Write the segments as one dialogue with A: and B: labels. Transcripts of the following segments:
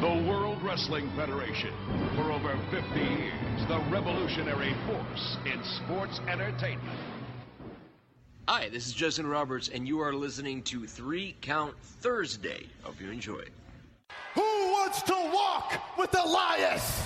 A: The World Wrestling Federation. For over 50 years, the revolutionary force in sports entertainment.
B: Hi, this is Justin Roberts, and you are listening to Three Count Thursday. Hope you enjoy it.
C: Who wants to walk with Elias?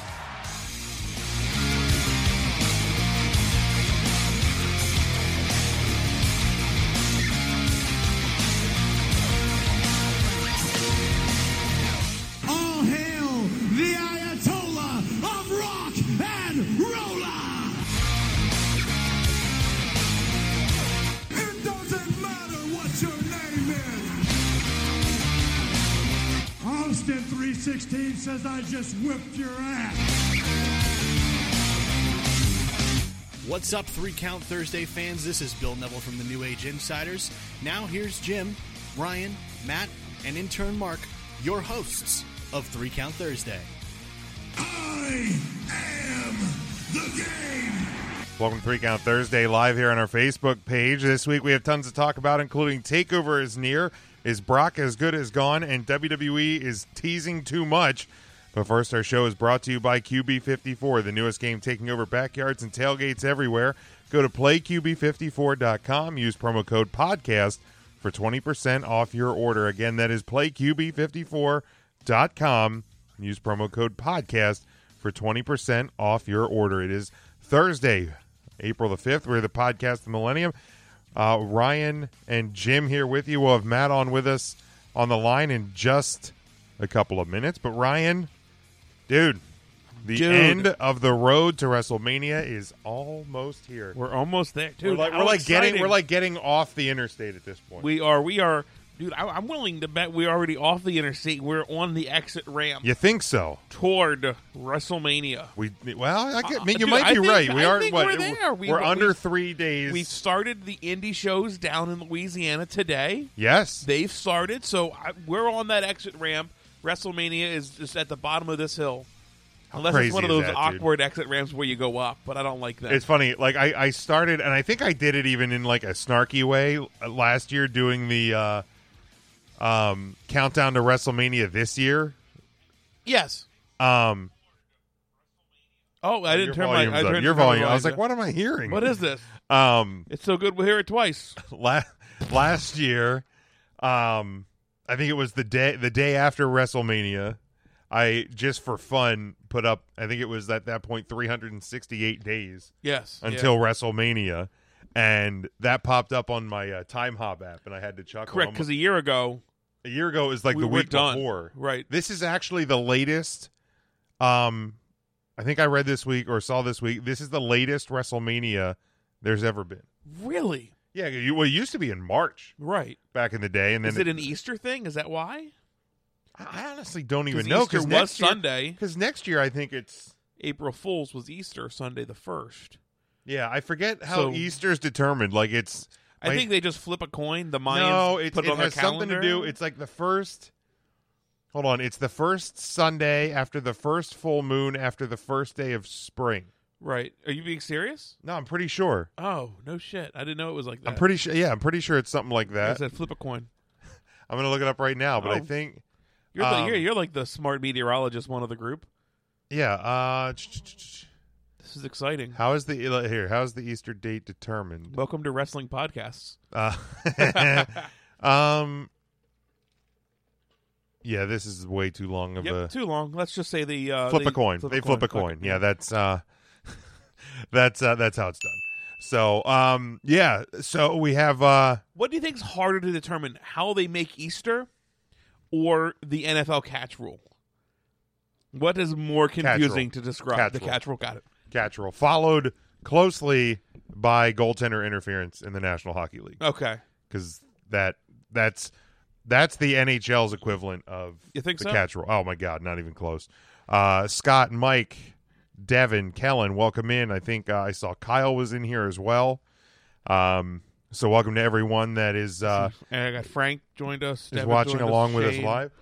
D: All hail the Ayatollah of rock and rolla. It doesn't matter what your name is. Austin 316 says I just whipped your ass.
E: What's up, Three Count Thursday fans? This is Bill Neville from the New Age Insiders. Now, here's Jim, Ryan, Matt, and intern Mark, your hosts of Three Count Thursday.
D: I am the game.
F: Welcome to Three Count Thursday live here on our Facebook page. This week we have tons to talk about, including Takeover is near, is Brock as good as gone, and WWE is teasing too much. But first, our show is brought to you by QB54, the newest game taking over backyards and tailgates everywhere. Go to playqb54.com, use promo code podcast for 20% off your order. Again, that is playqb54.com, use promo code podcast for 20% off your order. It is Thursday, April the 5th. We're the podcast, The Millennium. Uh, Ryan and Jim here with you. We'll have Matt on with us on the line in just a couple of minutes. But Ryan, dude, the
G: Dude.
F: end of the road to WrestleMania is almost here.
G: We're almost there, dude.
F: we're like,
G: how
F: we're like getting
G: exciting.
F: we're like getting off the interstate at this point.
G: we are we are, dude. I, I'm willing to bet we're already off the interstate. We're on the exit ramp
F: you think so?
G: toward WrestleMania.
F: We well, I, could- I mean,
G: Uh,
F: you
G: dude,
F: might
G: I
F: be
G: think-
F: right. We
G: I
F: are
G: think
F: what,
G: we're there. We-
F: we're
G: we-
F: under three days.
G: We started the indie shows down in Louisiana today.
F: yes,
G: They've started, so I, we're on that exit ramp. WrestleMania is just at the bottom of this hill. Unless
F: crazy
G: it's one of
F: is
G: those
F: that, dude?
G: awkward exit ramps where you go up, but I don't like that.
F: It's funny. Like I, I started, and I think I did it even in like a snarky way uh, last year, doing the uh, um, countdown to WrestleMania this year.
G: yes.
F: Um,
G: Oh, I didn't
F: your
G: turn
F: volume's
G: my I
F: up.
G: turned
F: your
G: turn my
F: volume. I was
G: lines
F: like,
G: up.
F: what am I hearing?
G: What is this?
F: Um,
G: It's so good. We'll hear it twice.
F: la- last year, um, I think it was the day the day after WrestleMania. I just for fun put up. I think it was at that point 368 days
G: Yes. yeah.
F: until WrestleMania, and that popped up on my uh, Time Hop app, and I had to chuckle.
G: correct
F: I'm
G: because a year ago
F: a year ago is like
G: We
F: the
G: were
F: week
G: done.
F: before
G: Right.
F: this is actually the latest um i think i read this week or saw this week this is the latest wrestlemania there's ever been
G: Really?
F: yeah you, well, it used to be in march
G: Right.
F: back in the day and then
G: Is it an Easter thing? Is that why?
F: i I honestly don't even
G: 'Cause
F: know
G: Easter
F: because
G: was
F: next year,
G: Sunday.
F: because next year i think it's
G: April Fool's was Easter Sunday the first.
F: yeah i forget how
G: So-
F: easter's determined like it's
G: I
F: like-
G: think they just flip a coin. The Mayans
F: no it's,
G: put
F: it
G: it on
F: has
G: their
F: something
G: calendar.
F: to do it's like the first hold on it's the first sunday after the first full moon after the first day of spring
G: right. Are you being serious?
F: no i'm pretty sure
G: Oh no, shit! I didn't know it was like that.
F: I'm pretty sure. Yeah, I'm pretty sure it's something like
G: I
F: that.
G: said flip a coin.
F: I'm gonna look it up right now, but I
G: Oh.
F: think
G: You're, the,
F: Um,
G: you're you're like the smart meteorologist one of the group.
F: yeah. Uh, ch- ch- ch- ch-
G: This is exciting.
F: how is the here? How's the Easter date determined?
G: Welcome to wrestling podcasts.
F: Uh, um, yeah, this is way too long of
G: yep,
F: a
G: too long. Let's just say the uh,
F: flip
G: they
F: a coin. they flip a coin. Yeah, that's uh, that's uh, that's how it's done. So um, yeah. So we have uh,
G: What do you think is harder to determine how they make Easter or the NFL catch rule? What is more
F: rule.
G: confusing to describe?
F: Catch
G: the
F: rule.
G: catch rule got it.
F: Cattrall followed closely by goaltender interference in the National Hockey League.
G: Okay.
F: because that that's that's the NHL's equivalent of
G: You think
F: the
G: so?
F: catch rule. Oh my God, not even close. Uh, Scott, Mike, Devin, Kellen, welcome in. I think uh, I saw Kyle was in here as well. Um, so welcome to everyone that is uh,
G: And I got Frank joined us.
F: is
G: Devin
F: watching
G: joined us,
F: along with us
G: Shane.
F: live.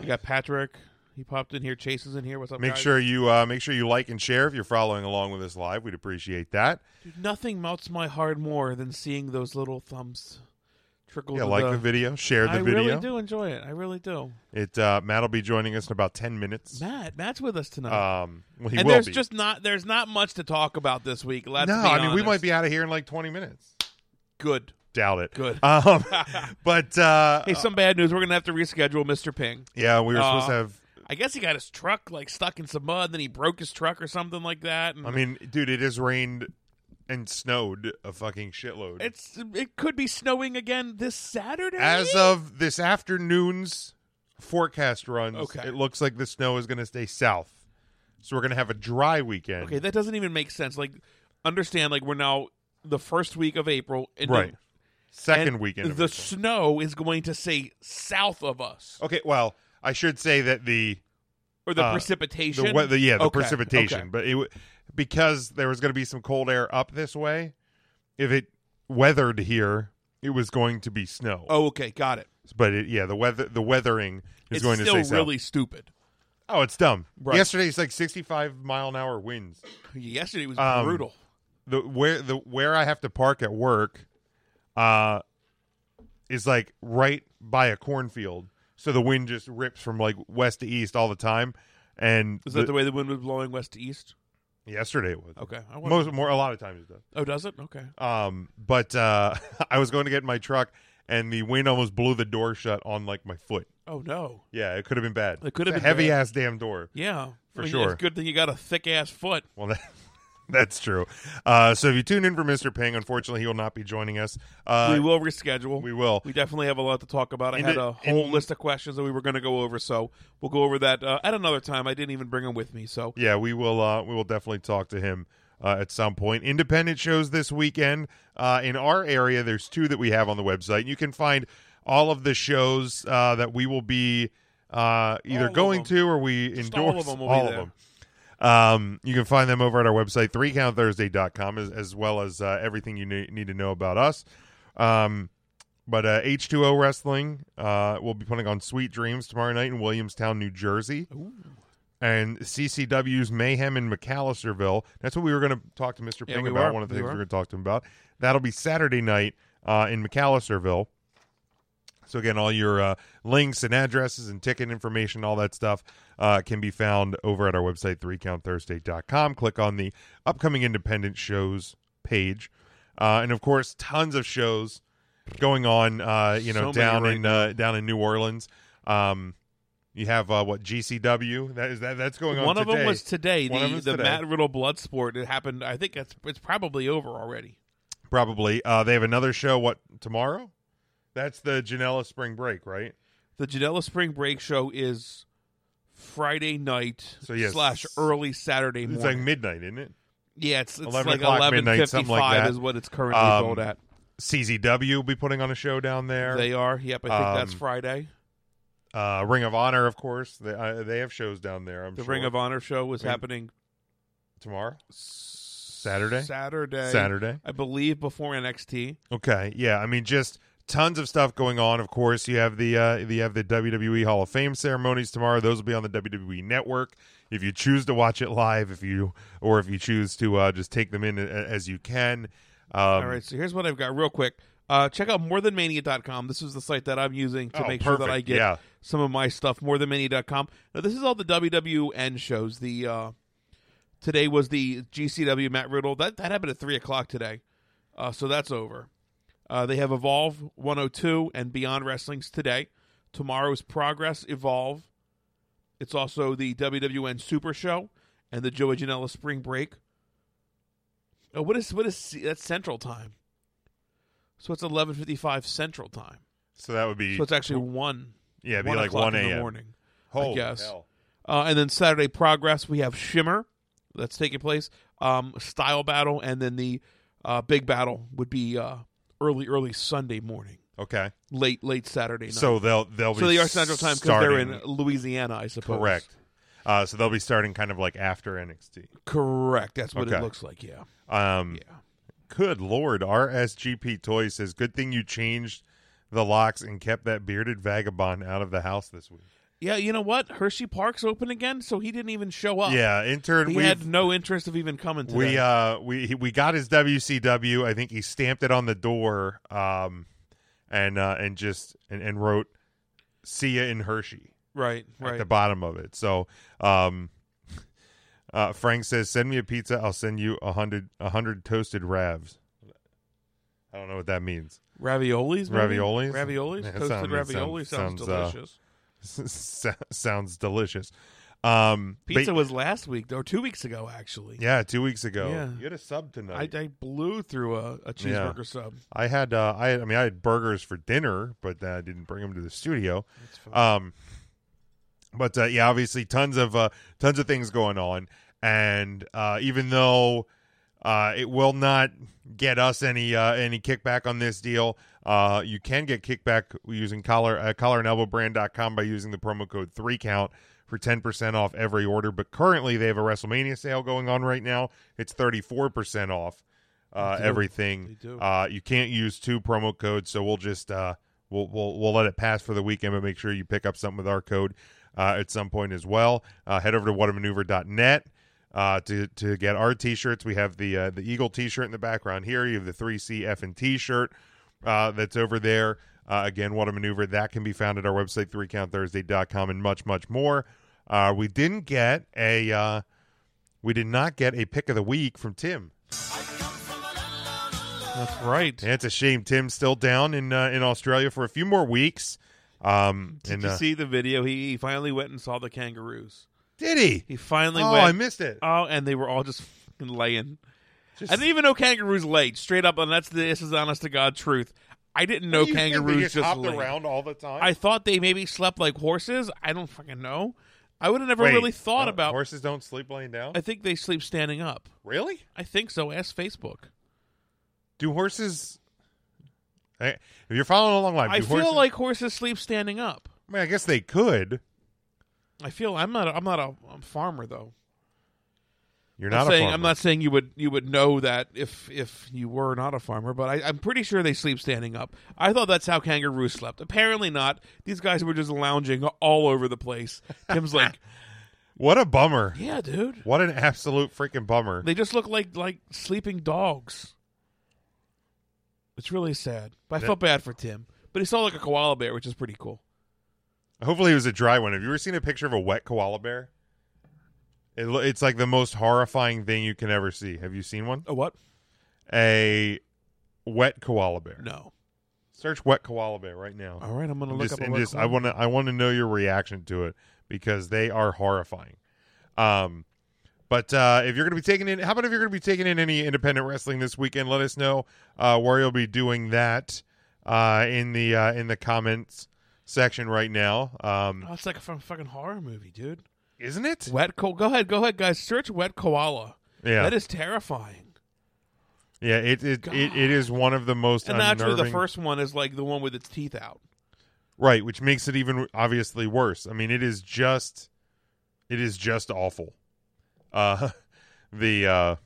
G: We got Patrick. He popped in here. Chase is in here. What's up?
F: Make
G: guys?
F: sure you uh, make sure you like and share if you're following along with us live. We'd appreciate that.
G: Dude, nothing melts my heart more than seeing those little thumbs trickle.
F: Yeah,
G: to
F: like
G: the,
F: the video, share the
G: I
F: video.
G: really do enjoy it. I really do.
F: It uh, Matt will be joining us in about ten minutes.
G: Matt, Matt's with us tonight.
F: Um, well, he
G: and
F: will
G: there's
F: be.
G: just not there's not much to talk about this week. Let's
F: no.
G: be
F: I mean, we
G: honest.
F: might be out of here in like twenty minutes.
G: good.
F: Doubt it.
G: Good.
F: Um, but uh,
G: Hey, some bad news. We're gonna have to reschedule Mr. Ping.
F: yeah, we were supposed
G: Uh,
F: to have.
G: I guess he got his truck like stuck in some mud, and then he broke his truck or something like that. And
F: I mean, dude, it has rained and snowed a fucking shitload.
G: it's it could be snowing again this Saturday.
F: As of this afternoon's forecast runs,
G: Okay.
F: it looks like the snow is going to stay south. So we're going to have a dry weekend.
G: okay, that doesn't even make sense. Like, understand? Like, we're now the first week of April, and
F: right. Second
G: and
F: weekend. Of
G: the
F: April.
G: snow is going to say south of us,
F: okay, well, I should say that the
G: or the
F: Uh,
G: precipitation.
F: the weather, yeah, the
G: Okay,
F: precipitation,
G: okay.
F: but it w- because there was going to be some cold air up this way. If it weathered here, it was going to be snow.
G: Oh, okay, got it.
F: But it, yeah, the weather, the weathering is
G: it's
F: going
G: still
F: to stay south.
G: really stupid.
F: Oh, it's dumb.
G: Right.
F: Yesterday's like 65 mile an hour winds.
G: Yesterday was
F: Um,
G: brutal.
F: The where the where I have to park at work uh is like right by a cornfield. So the wind just rips from like west to east all the time. And
G: Is that the way the wind was blowing west to east?
F: yesterday it was.
G: Okay, I wonder-
F: Most more a lot of times it does.
G: Oh, does it? Okay.
F: Um but uh I was going to get in my truck and the wind almost blew the door shut on like my foot.
G: Oh no.
F: Yeah, it could have been bad.
G: It could have
F: It's a
G: been bad.
F: heavy ass damn door.
G: Yeah,
F: For
G: Well, yeah,
F: sure.
G: It's good thing you got a thick ass foot.
F: Well, that, that's true. Uh, so if you tune in for Mr. Ping, unfortunately, he will not be joining us. Uh,
G: we will reschedule.
F: we will.
G: We definitely have a lot to talk about. I
F: And
G: had
F: it-
G: a whole
F: and-
G: list of questions that we were going to go over, so we'll go over that uh, at another time. I didn't even bring them with me, so
F: Yeah, we will. Uh, we will definitely talk to him uh, at some point. Independent shows this weekend uh, in our area. There's two that we have on the website. You can find all of the shows uh, that we will be uh, either
G: All of
F: going
G: them.
F: to or we
G: Just all of
F: endorse
G: them will be
F: all of
G: there.
F: them. Um, you can find them over at our website, threecountthursday.com, as, as well as uh, everything you ne- need to know about us. Um, but uh, H2O Wrestling uh, will be putting on Sweet Dreams tomorrow night in Williamstown, New Jersey. And CCW's Mayhem in McAllisterville. That's what we were going to talk to Mr.
G: Yeah,
F: Ping
G: we
F: about.
G: were.
F: One of the
G: We
F: things we
G: were.
F: we're going to talk to him about. That'll be Saturday night uh, in McAllisterville. So again, all your uh, links and addresses and ticket information, all that stuff, uh, can be found over at our website, threecountthursday.com. Click on the upcoming independent shows page, uh, and of course, tons of shows going on. Uh, you
G: So
F: know,
G: many
F: down
G: right
F: in uh, down in New Orleans, um, you have uh, what GCW that is that that's going on.
G: one of them
F: today.
G: was today.
F: One
G: the
F: of 'em's
G: the
F: today.
G: Matt Riddle blood sport. It happened. I think that's it's probably over already.
F: probably. Uh, they have another show. What tomorrow? That's the Janela Spring Break, right?
G: The Janela Spring Break show is Friday night
F: So, yes.
G: slash early Saturday
F: It's like
G: morning.
F: midnight, isn't it?
G: yeah, it's, it's
F: 11
G: like
F: o'clock,
G: eleven
F: midnight,
G: fifty
F: something like
G: five
F: that.
G: is what it's currently
F: Um,
G: sold at.
F: CZW will be putting on a show down there.
G: They are. Yep, I think that's
F: Um,
G: Friday.
F: uh, Ring of Honor, of course. They, uh, they have shows down there. I'm
G: The
F: sure.
G: Ring of Honor show was
F: Ring-
G: happening
F: tomorrow, Saturday,
G: Saturday.
F: Saturday.
G: I believe before NXT.
F: Okay, yeah. I mean, just tons of stuff going on. Of course, you have the uh, you have the WWE Hall of Fame ceremonies tomorrow. Those will be on the WWE Network. If you choose to watch it live, if you or if you choose to uh, just take them in a- as you can. Um,
G: All right, so here's what I've got real quick. Uh, check out morethanmania.com. This is the site that I'm using to
F: Oh,
G: make sure
F: perfect,
G: that I get
F: yeah.
G: some of my stuff. Morethanmania.com. Now, this is all the WWN shows. The uh, today was the GCW Matt Riddle. That that happened at three o'clock today, uh, so that's over. Uh, they have Evolve 102 and Beyond Wrestling's today. Tomorrow is Progress Evolve. It's also the WWN Super Show and the Joey Janela Spring Break. Oh, what is what is C- that's Central Time? So it's eleven fifty five Central Time.
F: So that would be
G: So it's actually one.
F: yeah, it'd be
G: one
F: like
G: o'clock
F: one
G: in the
F: a.m.
G: morning.
F: Holy
G: guess.
F: hell.
G: Uh, and then Saturday Progress, we have Shimmer that's taking place, um, Style Battle, and then the uh, big battle would be uh, early, early Sunday morning,
F: Okay,
G: late, late Saturday night.
F: so they'll they'll be
G: so they are Central Time because they're in
F: starting-
G: Louisiana, I suppose.
F: correct. Uh, so they'll be starting kind of like after NXT.
G: correct. That's what
F: Okay.
G: it looks like. Yeah,
F: Um,
G: yeah.
F: Good lord, RSGP Toy says, "Good thing you changed the locks and kept that bearded vagabond out of the house this week."
G: Yeah, you know what? Hershey Park's open again, so he didn't even show up.
F: yeah, intern,
G: he
F: we
G: Uh, had no interest of even coming today.
F: we uh we he- we got his WCW. I think he stamped it on the door. Um, and uh, and just and, and wrote "See ya in Hershey"
G: Right,
F: at
G: right.
F: the bottom of it. So, um, uh, Frank says, "Send me a pizza. I'll send you a hundred a hundred toasted ravs." I don't know what that means.
G: raviolis, maybe?
F: Raviolis?
G: raviolis,
F: Yeah, it
G: toasted
F: sounds- it
G: ravioli
F: sounds-
G: sounds,
F: sounds, uh,
G: delicious.
F: So- sounds delicious. Um, but-
G: Pizza was last week or two weeks ago, actually.
F: yeah, two weeks ago.
G: Yeah.
F: You had a sub
G: I,
F: tonight.
G: I blew through a, a cheeseburger sub.
F: I, had, uh, I, I mean, I had burgers for dinner, but uh, I didn't bring them to the studio. Um, but uh, yeah, obviously, tons of uh, tons of things going on, and uh, even though uh, it will not get us any uh, any kickback on this deal, uh, you can get kickback using collar uh, collar and elbow brand.com by using the promo code three count for 10% off every order but currently they have a wrestlemania sale going on right now it's 34% off uh,
G: They do.
F: everything
G: They do.
F: Uh, you can't use two promo codes so we'll just uh, we'll, we'll we'll let it pass for the weekend, but make sure you pick up something with our code uh, at some point as well. Uh, head over to whatamaneuver.net uh, to to get our t-shirts. We have the uh, the eagle t-shirt in the background here. You have the three C F and T shirt uh, that's over there. Uh, again, what a maneuver that can be found at our website threecountthursday.com and much much more. Uh, we didn't get a uh, we did not get a pick of the week from Tim.
G: That's right.
F: Yeah, it's a shame Tim's still down in uh, in Australia for a few more weeks. Um,
G: Did
F: and,
G: you
F: uh,
G: see the video? He, he finally went and saw the kangaroos.
F: Did he?
G: He finally
F: oh,
G: went.
F: I missed it.
G: Oh, and they were all just fucking laying.
F: Just-
G: I didn't even know kangaroos laid straight up, and that's the, this is honest to god truth. I didn't know
F: You think they
G: kangaroos
F: just, hopped
G: lay.
F: around all the time.
G: I thought they maybe slept like horses. I don't fucking know. I would have never
F: Wait,
G: really thought
F: don't-
G: about.
F: horses don't sleep laying down.
G: I think they sleep standing up.
F: really?
G: I think so. Ask Facebook.
F: Do horses? Hey, if you're following along, live,
G: I
F: do
G: feel
F: horses-
G: like horses sleep standing up.
F: I mean, I guess they could.
G: I feel I'm not. A, I'm not a, a farmer though.
F: You're
G: I'm
F: not
G: saying
F: a farmer.
G: I'm not saying you would you would know that if if you were not a farmer, but I, I'm pretty sure they sleep standing up. I thought that's how kangaroos slept. Apparently not. These guys were just lounging all over the place. Tim's like,
F: What a bummer!
G: yeah, dude.
F: What an absolute freaking bummer!
G: They just look like like sleeping dogs. It's really sad. But I
F: That-
G: felt bad for Tim. But he saw like a koala bear, which is pretty cool.
F: Hopefully, it was a dry one. Have you ever seen a picture of a wet koala bear? It, lo- it's like the most horrifying thing you can ever see. Have you seen one?
G: A what?
F: A wet koala bear.
G: No.
F: Search wet koala bear right now.
G: All right, I'm gonna
F: And
G: look
F: just-
G: up.
F: and
G: A
F: just- I want to I want to know your reaction to it because they are horrifying. Um, but uh, if you're going to be taking in, how about if you're going to be taking in any independent wrestling this weekend? Let us know uh, where you'll be doing that uh, in the uh, in the comments section right now. Um,
G: Oh, it's like a fu- fucking horror movie, dude.
F: isn't it?
G: Wet ko- Go ahead, go ahead, guys. Search wet koala.
F: Yeah,
G: That is terrifying.
F: yeah. It it, it it is one of the most
G: And
F: unnerving,
G: naturally, the first one is like the one with its teeth out.
F: right, which makes it even obviously worse. I mean, it is just it is just awful. Uh, the uh,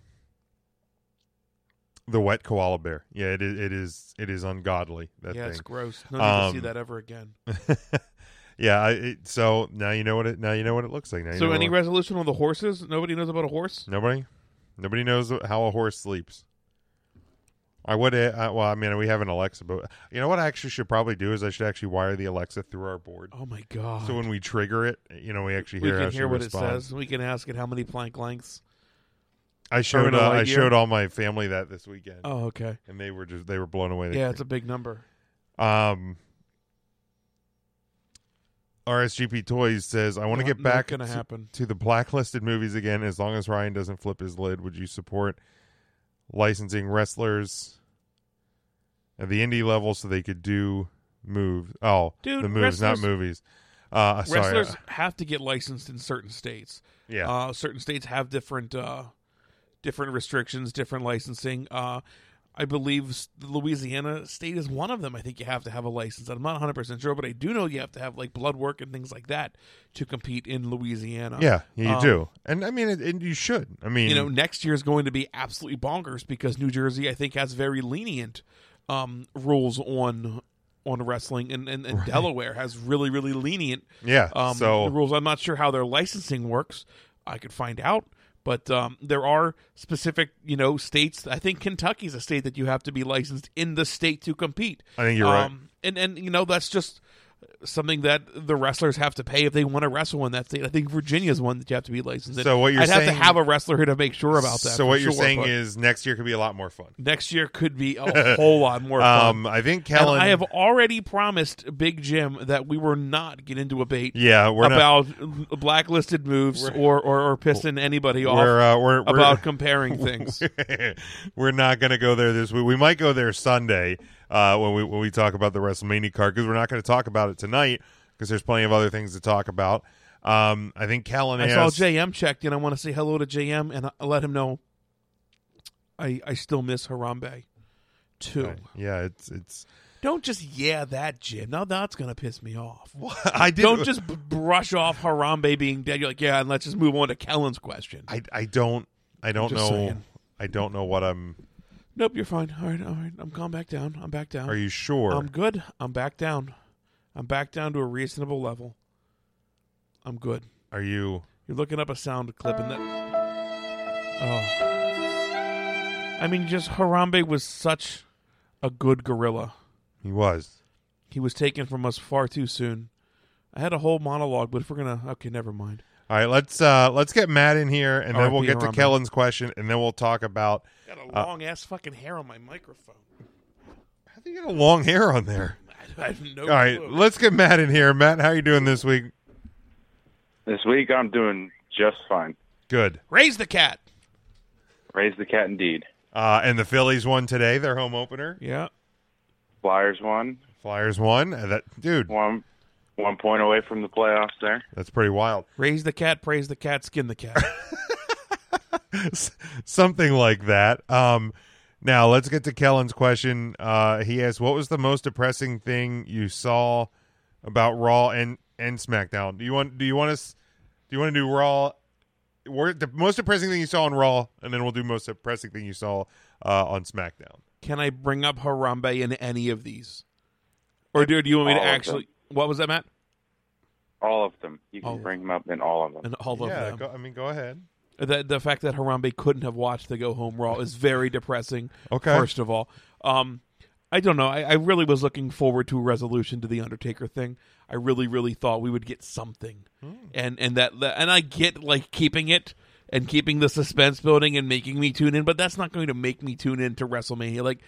F: the wet koala bear. Yeah, it is. It is. It is ungodly. That
G: yeah, it's
F: thing.
G: gross. No need to see
F: Um,
G: that ever again.
F: yeah. I, it, so now you know what it. Now you know what it looks like. Now you
G: So,
F: know
G: any
F: what,
G: resolution on the horses? Nobody knows about a horse.
F: nobody nobody knows how a horse sleeps. I would. Uh, well, I mean, we have an Alexa, but you know what? I actually should probably do is I should actually wire the Alexa through our board.
G: Oh my god!
F: So when we trigger it, you know, we actually
G: we
F: hear how
G: can
F: she
G: hear what it
F: responds.
G: says. We can ask it how many plank lengths.
F: I showed
G: Terminal
F: uh, I
G: idea.
F: showed all my family that this weekend,
G: Oh, okay.
F: and they were just they were blown away. They
G: Yeah, it's a big number.
F: Um, RSGP Toys says, "I want to
G: Not-
F: get
G: not
F: back
G: gonna
F: to,
G: happen.
F: to the blacklisted movies again. As long as Ryan doesn't flip his lid, would you support licensing wrestlers at the indie level so they could do moves? Oh,
G: Dude,
F: the moves, not
G: wrestlers-
F: movies. Uh, sorry,
G: Wrestlers
F: uh,
G: have to get licensed in certain states.
F: yeah,
G: Uh, certain states have different uh, different restrictions, different licensing. Uh, I believe s- Louisiana state is one of them. I think you have to have a license. I'm not 100 percent sure, but I do know you have to have like blood work and things like that to compete in Louisiana.
F: yeah, you
G: um,
F: do. And I mean, it, and you should. I mean,
G: You know, next year is going to be absolutely bonkers because New Jersey, I think, has very lenient um, rules on on wrestling, and and, and Delaware has really really lenient
F: yeah.
G: um,
F: so
G: the rules. I'm not sure how their licensing works. I could find out, But um, there are specific, you know, states. I think Kentucky's a state that you have to be licensed in the state to compete. Um,
F: I think you're right.
G: And and you know that's just something that the wrestlers have to pay if they want to wrestle in that state. I think Virginia's one that you have to be licensed. in.
F: So what you're
G: I'd have
F: saying-
G: to have a wrestler here to make sure about that.
F: So what
G: for
F: you're
G: sure,
F: saying
G: but
F: is next year could be a lot more fun.
G: next year could be a whole lot more fun.
F: Um, I think
G: And
F: Kellen.
G: I have already promised Big Jim that we were not get into a bait.
F: Yeah, we're not-
G: about blacklisted moves or, or or pissing anybody off
F: We're, uh, we're- we're-
G: about comparing things.
F: we're not going to go there this week. We might go there Sunday uh, when we when we talk about the WrestleMania card because we're not going to talk about it tonight because there's plenty of other things to talk about. Um, I think Callan
G: I
F: asked.
G: saw JM checked in. I want to say hello to JM and I let him know I I still miss Harambe too.
F: yeah, it's it's.
G: Don't just yeah that Jim. Now that's gonna piss me off.
F: I did.
G: Don't just b- brush off Harambe being dead. You're like yeah, and let's just move on to Kellen's question.
F: I I don't I don't know
G: Just saying.
F: I don't know what I'm.
G: nope, you're fine. All right, all right. I'm calm back down. I'm back down.
F: Are you sure?
G: I'm good. I'm back down. I'm back down to a reasonable level. I'm good.
F: Are you?
G: You're looking up a sound clip and that. Oh. I mean, just Harambe was such a good gorilla.
F: He was.
G: He was taken from us far too soon. I had a whole monologue, but if we're gonna, okay, never mind.
F: All right, let's uh let's get Matt in here, and then
G: R.I.P.
F: we'll get to
G: Harambe.
F: Kellen's question, and then we'll talk about
G: Got a
F: Uh,
G: long ass fucking hair on my microphone.
F: how do you get a long hair on there.
G: I have no.
F: All right, let's get Matt in here. Matt, how you doing this week?
H: This week I'm doing just fine.
F: Good.
G: raise the cat.
H: Raise the cat indeed.
F: Uh, and the Phillies won today, their home opener.
G: Yeah.
H: Flyers won.
F: Flyers won. Uh, That dude,
H: One one point away from the playoffs there.
F: that's pretty wild.
G: Raise the cat. Praise the cat. Skin the cat.
F: Something like that. Um, now let's get to Kellen's question. Uh, he asked, "What was the most depressing thing you saw about Raw and and SmackDown? Do you want do you want us do you want to do Raw? Or the most depressing thing you saw on Raw, and then we'll do most depressing thing you saw uh, on SmackDown.
G: Can I bring up Harambe in any of these? Or do, do you want me to
H: All of them.
G: actually? What was that, Matt?
H: All of them. You can
G: All of
H: bring them up in all of them.
G: And all of
F: yeah,
G: them.
F: go, I mean, go ahead.
G: the the fact that Harambe couldn't have watched the Go Home Raw is very depressing.
F: Okay.
G: First of all, um, I don't know. I, I really was looking forward to a resolution to the Undertaker thing. I really, really thought we would get something, and and that that- and I get like keeping it and keeping the suspense building and making me tune in, but that's not going to make me tune in to WrestleMania. Like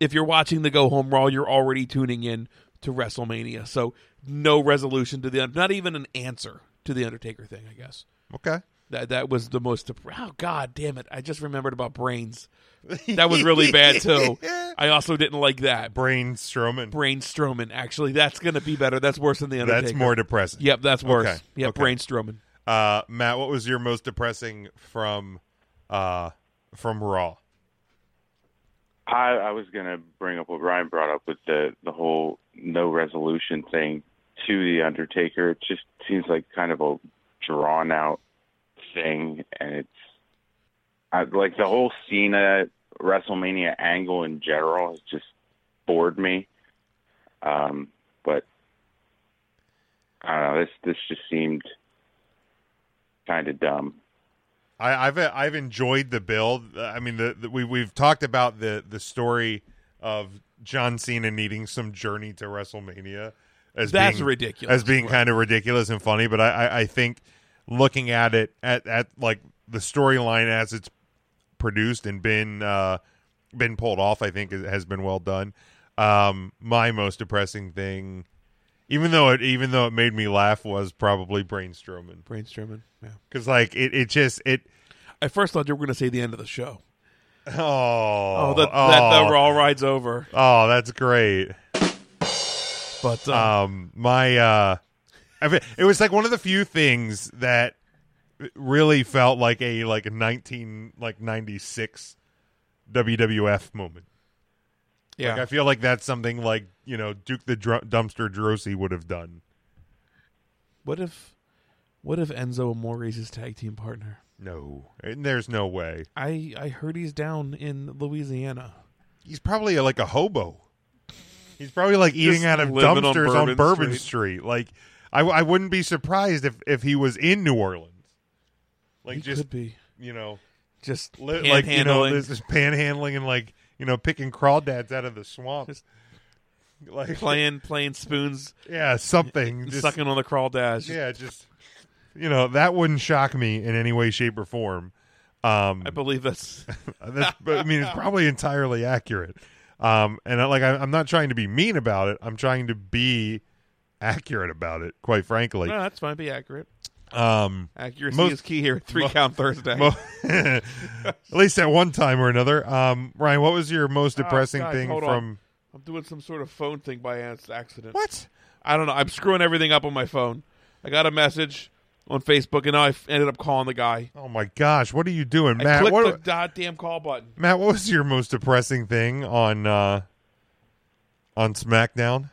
G: if you're watching the Go Home Raw, you're already tuning in to WrestleMania. So no resolution to the not even an answer to the Undertaker thing, I guess.
F: Okay,
G: That that was the most. dep- Oh God, damn it! I just remembered about brains. That was really bad too. I also didn't like that.
F: Brain Strowman.
G: Brain Strowman. Actually, that's gonna be better. That's worse than the Undertaker.
F: That's more depressing.
G: Yep, that's worse.
F: Okay,
G: Yep,
F: okay.
G: Brain Strowman.
F: Uh, Matt, what was your most depressing from uh, from Raw?
H: I, I was gonna bring up what Ryan brought up with the the whole no resolution thing to the Undertaker. It just seems like kind of a drawn out thing, and it's I, like the whole Cena WrestleMania angle in general has just bored me. Um, but I don't know. This this just seemed kind of dumb.
F: I, I've I've enjoyed the build. I mean, the, the, we we've talked about the the story of John Cena needing some journey to WrestleMania as
G: That's
F: being,
G: ridiculous.
F: as being kind of ridiculous and funny. But I, I, I think looking at it at at like the storyline as it's produced and been uh, been pulled off, I think is, has been well done. Um, my most depressing thing, even though it even though it made me laugh, was probably Braun Strowman
G: Brain Strowman. Yeah.
F: because like it it just it.
G: I first thought you were gonna say the end of the show.
F: Oh,
G: Oh, that, that the Raw ride's over.
F: Oh, that's great.
G: But uh,
F: Um, my uh, I mean, it was like one of the few things that really felt like a like nineteen like ninety six WWF moment.
G: yeah,
F: Like, I feel like that's something like you know Duke the Dr- Dumpster Drosy would have done.
G: what if what if Enzo Amore is his tag team partner?
F: No, and there's no way.
G: I I heard he's down in Louisiana.
F: He's probably uh, like a hobo. He's probably like eating out of
G: living on
F: dumpsters on Bourbon,
G: Bourbon
F: Street. Like, I, I wouldn't be surprised if if he was in New Orleans. Like
G: he
F: just
G: could be.
F: you know,
G: Just
F: li- like you know,
G: panhandling.
F: this is panhandling and like you know, picking crawdads out of the swamp.
G: Just
F: like
G: playing playing spoons,
F: yeah, something just,
G: sucking on the crawl dash.
F: Yeah, just you know, that wouldn't shock me in any way, shape, or form. Um,
G: I believe that's
F: Uh, That's, but I mean, it's probably entirely accurate. Um, and I, like, I, I'm not trying to be mean about it. I'm trying to be accurate about it. Quite frankly,
G: no, that's fine. Be accurate.
F: um,
G: Accuracy
F: Most-
G: is key here. at Three count Thursday.
F: mo- at least at one time or another. Um, Ryan, what was your most
G: Oh,
F: depressing
G: guys,
F: thing
G: hold on.
F: from?
G: I'm doing some sort of phone thing by ac- accident.
F: What?
G: I don't know. I'm screwing everything up on my phone. I got a message on Facebook, and now I f- ended up calling the guy.
F: Oh my gosh, what are you doing,
G: I
F: Matt?
G: clicked
F: What,
G: the goddamn call button.
F: Matt, what was your most depressing thing on uh, on SmackDown?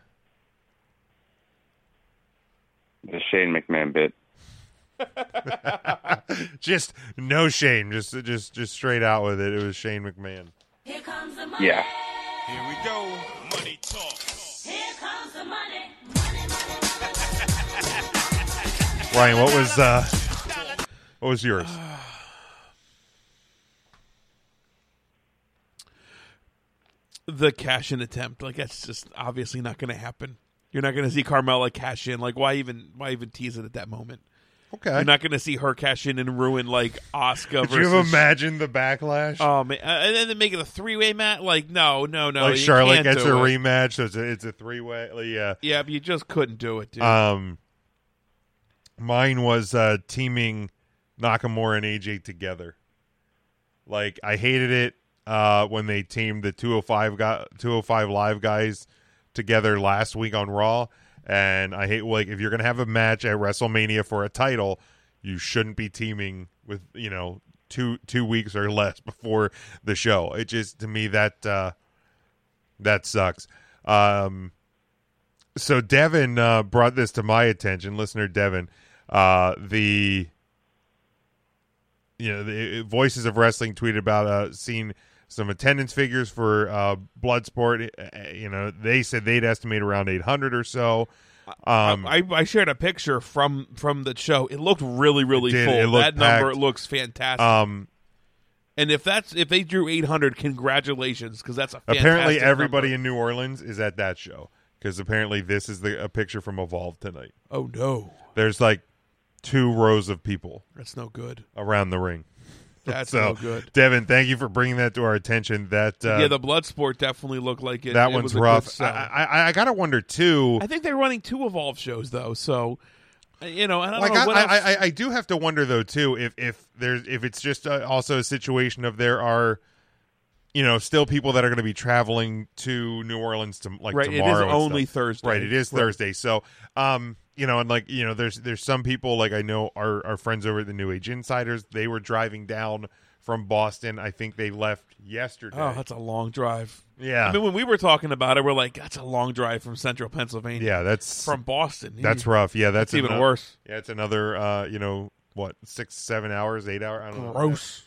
H: The Shane McMahon bit.
F: Just no shame, just just just straight out with it. It was Shane McMahon.
I: Here comes the money.
H: Yeah.
D: Here we go. Money talk.
I: Here comes the money. Money, money, money.
F: Ryan, what was uh, what was yours?
G: The cash in attempt, like that's just obviously not going to happen. You're not going to see Carmella cash in. Like why even why even tease it at that moment?
F: Okay.
G: You're not going to see her cash in and ruin like Oscar.
F: Could you have imagined the backlash?
G: Oh man, uh, and then they make it a three way match. Like no, no, no.
F: like
G: you
F: Charlotte
G: can't
F: gets
G: do
F: her
G: it.
F: rematch, so it's a, it's a three way. Yeah.
G: Yeah, but you just couldn't do it, dude.
F: Um, mine was uh, teaming Nakamura and AJ together. Like I hated it uh, when they teamed the 205 guy, 205 live guys together last week on Raw, and I hate like if you're gonna have a match at WrestleMania for a title, you shouldn't be teaming with you know two two weeks or less before the show. It just to me that uh, that sucks. Um, so Devin uh, brought this to my attention, listener Devin. Uh, the you know the uh, voices of wrestling tweeted about uh, seeing some attendance figures for uh, Bloodsport. Uh, You know they said they'd estimate around eight hundred or so. Um,
G: I, I shared a picture from from the show. It looked really really
F: It did.
G: full.
F: It looked
G: that number
F: packed.
G: looks fantastic.
F: um,
G: and if that's if they drew 800, congratulations because that's a fantastic
F: apparently everybody
G: number.
F: in New Orleans is at that show because apparently this is the a picture from Evolve tonight.
G: Oh no,
F: There's like two rows of people
G: that's no good.
F: around the ring.
G: That's
F: so
G: no good.
F: Devin, thank you for bringing that to our attention. That uh,
G: yeah, the blood sport definitely looked like it.
F: that
G: it
F: one's
G: was a good
F: rough. I,
G: sell.
F: I I- I gotta wonder too.
G: I think they're running two evolve shows though, so uh, you know I don't
F: like
G: know
F: I,
G: what
F: I,
G: else.
F: I, I do have to wonder though too if if there's if it's just uh, also a situation of there are you know still people that are going to be traveling to New Orleans to like
G: Right, it is
F: tomorrow. and
G: only
F: stuff.
G: Thursday.
F: Right, it is
G: Right.
F: Thursday. So um you know and like you know there's there's some people like I know our our friends over at the New Age Insiders they were driving down from Boston. I think they left yesterday.
G: oh, that's a long drive.
F: yeah.
G: I mean, when we were talking about it, we're like, that's a long drive from Central Pennsylvania.
F: yeah, that's
G: from Boston.
F: that's
G: Eesh.
F: rough. Yeah, that's
G: It's even
F: ano-
G: worse.
F: Yeah, it's another uh, you know, what, 6 7 hours, 8 hours, I don't know.
G: Gross.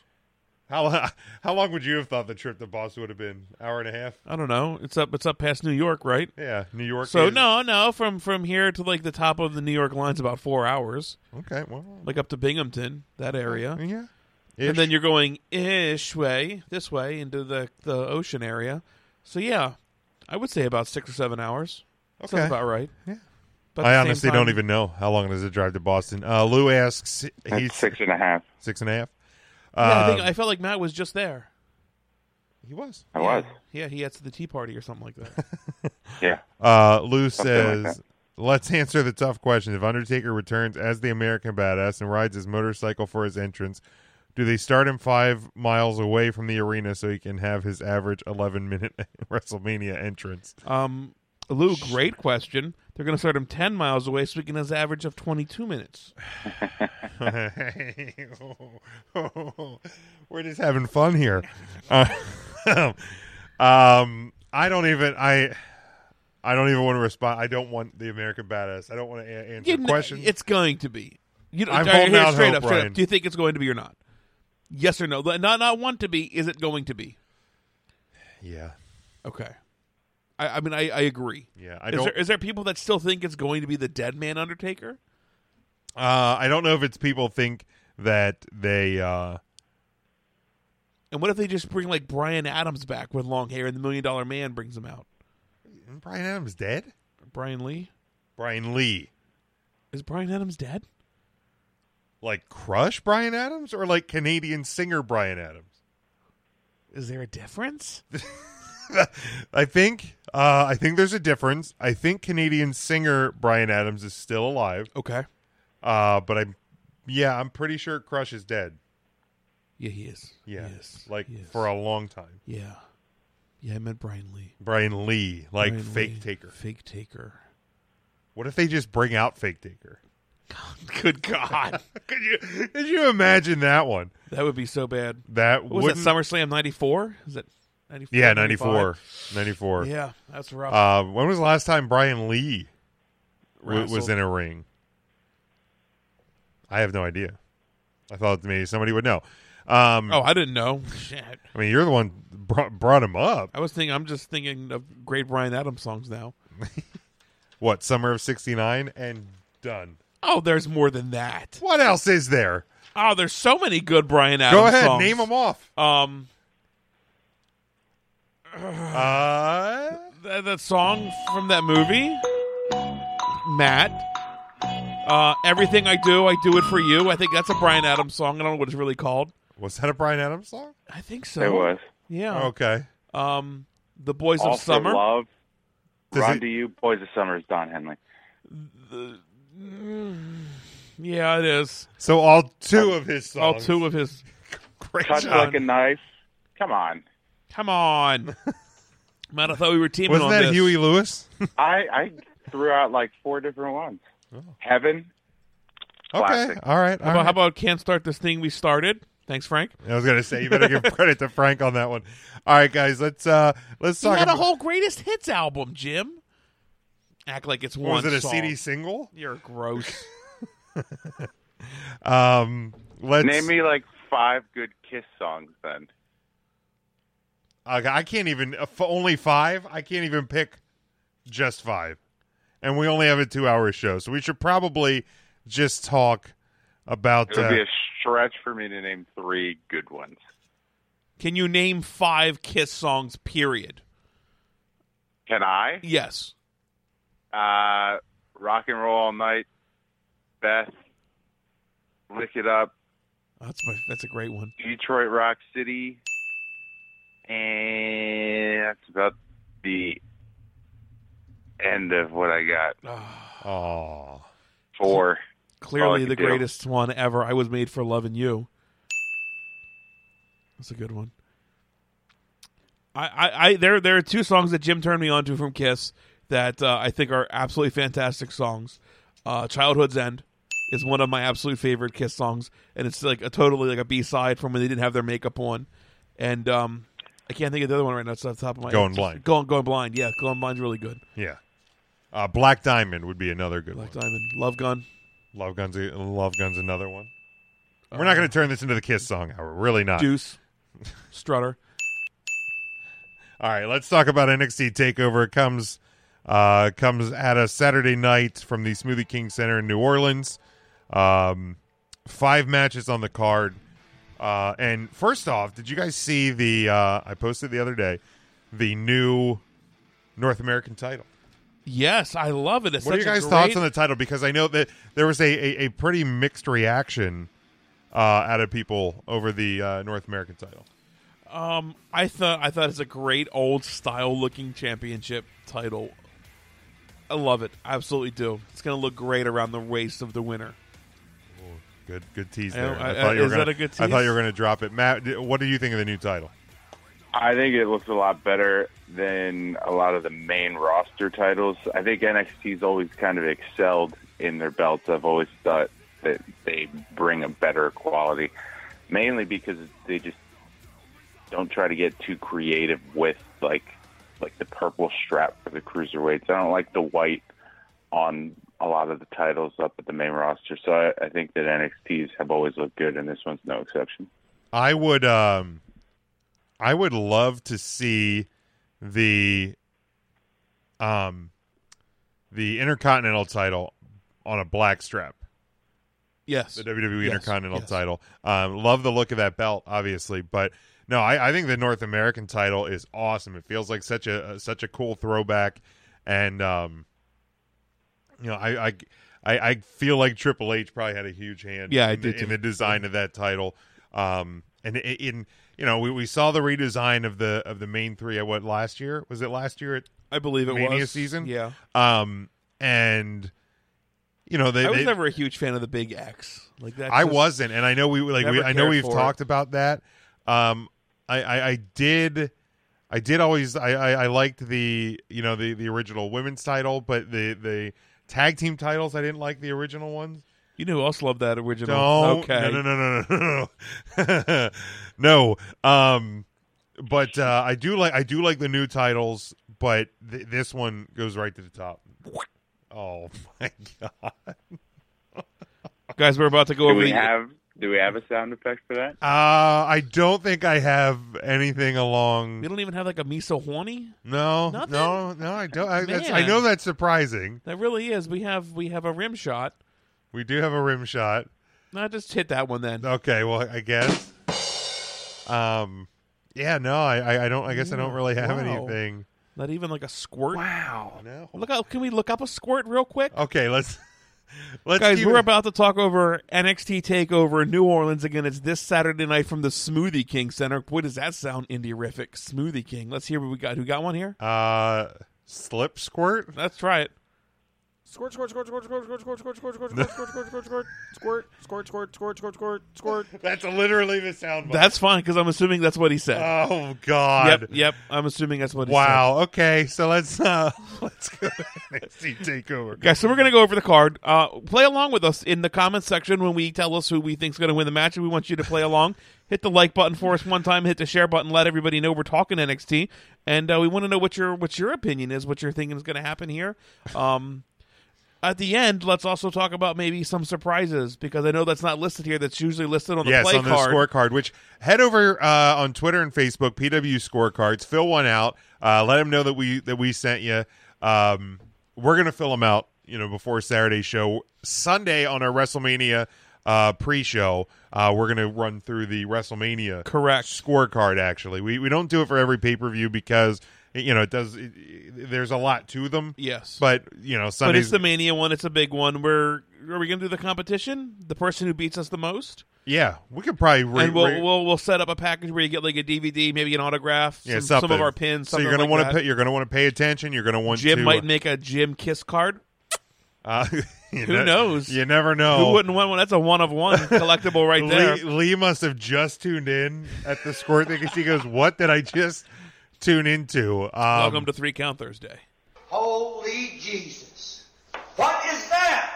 F: How how long would you have thought the trip to Boston would have been? Hour and a half?
G: I don't know. It's up. It's up past New York, right?
F: Yeah, New York.
G: So
F: is-
G: no, no. From from here to like the top of the New York line's about four hours,
F: Okay, well,
G: like up to Binghamton, that area,
F: yeah,
G: and then you're going ish way this way into the the ocean area. So yeah, I would say about six or seven hours.
F: Okay.
G: Sounds about right.
F: Yeah.
G: About
F: I
G: the same
F: honestly don't
G: time-
F: even know how long does it drive to Boston. Uh, Lou asks,
H: That's
F: he's
H: six and a half.
F: six and a half.
G: Yeah, I think
F: Um,
G: I felt like Matt was just there.
F: he was.
H: I
G: yeah.
H: was.
G: Yeah, he had to the tea party or something like that.
H: Yeah.
F: Uh, Lou
H: like
F: says,
H: that.
F: "Let's answer the tough question. If Undertaker returns as the American Badass and rides his motorcycle for his entrance, do they start him five miles away from the arena so he can have his average eleven-minute WrestleMania entrance?"
G: Um, Lou, great question. They're going to start him 10 miles away, so we can his average of 22 minutes.
F: We're just having fun here. Uh, um, I don't even I. I don't even want to respond. I don't want the American badass. I don't want to a- answer
G: You kn-
F: questions.
G: It's going to be. You know,
F: I'm
G: all right,
F: holding
G: here,
F: out
G: straight
F: hope,
G: up, straight
F: Brian.
G: up. Do you think it's going to be or not? Yes or no? Let- Not not want to be. Is it going to be?
F: yeah,
G: Okay. I, I mean, I, I agree.
F: yeah. I
G: is,
F: don't.
G: there, is there people that still think it's going to be the Dead Man Undertaker?
F: uh, I don't know if it's people think that they uh,
G: And what if they just bring like Brian Adams back with long hair and the Million Dollar Man brings him out?
F: Isn't Brian Adams dead?
G: Brian Lee?
F: Brian Lee.
G: Is Brian Adams dead?
F: Like Crush Brian Adams or like Canadian singer Brian Adams?
G: Is there a difference?
F: I think uh, I think there's a difference. I think Canadian singer Brian Adams is still alive.
G: Okay.
F: Uh, but I'm yeah, I'm pretty sure Crush is dead.
G: Yeah, he is.
F: Yeah.
G: He is.
F: Like
G: He is.
F: for a long time.
G: Yeah. Yeah, I meant Brian Lee.
F: Brian Lee, like
G: Brian
F: fake
G: Lee.
F: taker.
G: Fake taker.
F: What if they just bring out fake taker?
G: Good God.
F: Could you could you imagine that one?
G: that would be so bad.
F: That
G: What was
F: wouldn't-
G: that SummerSlam 94? Is that 94?
F: Yeah, 94. 94.
G: Yeah, that's rough.
F: Uh, when was the last time Brian Lee w- was
G: Wrestled.
F: in a ring? I have no idea. I thought maybe somebody would know. Um,
G: oh, I didn't know. Shit.
F: I mean, you're the one brought, brought him up.
G: I was thinking. I'm just thinking of great Brian Adams songs now.
F: What, summer of 69 and done.
G: Oh, there's more than that.
F: What else is there?
G: Oh, there's so many good Brian Adams.
F: Go ahead,
G: songs.
F: name them off.
G: Um,
F: Uh,
G: th- that song from that movie, Matt. Uh, everything I do, I do it for you. I think that's a Brian Adams song. I don't know what it's really called.
F: was that a Brian Adams song?
G: I think so.
H: It was.
G: Yeah.
F: Okay.
G: Um, the Boys
H: All
G: of Summer.
H: for Love,
F: Does
H: Run
F: it-
H: to You, Boys of Summer is Don Henley.
G: Yeah, it is.
F: So all two of his songs.
G: All two of his.
F: Great
H: Cut
F: job.
H: Like a Knife. Come on.
G: Come on, Matt. I thought we were teaming
F: Wasn't
G: on
F: that
G: this.
F: Huey Lewis?
H: I, I threw out like four different ones.
G: Oh.
H: Heaven.
F: okay.
H: Classic.
F: All right.
G: How
F: all
G: about, how
F: right.
G: about can't start this thing we started? Thanks, Frank.
F: I was gonna say you better give credit to Frank on that one. All right, guys, let's uh let's
G: He
F: talk.
G: had a
F: about-
G: whole greatest hits album, Jim. Act like it's
F: was
G: one.
F: it a
G: song.
F: CD single?
G: You're gross.
F: Um, let's.
H: Name me like five good Kiss songs then.
F: Uh, I can't even. uh, f- only five. I can't even pick just five, and we only have a two-hour show, so we should probably just talk about.
H: It would
F: uh,
H: be a stretch for me to name three good ones.
G: Can you name five Kiss songs? Period.
H: Can I?
G: Yes.
H: Uh, rock and Roll All Night, Beth, Lick It Up,
G: That's my. That's a great one.
H: Detroit Rock City, and that's about the end of what I got.
F: uh, aw.
H: Four. All I
G: Uh, Clearly
H: can
G: the
H: do.
G: greatest one ever. I was made for loving you. That's a good one. I, I, I there there are two songs that Jim turned me on to from Kiss that uh, I think are absolutely fantastic songs. Uh, Childhood's End is one of my absolute favorite Kiss songs, and it's like a totally like a B side from when they didn't have their makeup on. And um, I can't think of the other one right now. It's off the top of my
F: Going
G: head.
F: Blind.
G: Going going blind. Yeah, going blind's really good.
F: Yeah. Uh, Black Diamond would be another good
G: Black
F: one.
G: Diamond, Love Gun.
F: Love Guns. Love Guns. Another one. We're
G: Uh,
F: not going to turn this into the Kiss song hour. Really not.
G: Deuce, Strutter.
F: All right, let's talk about NXT Takeover. It comes uh, comes at us Saturday night from the Smoothie King Center in New Orleans. Um, five matches on the card. Uh, and first off, did you guys see the? Uh, I posted the other day the new North American title.
G: Yes, I love it. It's
F: What are
G: such
F: your guys'
G: a great,
F: thoughts on the title? Because I know that there was a, a, a pretty mixed reaction uh, out of people over the uh, North American title.
G: Um, I thought I thought it's a great old style looking championship title. I love it. I absolutely do. It's going to look great around the waist of the winner.
F: Good, good tease
G: I don't-
F: there. I,
G: I-
F: thought you were
G: is that
F: gonna,
G: a good
F: I thought you
G: tease?
F: were going to drop it, Matt. d- What do you think of the new title?
H: I think it looks a lot better than a lot of the main roster titles. I think NXT's always kind of excelled in their belts. I've always thought that they bring a better quality, mainly because they just don't try to get too creative with like like the purple strap for the cruiserweights. I don't like the white on a lot of the titles up at the main roster. So I, I think that NXT's have always looked good, and this one's no exception.
F: I would, um, I would love to see the, um, the Intercontinental title on a black strap.
G: Yes,
F: The WWE
G: Yes,
F: Intercontinental
G: yes.
F: title. Um, love the look of that belt, obviously, but No, I, I think the North American title is awesome. It feels like such a such a cool throwback, and um, you know, I I, I, I feel like Triple H probably had a huge hand.
G: Yeah, I
F: in, the-
G: did too.
F: in the design of that title. Um, and i- in you know, we, we saw the redesign of the of the main three at what last year was it last year at
G: I believe it
F: Mania
G: was
F: season?
G: Yeah,
F: um and you know they
G: I was
F: they-
G: never a huge fan of the Big X. Like that,
F: I
G: just-
F: wasn't, and I know we like. We,
G: Never
F: I know
G: cared
F: we've
G: for it.
F: talked about that. Um, I, I I did, I did always. I, I I liked the you know the the original women's title, but the the tag team titles I didn't like the original ones.
G: You know, who else loved that original.
F: Don't
G: okay,
F: no no no no no no no. Um, but uh, I do like I do like the new titles, but th- this one goes right to the top. Oh my god!
G: guys, we're about to go
H: Do
G: over.
H: we
G: the-
H: have do we have a sound effect for that?
F: Uh, I don't think I have anything along.
G: we don't even have like a me so horny.
F: No,
G: Nothing?
F: no, no. I don't. I, that's, I
G: Man.
F: know that's surprising.
G: That really is. We have we have a rim shot.
F: We do have a rim shot.
G: No, just hit that one then.
F: Okay, well, I guess. Um, yeah, no, I, I, I don't. I guess I don't really have
G: Wow.
F: anything.
G: Not even like a squirt.
F: Wow. No.
G: Look up. Can we look up a squirt real quick?
F: Okay, let's let's
G: Guys,
F: keep
G: we're
F: it-
G: about to talk over NXT Takeover New Orleans again. It's this Saturday night from the Smoothie King Center. What does that sound? Indie-rific. Smoothie King. Let's hear what we got. Who got one here?
F: uh slip squirt.
G: Let's try it.
J: Squirt, squirt, squirt, squirt, squirt, squirt, squirt, squirt, squirt, squirt, squirt, squirt, squirt, squirt, squirt, squirt, squirt, squirt, squirt, squirt, squirt, squirt.
F: That's literally the sound. bite.
G: That's fine because I'm assuming that's what he said.
F: oh God.
G: yep, yep. I'm assuming that's what he said.
F: Wow. Okay, so let's uh let's go to NXT takeover.
G: Guys, so we're gonna go over the card. Uh, play along with us in the comments section when we tell us who we think's gonna win the match. and We want you to play along. Hit the like button for us one time. Hit the share button. Let everybody know we're talking NXT, and uh, we want to know what your what your opinion is, what you're thinking is gonna happen here. Um, at the end, let's also talk about maybe some surprises because I know that's not listed here. That's usually listed on the
F: yes,
G: play
F: on
G: card.
F: the scorecard. Which head over uh, on Twitter and Facebook, PW scorecards. Fill one out. Uh, let them know that we that we sent you. Um, we're gonna fill them out. You know, before Saturday's show, Sunday on our WrestleMania uh, pre-show, uh, we're gonna run through the WrestleMania
G: Correct.
F: scorecard. Actually, we we don't do it for every pay-per-view because you know it does. It, it- there's a lot to them.
G: Yes.
F: but you know
G: But
F: Sunday's
G: it's the mania one. It's a big one. We're are we gonna do the competition? The person who beats us the most.
F: yeah. We could probably re-
G: and we'll,
F: re-
G: we'll we'll set up a package where you get like a DVD, maybe an autograph,
F: yeah,
G: some, some of
F: something.
G: our pins.
F: So you're
G: something
F: gonna
G: like
F: want
G: that.
F: to pay. You're gonna want to pay attention. You're gonna want
G: Jim
F: to.
G: might make a Jim kiss card.
F: uh, you
G: Who
F: ne-
G: knows?
F: You never know.
G: Who wouldn't want one? That's a one of one collectible right there.
F: Lee, Lee must have just tuned in at the score thing because he goes, "What did I just tune into?" Um,
G: Welcome to Three Count Thursday.
K: Holy Jesus. What is that?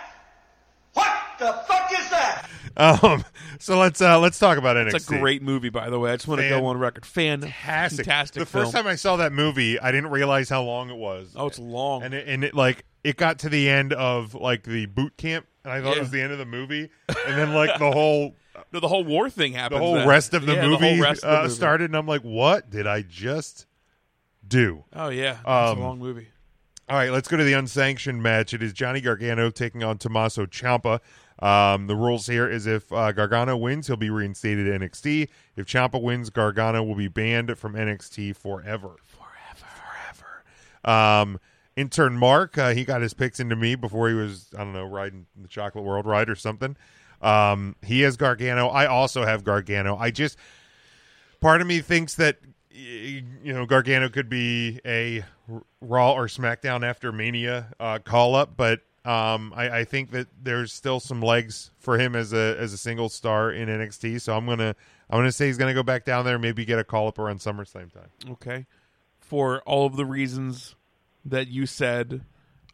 K: What the fuck is that?
F: um, so let's uh, let's talk about NXT.
G: It's a great movie, by the way. I just want to go
F: Fan-
G: on record. Fantastic, fantastic.
F: The first
G: film.
F: time I saw that movie, I didn't realize how long it was.
G: oh, it's long.
F: and it, and it like it got to the end of like the boot camp, and I thought it
G: Yeah.
F: was the end of the movie, and then like the whole
G: no, the whole war thing
F: the
G: happens.
F: whole
G: then.
F: rest of the
G: Yeah, the whole
F: movie,
G: rest of the
F: uh,
G: movie.
F: started, and I'm like, what did I just do?
G: Oh yeah, it's
F: Um,
G: a long movie.
F: All right, let's go to the unsanctioned match. It is Johnny Gargano taking on Tommaso Ciampa. Um, the rules here is if uh, Gargano wins, he'll be reinstated to NXT. If Ciampa wins, Gargano will be banned from NXT forever. Forever, forever. Um, intern Mark, uh, he got his picks into me before he was, I don't know, riding the Chocolate World ride or something. Um, he has Gargano. I also have Gargano. I just part of me thinks that y- you know Gargano could be a R- Raw or SmackDown after Mania uh, call up, but um, I, I think that there's still some legs for him as a as a single star in NXT. So I'm gonna I'm gonna say he's gonna go back down there, maybe get a call up around SummerSlam time.
G: Okay, for all of the reasons that you said,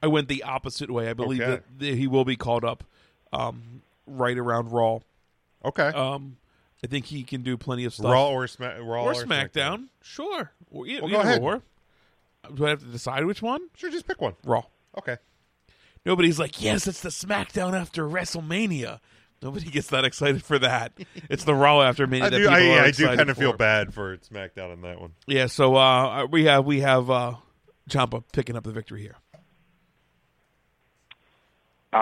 G: I went the opposite way. I believe
F: Okay.
G: that, that he will be called up um, right around Raw.
F: Okay,
G: Um, I think he can do plenty of stuff.
F: Raw or Sma- Raw
G: or SmackDown. Sure. Or, e-
F: Well, go
G: either
F: ahead.
G: or. Do I have to decide which one?
F: Sure, just pick one.
G: Raw.
F: Okay,
G: Nobody's like, yes, it's the SmackDown after WrestleMania. Nobody gets that excited for that. it's the Raw after Mania.
F: I
G: that
F: do.
G: people
F: I,
G: are
F: I do
G: excited
F: kind of feel
G: for.
F: bad for SmackDown on that one.
G: Yeah. So uh, we have we have uh, Ciampa picking up the victory here.
H: Uh,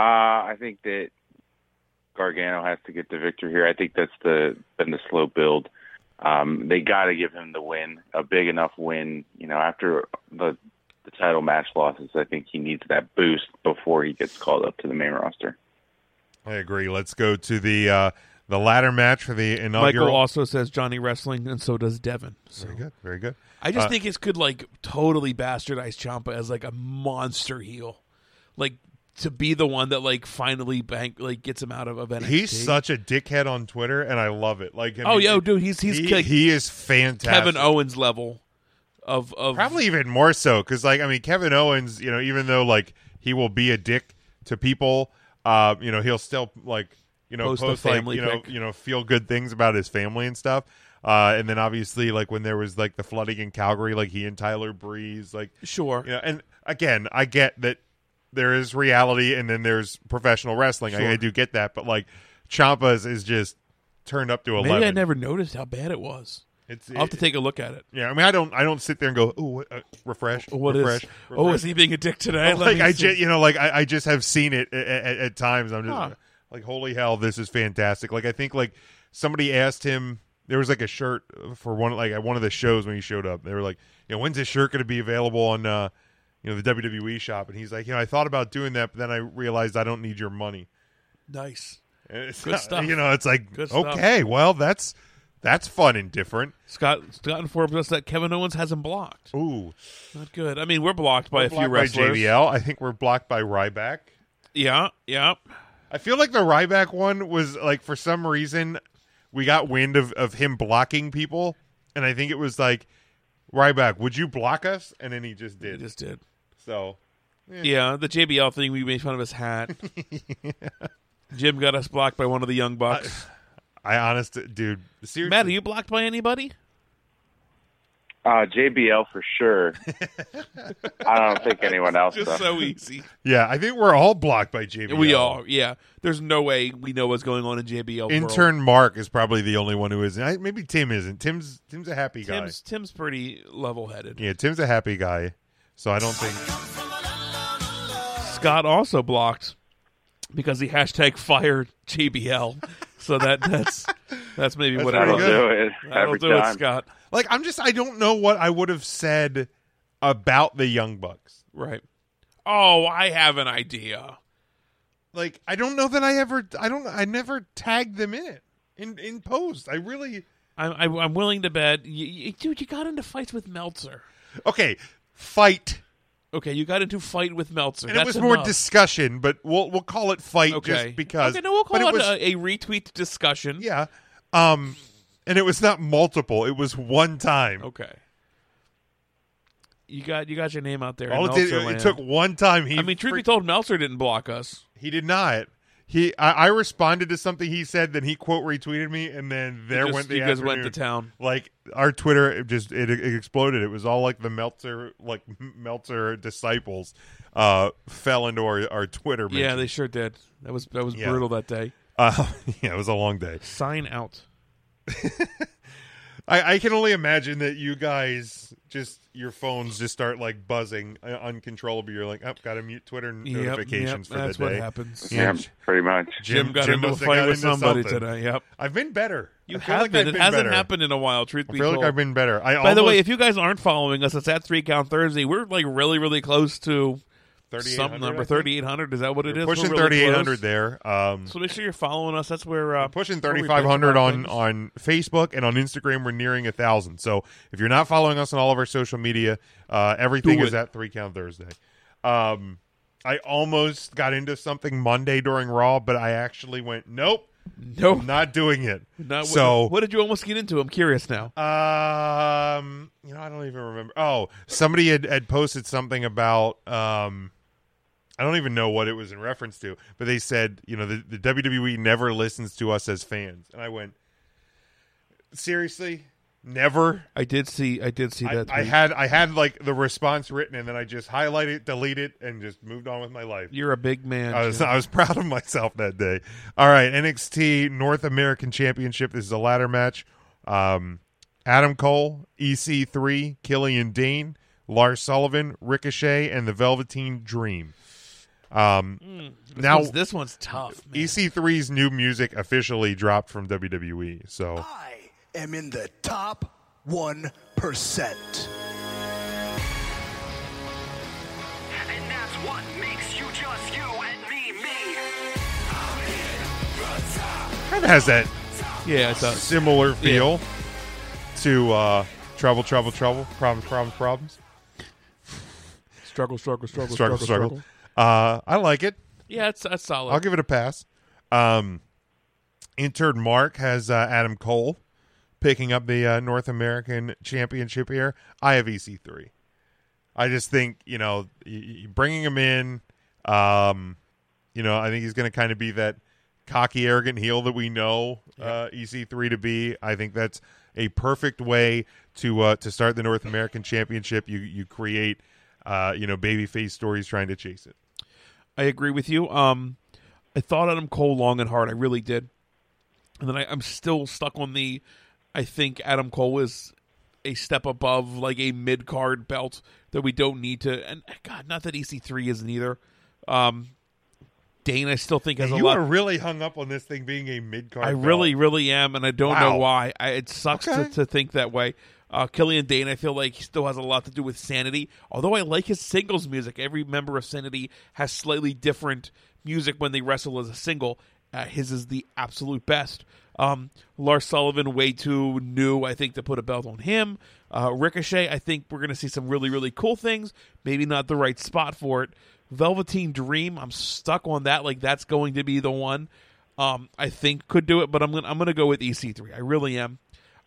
H: I think that Gargano has to get the victory here. I think that's the been the slow build. um, they got to give him the win, a big enough win. You know, after the the title match losses, I think he needs that boost before he gets called up to the main roster.
F: I agree. Let's go to the uh, the ladder match for the inaugural.
G: Michael also says Johnny Wrestling, and so does Devin. So.
F: Very good. Very good.
G: I just
F: Uh,
G: think it's could like totally bastardize Champa as like a monster heel, like to be the one that like finally bank like gets him out of, of NXT.
F: He's such a dickhead on Twitter, and I love it. Like, I
G: oh
F: mean,
G: yo dude he's he's
F: he,
G: like
F: he is fantastic.
G: Kevin Owens level of of
F: probably even more so because like i mean kevin owens you know even though like he will be a dick to people uh you know he'll still like you know
G: Post
F: post,
G: a
F: like,
G: family
F: you know
G: pic.
F: you know feel good things about his family and stuff uh and then obviously like when there was like the flooding in calgary like he and tyler breeze like
G: sure
F: you know and again i get that there is reality and then there's professional wrestling I, I
G: Sure.
F: do get that but like champas is just turned up to 11
G: maybe I never noticed how bad it was.
F: It's-
G: I'll have to take a look at it.
F: yeah, I mean, I don't, I don't sit there and go, oh, what, uh, refresh,
G: What is?
F: refresh,
G: Oh,
F: refresh."
G: is he being a dick today? Let
F: like
G: me
F: I
G: see.
F: just, you know, like I, I just have seen it at, at, at times. I'm just
G: Huh.
F: like, holy hell, this is fantastic. Like I think like somebody asked him, there was like a shirt for one like at one of the shows when he showed up. They were like, you know, when's this shirt going to be available on, uh, you know, the WWE shop? And he's like, you know, I thought about doing that, but then I realized I don't need your money.
G: nice.
F: And it's
G: Good
F: not-
G: stuff.
F: You know, it's like
G: Good stuff.
F: okay, well, that's that's fun and different.
G: Scott Scott informs us that Kevin Owens has him blocked.
F: Ooh,
G: Not good. I mean, we're blocked by a few
F: blocked
G: wrestlers.
F: by JBL. I think we're blocked by Ryback.
G: Yeah, yeah.
F: I feel like the Ryback one was like for some reason we got wind of, of him blocking people, and I think it was like Ryback, would you block us? And then he just
G: He
F: did.
G: just did.
F: so
G: Yeah, the JBL thing. We made fun of his hat. Jim got us blocked by one of the young bucks.
F: I honest, dude, seriously,
G: Matt, are you blocked by anybody?
H: Uh, JBL for sure. I don't think anyone else.
G: Just
H: though.
G: so easy.
F: yeah, I think we're all blocked by JBL.
G: We are. Yeah. There's no way we know what's going on in JBL. world.
F: Intern Mark is probably the only one who isn't. I, maybe Tim isn't. Tim's Tim's a happy guy.
G: Tim's Tim's pretty level headed.
F: yeah, Tim's a happy guy. So I don't think.
G: Scott also blocked because he hashtag fired JBL. So that that's that's maybe what
F: pretty
G: I
H: That'll
F: good.
H: do it.
G: That'll
H: every
G: do
H: time.
G: it, Scott.
F: Like I'm just I don't know what I would have said about the Young Bucks.
G: Right. Oh, I have an idea.
F: like I don't know that I ever I don't I never tagged them in it in in post. I really
G: I'm I, I'm willing to bet, y y dude. You got into fights with Meltzer.
F: okay fight.
G: Okay, you got into fight with Meltzer.
F: And
G: That's
F: it was more
G: enough.
F: discussion, but we'll we'll call it fight
G: Okay,
F: just because.
G: Okay, no, we'll call
F: but
G: it,
F: it was
G: a, a retweet discussion.
F: yeah, um, and it was not multiple. It was one time.
G: Okay. You got you got your name out there. in
F: All it did
G: Meltzer
F: it
G: land.
F: took one time. He
G: I mean, truth
F: freak-
G: be told, Meltzer didn't block us.
F: he did not. He I, I responded to something he said, then he quote retweeted me, and then there
G: just-
F: went the
G: you guys went
F: afternoon.
G: to town.
F: Like our Twitter it just it, it exploded. It was all like the Meltzer like Meltzer disciples uh fell into our, our Twitter.
G: Yeah,
F: mentions.
G: they sure did. That was that was
F: Yeah.
G: brutal that day.
F: uh, yeah, it was a long day.
G: Sign out.
F: I, I can only imagine that you guys just your phones just start like buzzing uh, uncontrollably. You're like, oh, gotta mute Twitter
G: Yep,
F: notifications
G: yep,
F: for
G: that's
F: the
G: what
F: day.
G: happens.
H: Yeah, pretty much.
G: Jim, got into a
F: must have
G: fight
F: got
G: with
F: into
G: somebody
F: something.
G: today. Yep.
F: I've been better.
G: You
F: I feel
G: have
F: like
G: been.
F: I've
G: It hasn't
F: better.
G: happened in a while. Truth
F: I
G: be
F: feel
G: told.
F: like I've been better. I
G: By the way,
F: almost-
G: if you guys aren't following us, it's at Three Count Thursday. We're like really, really close to some
F: 3800, I
G: number
F: think.
G: thirty eight hundred. Is that what it is? We're
F: pushing
G: really
F: thirty eight
G: close.
F: hundred there. Um,
G: So make sure you're following us. That's where uh,
F: pushing
G: where we bitch
F: 3500
G: about
F: on
G: things.
F: on facebook and on instagram we're nearing a thousand so if you're not following us on all of our social media uh everything
G: Do
F: is
G: it.
F: at three count thursday um i almost got into something monday during raw but i actually went nope
G: Nope.
F: i'm not doing it
G: Not what-
F: so
G: what did you almost get into? I'm curious now.
F: um you know i don't even remember oh somebody had, had posted something about um I don't even know what it was in reference to, but they said, you know, the, the WWE never listens to us as fans. And I went, seriously? Never?
G: I did see. I did see
F: I,
G: that.
F: I
G: tweet.
F: had I had like the response written and then I just highlighted, deleted, and just moved on with my life.
G: You're a big man.
F: I was,
G: Jim.
F: I was proud of myself that day. All right, NXT North American Championship. This is a ladder match. Um, Adam Cole, EC3, Killian Dane, Lars Sullivan, Ricochet, and the Velveteen Dream. Um, now
G: Mm,
F: e-
G: This- this one's tough. Man.
F: EC3's new music officially dropped from WWE. E, So
K: I
L: am in the top 1%.
M: And that's what makes you just you and me me. I'm in the top.
F: Kind of has that
G: Oh, yeah, it's a,
F: similar feel to uh, Trouble, Trouble, Trouble, Problems, Problems, Problems.
G: Struggle, struggle, struggle,
F: struggle, struggle. Uh, I like it.
G: Yeah, it's that's solid.
F: I'll give it a pass. Um, intern Mark has uh, Adam Cole picking up the uh, North American Championship here. I have EC3. I just think you know y- y- bringing him in. Um, you know, I think he's going to kind of be that cocky, arrogant heel that we know uh, EC3 to be. I think that's a perfect way to uh, to start the North American Championship. You you create uh, you know babyface stories trying to chase it.
G: I agree with you. Um, I thought Adam Cole long and hard. I really did. And then I, I'm still stuck on the. I think Adam Cole is a step above like a mid card belt that we don't need to. And God, not that EC3 isn't either. Um, Dane, I still think has a
F: You
G: lot.
F: are really hung up on this thing being a mid card.
G: I really, really am, and I don't know
F: Wow.
G: why. I, it sucks
F: Okay.
G: to, to think that way. Uh, Killian Dane, I feel like he still has a lot to do with Sanity. Although I like his singles music, every member of Sanity has slightly different music when they wrestle as a single. Uh, his is the absolute best. Um, Lars Sullivan, way too new, I think, to put a belt on him. Uh, Ricochet, I think we're going to see some really, really cool things. Maybe not the right spot for it. Velveteen Dream, I'm stuck on that. Like that's going to be the one um, I think could do it, but I'm gonna I'm gonna go with EC3. I really am.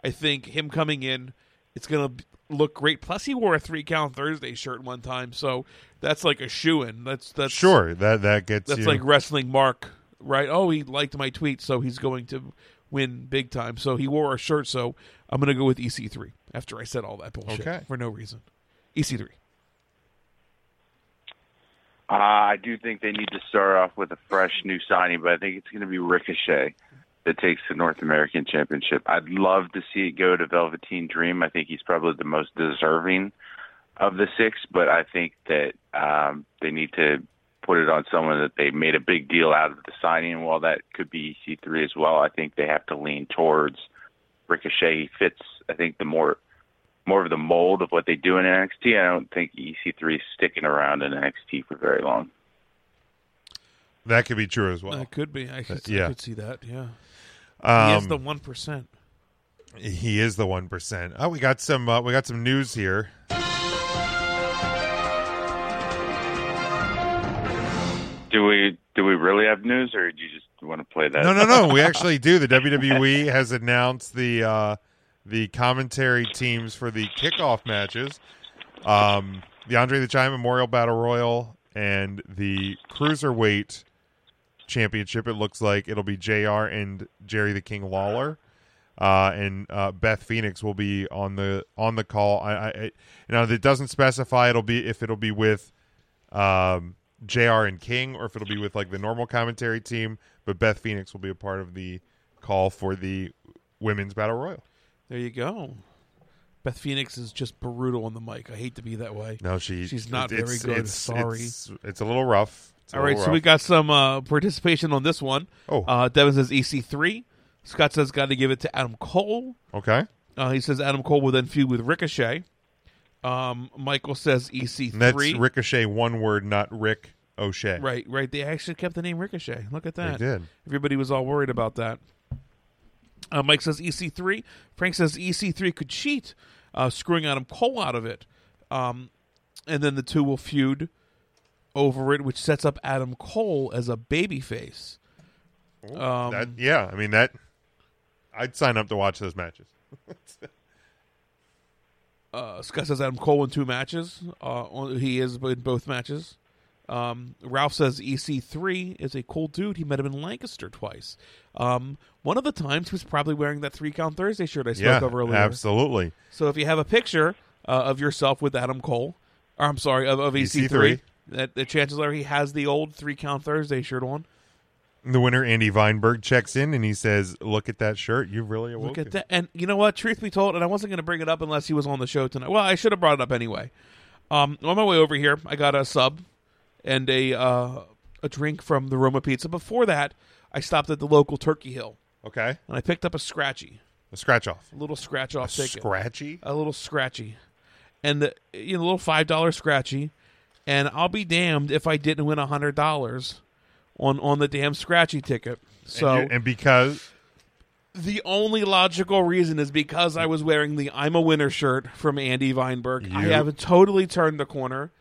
G: I think him coming in, it's gonna b- look great. Plus, he wore a three count Thursday shirt one time, so that's like a shoe in. That's that's
F: Sure, that- that gets
G: that's
F: you-
G: like wrestling Mark, right? Oh, he liked my tweet, so he's going to win big time. So he wore a shirt, so I'm gonna go with EC3 after I said all that bullshit
F: Okay.
G: for no reason. E EC3.
H: Uh, I do think they need to start off with a fresh new signing, but I think it's going to be Ricochet that takes the North American Championship. I'd love to see it go to Velveteen Dream. I think he's probably the most deserving of the six, but I think that um, they need to put it on someone that they made a big deal out of the signing. And While that could be EC3 as well, I think they have to lean towards Ricochet. He fits, I think, the more more of the mold of what they do in NXT. I don't think EC3 is sticking around in NXT for very long.
F: That could be true as well.
G: That could be. I could,
F: Uh, yeah.
G: I could see that. Yeah. he is
F: Um,
G: the one percent.
F: He is the one percent. Oh, we got some. Uh, we got some news here.
H: Do we do we really have news, or do you just want to play that?
F: No, no, no. We actually do. The WWE has announced the uh, the commentary teams for the kickoff matches, um, the Andre the Giant Memorial Battle Royal and the Cruiserweight Championship. It looks like it'll be Jr. and Jerry the King Lawler, uh, and uh, Beth Phoenix will be on the on the call. I, I, I you know it doesn't specify it'll be if it'll be with um, JR and King, or if it'll be with like the normal commentary team. But Beth Phoenix will be a part of the call for the women's battle royal.
G: There you go. Beth Phoenix is just brutal on the mic. I hate to be that way.
F: No, she
G: she's not
F: it's-
G: very good.
F: it's-
G: Sorry.
F: it's, it's a little rough. It's a
G: All right,
F: little
G: so we
F: rough.
G: got some uh, participation on this one.
F: Oh,
G: uh, Devin says EC3. Scott says got to give it to Adam Cole.
F: okay.
G: Uh, he says Adam Cole will then feud with Ricochet. Um, Michael says EC3.
F: And that's Ricochet, one word, not Rick O'Shea.
G: Right, right. They actually kept the name Ricochet. Look at that.
F: did.
G: Everybody was all worried about that. Uh, Mike says EC3. Frank says EC3 could cheat, uh, screwing Adam Cole out of it. Um, and then the two will feud over it, which sets up Adam Cole as a babyface. Um,
F: That- yeah, I mean that. I'd sign up to watch those matches.
G: uh, Scott says Adam Cole in two matches. Uh, on- he is in both matches. Um, Ralph says EC3 is a cool dude. He met him in Lancaster twice. Um, one of the times he was probably wearing that three count Thursday shirt I spoke
F: Yeah,
G: of earlier.
F: absolutely.
G: So if you have a picture uh, of yourself with Adam Cole, or I'm sorry, of, of EC3,
F: EC3.
G: that the chances are he has the old three count Thursday shirt on.
F: The winner, Andy Weinberg, checks in and he says, "Look at that shirt. You really awoken."
G: Look at that. And you know what? Truth be told, and I wasn't going to bring it up unless he was on the show tonight. Well, I should have brought it up anyway. Um, on my way over here, I got a sub and a uh, a drink from the Roma Pizza. Before that, I stopped at the local Turkey Hill.
F: Okay.
G: And I picked up a scratchy.
F: A scratch off.
G: A little scratch off
F: A
G: ticket.
F: scratchy?
G: A little scratchy. And the you know, little five dollar scratchy. And I'll be damned if I didn't win a hundred dollars on on the damn scratchy ticket. So
F: and, you- and because
G: the only logical reason is because I was wearing the I'm a winner shirt from Andy Weinberg. I
F: You-
G: have totally turned the corner.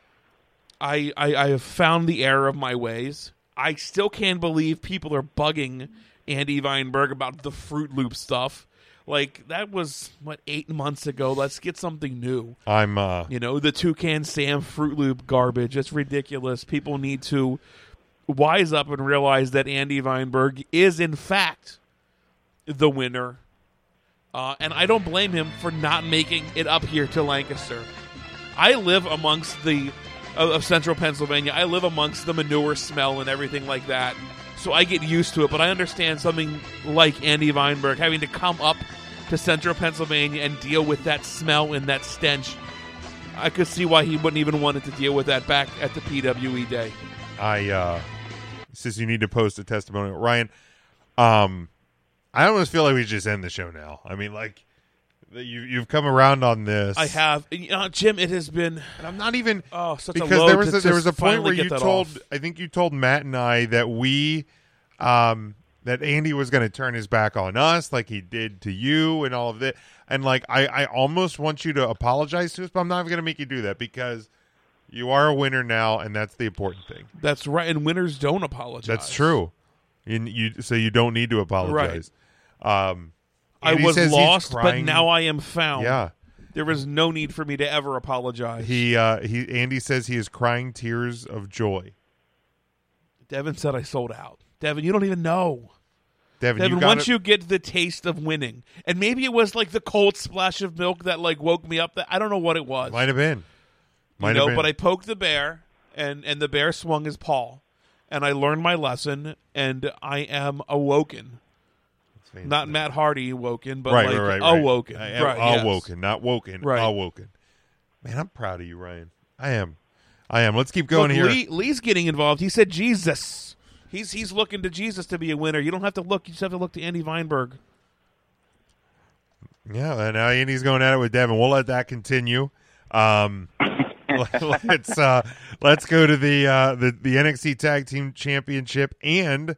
G: I, I I have found the error of my ways. I still can't believe people are bugging Andy Weinberg about the Fruit Loop stuff. Like that was what eight months ago. Let's get something new.
F: I'm uh
G: You know, the Toucan Sam Fruit Loop garbage. It's ridiculous. People need to wise up and realize that Andy Weinberg is, in fact, the winner. Uh, and I don't blame him for not making it up here to Lancaster. I live amongst the uh, of, of central Pennsylvania. I live amongst the manure smell and everything like that. So I get used to it, but I understand something like Andy Weinberg having to come up to central Pennsylvania and deal with that smell and that stench. I could see why he wouldn't even wanted to deal with that back at the PWE day.
F: I uh it says you need to post a testimonial. Ryan, um I almost feel like we just end the show now. I mean like that you you've come around on this.
G: I have, you know, Jim. It has been,
F: and I'm not even
G: oh, such a
F: because
G: load
F: there was
G: to
F: a, there was
G: just
F: a point
G: finally
F: where
G: get
F: you
G: that
F: told
G: off.
F: I think you told Matt and I that we um that Andy was going to turn his back on us like he did to you and all of that and like I I almost want you to apologize to us but I'm not going to make you do that because you are a winner now and that's the important thing.
G: That's right, and winners don't apologize.
F: That's true. You, you so you don't need to apologize. Um
G: I
F: Andy
G: was
F: says he's
G: lost, but
F: crying.
G: now I am found.
F: Yeah.
G: There was no need for me to ever apologize.
F: He uh he Andy says he is crying tears of joy.
G: Devin said I sold out. Devin, you don't even know.
F: Devin, you
G: Devin,
F: got
G: once
F: it.
G: you get the taste of winning, and maybe it was like the cold splash of milk that like woke me up. That I don't know what it was.
F: might have been. Might
G: you know,
F: have been.
G: but I poked the bear, and and the bear swung his paw, and I learned my lesson, and I am awoken. Not Matt Hardy woken, but like awoken.
F: I am
G: right, yes.
F: awoken, not woken.
G: Right.
F: Awoken. Man, I'm proud of you, Ryan. I am. I am. Let's keep going
G: Look,
F: here.
G: Lee, Lee's getting involved. He said Jesus. He's he's looking to Jesus to be a winner. You don't have to look. You just have to look to Andy Weinberg.
F: Yeah, and now Andy's going at it with Devin. We'll let that continue. Um, let's uh, let's go to the uh, the the NXT Tag Team Championship and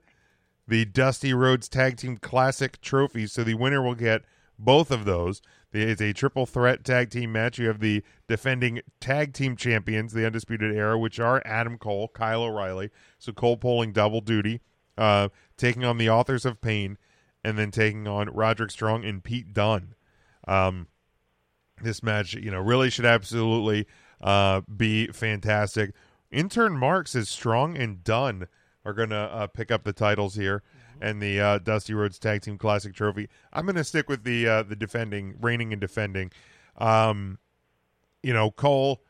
F: the Dusty Rhodes Tag Team Classic Trophy. So the winner will get both of those. The- It's a triple threat tag team match. You have the defending tag team champions, the Undisputed Era, which are Adam Cole, Kyle O'Reilly. So Cole pulling double duty, uh, taking on the Authors of Pain, and then taking on Roderick Strong and Pete Dunne. Um, this match, you know, really should absolutely uh, be fantastic. Intern Marks is strong and done are going to uh, pick up the titles here and the uh, Dusty Rhodes Tag Team Classic Trophy. I'm going to stick with the uh, the defending, reigning and defending. Um, you know, Cole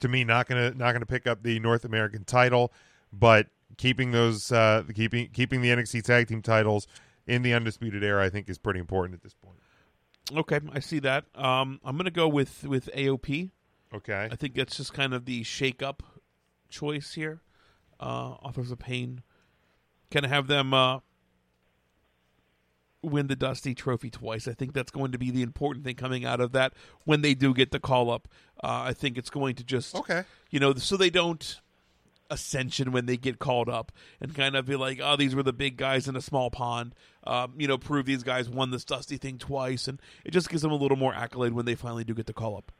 F: to me not going to not going to pick up the North American title, but keeping those uh, keeping keeping the NXT Tag Team titles in the undisputed era, I think, is pretty important at this point.
G: Okay, I see that. Um, I'm gonna go with with AOP.
F: Okay.
G: I think that's just kind of the shake up choice here. Uh, Authors of Pain. Can I have them uh, win the Dusty Trophy twice? I think that's going to be the important thing coming out of that when they do get the call up. Uh, I think it's going to just
F: Okay.
G: you know, so they don't ascension when they get called up and kind of be like, oh, these were the big guys in a small pond. Um, you know, prove these guys won this Dusty thing twice, and it just gives them a little more accolade when they finally do get the call up.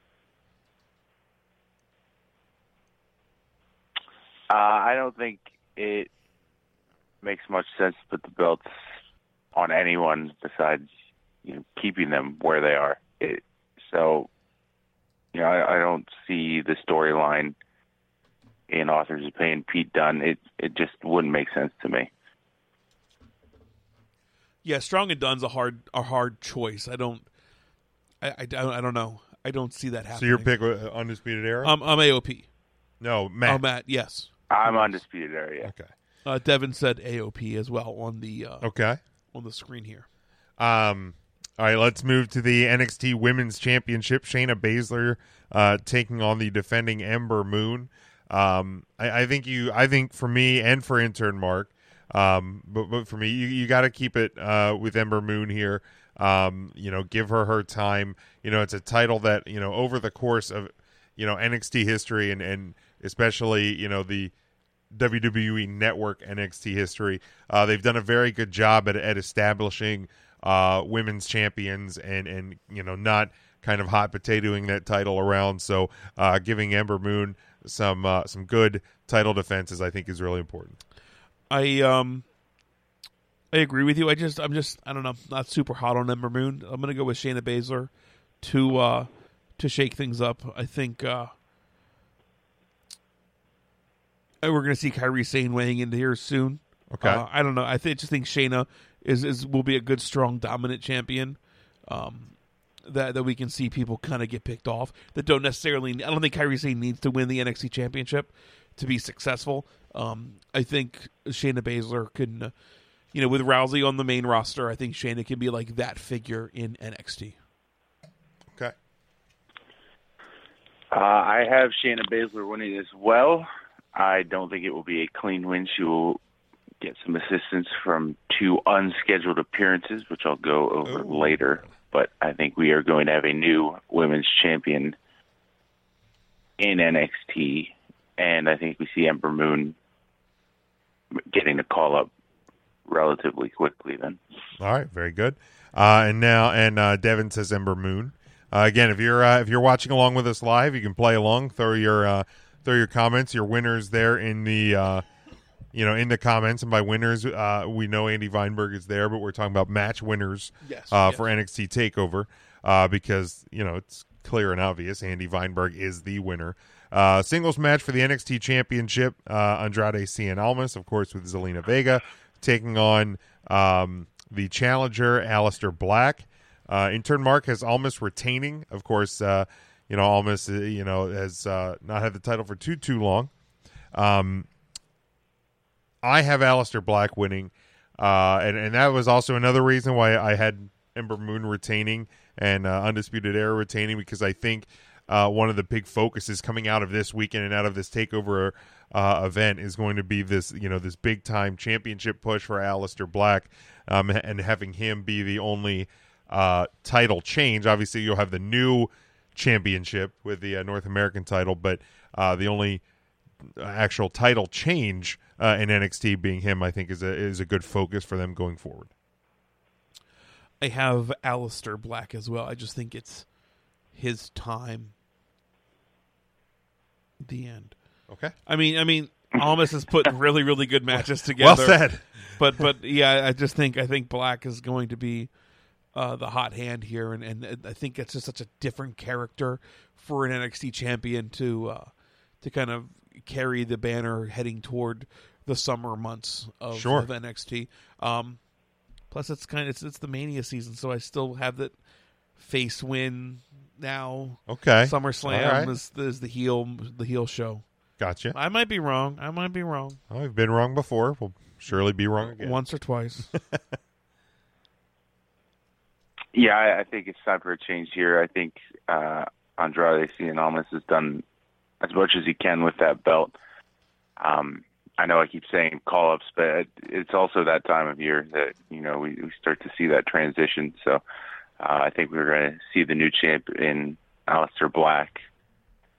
H: Uh, I don't think it makes much sense to put the belts on anyone besides you know, keeping them where they are. It, so, you know, I, I don't see the storyline in Authors of Pain, Pete Dunne. It it just wouldn't make sense to me.
G: Yeah, Strong and Dunn's a hard a hard choice. I don't, I, I, don't- I don't know. I don't see that happening.
F: So your pick, uh, undisputed era.
G: I'm, I'm AOP.
F: no, Matt.
G: Um, Oh, Matt. Yes.
H: I'm undisputed area.
F: Okay.
G: Uh, Devin said AOP as well on the uh,
F: Okay.
G: on the screen here.
F: Um, all right, let's move to the NXT Women's Championship. Shayna Baszler uh, taking on the defending Ember Moon. Um, I, I think you, I think for me and for intern Mark, Um, but, but for me, you, you got to keep it uh, with Ember Moon here. Um, you know, give her her time. You know, it's a title that you know over the course of you know NXT history and and especially you know the WWE E Network NXT history, uh, they've done a very good job at, at establishing uh, women's champions and and you know not kind of hot potatoing that title around. So uh, giving Ember Moon some uh, some good title defenses, I think, is really important.
G: I um I agree with you. I just I'm just I don't know, not super hot on Ember Moon. I'm gonna go with Shayna Baszler to uh to shake things up. I think uh uh, we're gonna see Kyrie Sane weighing into here soon.
F: Okay.
G: Uh, I don't know. I think just think Shayna is, is will be a good strong dominant champion. Um that, that we can see people kind of get picked off that don't necessarily. I don't think Kyrie Sane needs to win the NXT Championship to be successful. Um, I think Shayna Baszler can, uh, you know, with Rousey on the main roster, I think Shayna can be like that figure in NXT.
H: Uh, I have Shayna Baszler winning as well. I don't think it will be a clean win. She will get some assistance from two unscheduled appearances, which I'll go over later. But I think we are going to have a new women's champion in NXT, and I think we see Ember Moon getting a call up relatively quickly. Then
F: All right, very good. Uh, and now, and uh, Devin says Ember Moon. Uh, again, if you're uh, if you're watching along with us live, you can play along. Throw your uh, throw your comments, your winners there in the uh, you know in the comments. And by winners, uh, we know Andy Weinberg is there, but we're talking about match winners
G: Yes,
F: uh,
G: yes.
F: for NXT Takeover uh, because you know it's clear and obvious. Andy Weinberg is the winner. Uh, singles match for the NXT Championship: uh, Andrade Cien Almas, of course, with Zelina Vega taking on um, the challenger Alistair Black. Uh, in turn, Mark has Almas retaining. Of course, uh, you know Almas, uh, you know has uh, not had the title for too too long. Um, I have Alistair Black winning, uh, and and that was also another reason why I had Ember Moon retaining and uh, Undisputed Era retaining because I think uh, one of the big focuses coming out of this weekend and out of this takeover uh, event is going to be this you know this big time championship push for Alistair Black, um, and having him be the only uh, title change. Obviously, you'll have the new championship with the uh, North American title, but uh, the only actual title change uh, in NXT being him, I think is a is a good focus for them going forward.
G: I have Alistair Black as well. I just think it's his time. The end.
F: Okay.
G: I mean, I mean, Almas has put really, really good matches together.
F: said.
G: But but yeah, I just think I think Black is going to be uh, the hot hand here, and and I think it's just such a different character for an NXT champion to uh, to kind of carry the banner heading toward the summer months of,
F: Sure.
G: of NXT. Um, plus, it's kind of it's, it's the Mania season, so I still have that face win now.
F: Okay.
G: SummerSlam
F: All right.
G: is, is the heel the heel show.
F: Gotcha.
G: I might be wrong. I might be wrong.
F: Oh, we've been wrong before. We'll surely be wrong again.
G: Once or twice.
H: Yeah, I, I think it's time for a change here. I think uh, Andrade Cien Almas has done as much as he can with that belt. Um, I know I keep saying call ups, but it- it's also that time of year that you know we, we start to see that transition. So uh, I think we're going to see the new champ in Alistair Black,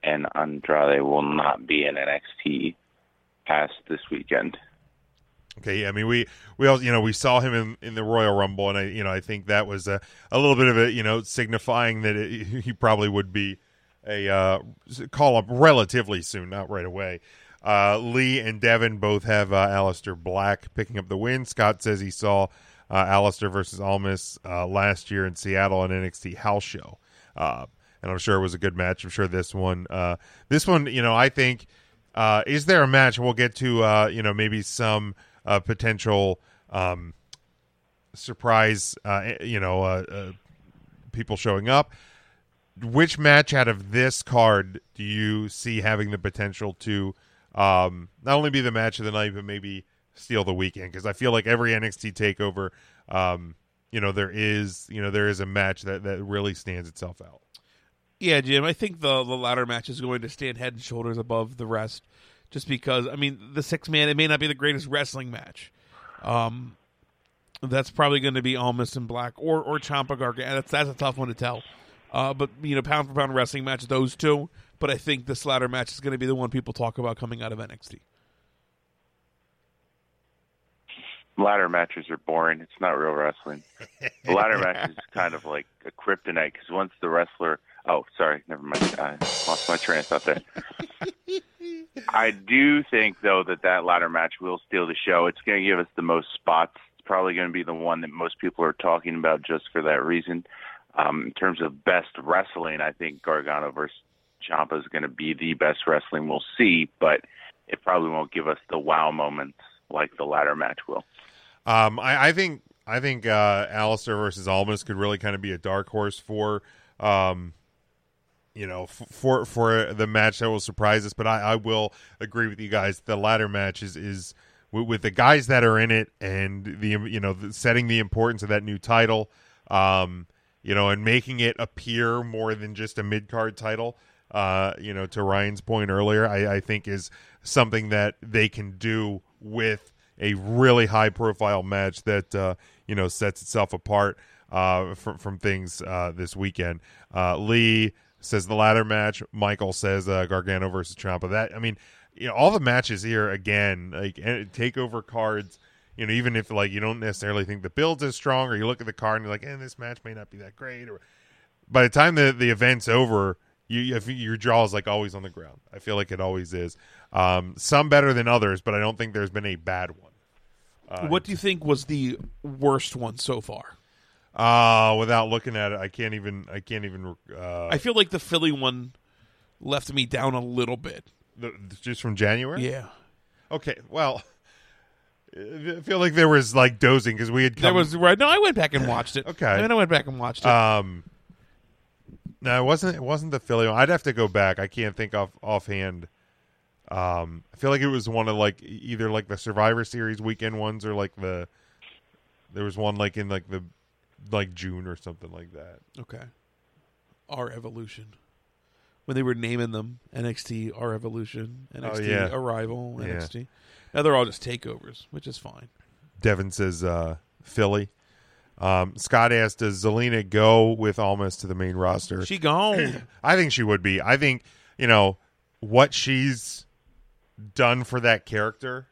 H: and Andrade will not be in NXT past this weekend.
F: Okay, yeah, I mean we we all you know we saw him in, in the Royal Rumble, and I you know I think that was a, a little bit of a you know signifying that it, he probably would be a uh, call up relatively soon, not right away. Uh, Lee and Devin both have uh, Alistair Black picking up the win. Scott says he saw uh, Alistair versus Almas uh, last year in Seattle on NXT House Show, uh, and I'm sure it was a good match. I'm sure this one uh, this one you know I think. Uh, is there a match? We'll get to uh, you know maybe some uh, potential um, surprise. Uh, you know, uh, uh, people showing up. Which match out of this card do you see having the potential to um, not only be the match of the night, but maybe steal the weekend? Because I feel like every NXT takeover, um, you know, there is you know there is a match that that really stands itself out.
G: yeah, Jim. I think the the latter match is going to stand head and shoulders above the rest, just because. I mean, the six man. It may not be the greatest wrestling match, Um, that's probably going to be Almas and Black or or Champa Gargano. That's that's a tough one to tell. Uh, but you know, pound for pound wrestling match, those two. But I think this latter match is going to be the one people talk about coming out of NXT.
H: Ladder matches are boring. It's not real wrestling. The ladder match is kind of like a kryptonite because once the wrestler. Oh, sorry. Never mind. I lost my train of thought there. I do think, though, that that ladder match will steal the show. It's going to give us the most spots. It's probably going to be the one that most people are talking about just for that reason. Um, in terms of best wrestling, I think Gargano versus Ciampa is going to be the best wrestling we'll see, but it probably won't give us the wow moments like the ladder match will.
F: Um, I, I think I think uh, Alistair versus Almas could really kind of be a dark horse for, um, you know, f- for for the match that will surprise us. But I, I will agree with you guys. The ladder match is is with, with the guys that are in it and the you know the, setting the importance of that new title, um, you know, and making it appear more than just a mid card title. Uh, you know, to Ryan's point earlier, I, I think is something that they can do with a really high profile match that uh, you know sets itself apart uh, from from things uh, this weekend. Uh, Lee says the latter match. Michael says uh, Gargano versus Ciampa. That I mean, you know, all the matches here again, like and takeover cards. You know, even if like you don't necessarily think the build's as strong, or you look at the card and you're like, "eh, this match may not be that great," or by the time the the event's over, you if your jaw is like always on the ground. I feel like it always is. Um, some better than others, but I don't think there's been a bad one. Uh,
G: what do you think was the worst one so far?
F: Uh without looking at it, I can't even. I can't even. Uh,
G: I feel like the Philly one left me down a little bit.
F: the, just from January.
G: Yeah.
F: Okay. Well, I feel like there was like dozing because we had come,
G: There was right. No, I went back and watched it.
F: Okay.
G: I mean, I went back and watched it.
F: Um, no, it wasn't. It wasn't the Philly one. I'd have to go back. I can't think off offhand. Um, I feel like it was one of like e, either like the Survivor Series weekend ones or like the there was one like in like the like June or something like that.
G: okay. Our evolution. When they were naming them NXT, our evolution, NXT,
F: Oh, yeah.
G: arrival,
F: Yeah.
G: NXT. Now they're all just takeovers, which is fine.
F: Devin says uh, Philly. Um, Scott asked, "Does Zelina go with Almas to the main roster?"
G: She gone.
F: I think she would be. I think you know what she's done for that character.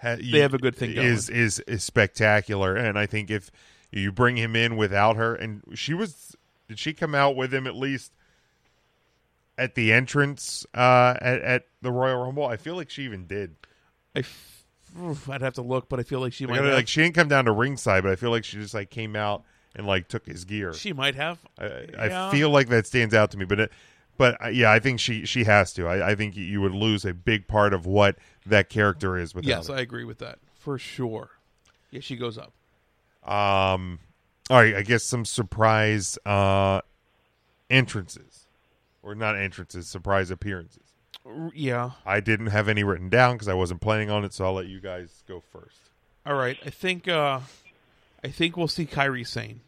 F: ha- you-
G: have a good thing
F: Is, is is spectacular, and I think if you bring him in without her, and she was, did she come out with him at least at the entrance uh, at at the Royal Rumble? I feel like she even did.
G: I f- oof, I'd have to look, but I feel like she
F: Like,
G: might
F: I-
G: have.
F: like she didn't come down to ringside, but I feel like she just like came out and like took his gear.
G: She might have.
F: I,
G: Yeah.
F: I feel like that stands out to me, but it, but uh, yeah, I think she she has to. I, I think you- you would lose a big part of what that character is without.
G: yes,
F: her.
G: I agree with that for sure. Yeah, she goes up.
F: Um. All right. I guess some surprise uh entrances, or not entrances, surprise appearances.
G: R- Yeah.
F: I didn't have any written down because I wasn't planning on it, so I'll let you guys go first.
G: All right. I think uh I think we'll see Kyrie Sane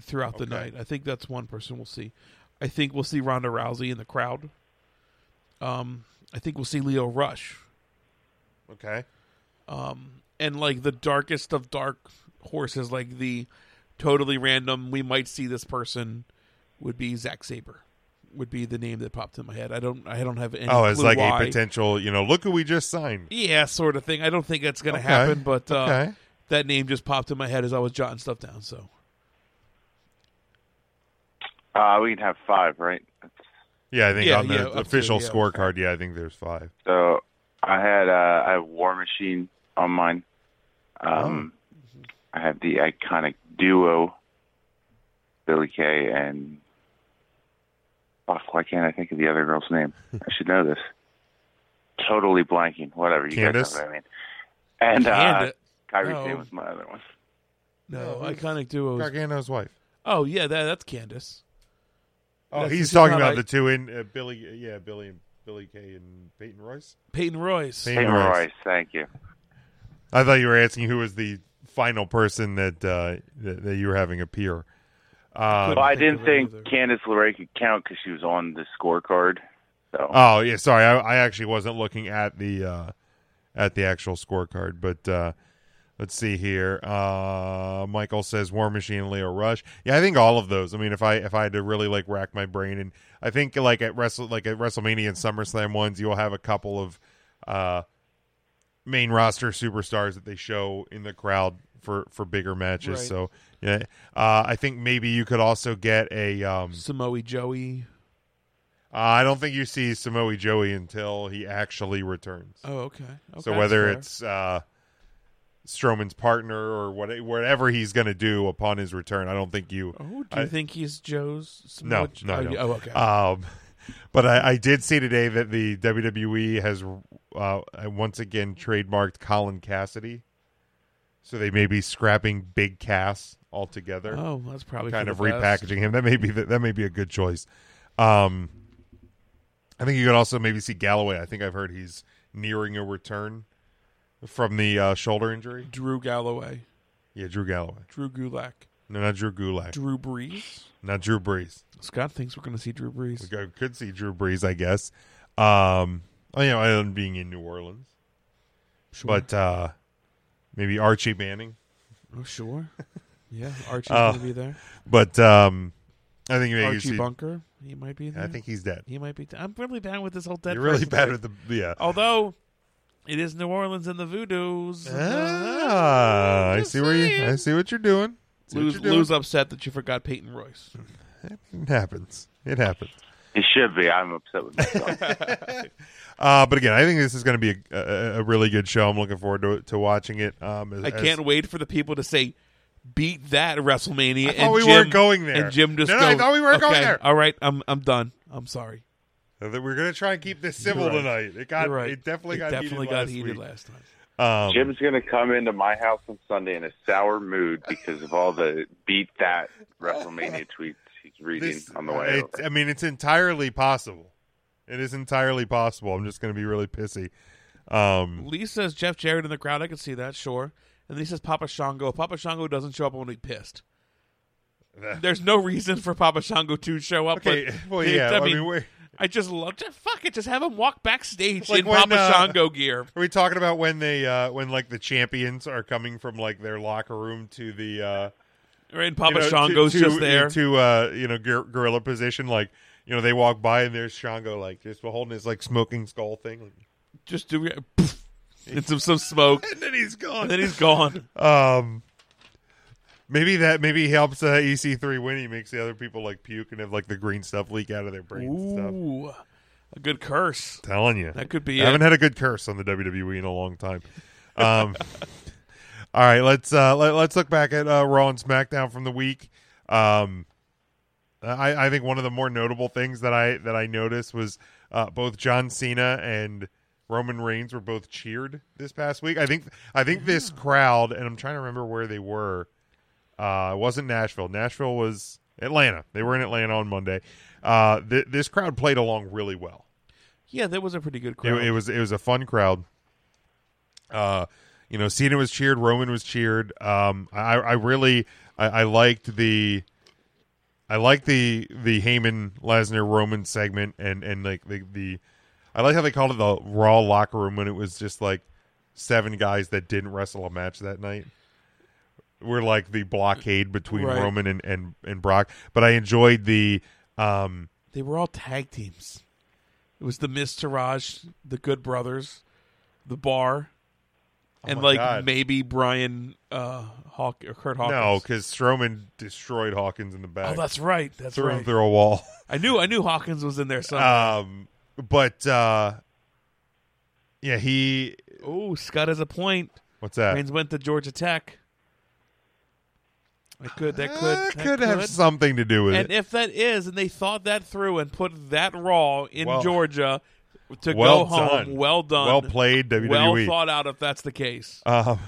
G: throughout the night. I think that's one person we'll see. I think we'll see Ronda Rousey in the crowd. Um I think we'll see Leo Rush.
F: Okay.
G: Um and like the darkest of dark horses like the totally random we might see this person would be Zack Saber. Would be the name that popped in my head. I don't I don't have any
F: oh, as
G: clue
F: like
G: why.
F: a potential, you know, look who we just signed.
G: Yeah, sort of thing. I don't think that's going to
F: Okay.
G: happen, but uh,
F: Okay.
G: that name just popped in my head as I was jotting stuff down. So
H: Uh, we can have five, right?
F: Yeah, I think
G: Yeah,
F: on the
G: yeah, up to,
F: official
G: yeah,
F: scorecard, yeah, I think there's five.
H: So I had uh, I have War Machine on mine. Um,
F: Oh.
H: I have the iconic duo Billy Kay and oh, why can't I think of the other girl's name? I should know this. Totally blanking. Whatever you
F: Candace?
H: guys know what I mean. And uh,
G: Candi-
H: Kyrie
G: no.
H: Sane was my other one.
G: no,
F: Yeah, who's-
G: iconic duos.
F: Gargano's wife.
G: Oh yeah, that, that's Candace.
F: Oh,
G: That's-
F: he's
G: she's
F: talking
G: not
F: about
G: I-
F: the two in uh, Billy. Yeah, Billy and Billy Kay and Peyton Royce.
G: Peyton Royce.
F: Peyton
H: Peyton
F: Royce.
H: Royce, thank you.
F: I thought you were asking who was the final person that uh, that, that you were having appear. Um,
H: well, I didn't think Candice LeRae could count because she was on the scorecard. So
F: oh yeah, sorry, I, I actually wasn't looking at the uh, at the actual scorecard, but uh, Let's see here. Uh, Michael says War Machine and Leo Rush. Yeah, I think all of those. I mean, if I if I had to really like rack my brain, and I think like at Wrestle like at WrestleMania and SummerSlam ones, you'll have a couple of uh, main roster superstars that they show in the crowd for for bigger matches.
G: Right.
F: So yeah, uh, I think maybe you could also get a um,
G: Samoa Joey.
F: Uh, I don't think you see Samoa Joey until he actually returns.
G: Oh, okay. Okay,
F: so whether
G: that's
F: it's uh, Strowman's partner or what, whatever he's going to do upon his return, I don't think you.
G: Oh, do you
F: I-
G: think he's Joe's?
F: no,
G: Samoa Jo-
F: no,
G: oh,
F: I don't.
G: yeah, oh, okay.
F: Um, but I, I did see today that the WWE has uh, once again trademarked Colin Cassidy, so they may be scrapping Big Cass altogether.
G: Oh, that's probably for
F: kind
G: the
F: of
G: best.
F: repackaging him. That may be that, that may be a good choice. Um, I think you could also maybe see Galloway. I think I've heard he's nearing a return from the uh, shoulder injury.
G: Drew Galloway,
F: Yeah, Drew Galloway.
G: Drew Gulak,
F: No, not Drew Gulak.
G: Drew Brees.
F: Not Drew Brees.
G: Scott thinks we're going to see Drew Brees.
F: We go- could see Drew Brees, I guess. Um, oh, you know, and being in New Orleans,
G: Sure.
F: but uh, maybe Archie Manning.
G: Oh, sure. Yeah, Archie's
F: Uh,
G: going to be there.
F: But um, I think maybe you
G: Archie
F: see-
G: Bunker, he might be
F: I
G: there.
F: think he's dead.
G: He might be. i I'm really bad with this whole dead.
F: You're really
G: person
F: bad
G: thing.
F: with the
G: Oh,
F: yeah.
G: Although it is New Orleans and the Voodoos.
F: Ah, I see where you. I see what you're doing. See what
G: Lose,
F: you're doing.
G: lose upset that you forgot Peyton Royce.
F: It happens. It happens.
H: It should be. I'm upset with myself.
F: Uh, but again, I think this is going to be a, a, a really good show. I'm looking forward to, to watching it. Um, as-
G: I
F: as-
G: can't wait for the people to say, "Beat that WrestleMania!"
F: I thought
G: and
F: we
G: Jim,
F: weren't going there.
G: And Jim just
F: No, no, I
G: goes,
F: thought we weren't going
G: "Okay,
F: there."
G: All right, I'm I'm done. I'm sorry.
F: Uh, that We're going to try and keep this civil
G: You're right.
F: tonight. It got.
G: You're right.
F: It definitely
G: It
F: got.
G: definitely
F: heated
G: got
F: last week.
G: heated last time.
F: Um,
H: Jim's gonna come into my house on Sunday in a sour mood because of all the beat that WrestleMania tweets he's reading
F: This-
H: on the way.
F: it- I mean, it's entirely possible. It is entirely possible. I'm just going to be really pissy. Um,
G: Lee says Jeff Jarrett in the crowd. I can see that, sure. And then he says Papa Shango. If Papa Shango doesn't show up, I'm gonna be pissed. There's no reason for Papa Shango to show up.
F: Okay,
G: but
F: well,
G: it-
F: yeah,
G: I
F: I
G: mean,
F: mean, we're-
G: I just love to fuck it. Just have him walk backstage
F: Like
G: in
F: when,
G: Papa
F: uh,
G: Shango gear.
F: Are we talking about when they uh when like the champions are coming from like their locker room to the uh
G: Or in
F: you
G: Papa
F: know, to-
G: Shango's
F: to,
G: just there.
F: to uh you know gor- gorilla position like you know they walk by and there's Shango like just holding his like smoking skull thing
G: just do poof, and some some smoke,
F: and then he's gone.
G: and then he's gone.
F: Um maybe that maybe helps uh, EC3 win he makes the other people like puke and have like the green stuff leak out of their brains and stuff.
G: Ooh, a good curse.
F: telling you
G: That could be
F: I
G: it.
F: haven't had a good curse on the WWE in a long time. Um, all right, let's uh, let, let's look back at uh, Raw and SmackDown from the week. Um, I, I think one of the more notable things that I that I noticed was uh, both John Cena and Roman Reigns were both cheered this past week. I think I think this crowd, and I'm trying to remember where they were. Uh, it wasn't Nashville. Nashville was Atlanta. They were in Atlanta on Monday. Uh, th- this crowd played along really well.
G: Yeah, that was a pretty good
F: It,
G: crowd.
F: it was it was a fun crowd. Uh, you know, Cena was cheered, Roman was cheered. Um, I I really I, I liked the. I liked the the Heyman Lesnar Roman segment and and like the, the I like how they called it the Raw locker room when it was just like seven guys that didn't wrestle a match that night. We're like the blockade between
G: Right.
F: Roman and, and and Brock, but I enjoyed the um
G: they were all tag teams. It was the Miss Taraj, the Good Brothers, the Bar,
F: Oh
G: and
F: my
G: like
F: God.
G: maybe Brian uh, Hawk or Kurt Hawkins.
F: no because Strowman destroyed Hawkins in the back.
G: Oh, that's right. That's
F: threw him
G: right.
F: through a wall.
G: I knew. I knew Hawkins was in there somewhere.
F: Um, but uh, yeah, he.
G: oh, Scott has a point.
F: What's that?
G: Reigns went to Georgia Tech. That could. That could.
F: Uh,
G: that
F: could have something to do with
G: And
F: it.
G: if that is, and they thought that through and put that Raw in
F: Well-
G: Georgia to
F: well
G: go home,
F: done.
G: well done,
F: Well played, E.
G: well
F: WWE.
G: thought out. If that's the case,
F: Um,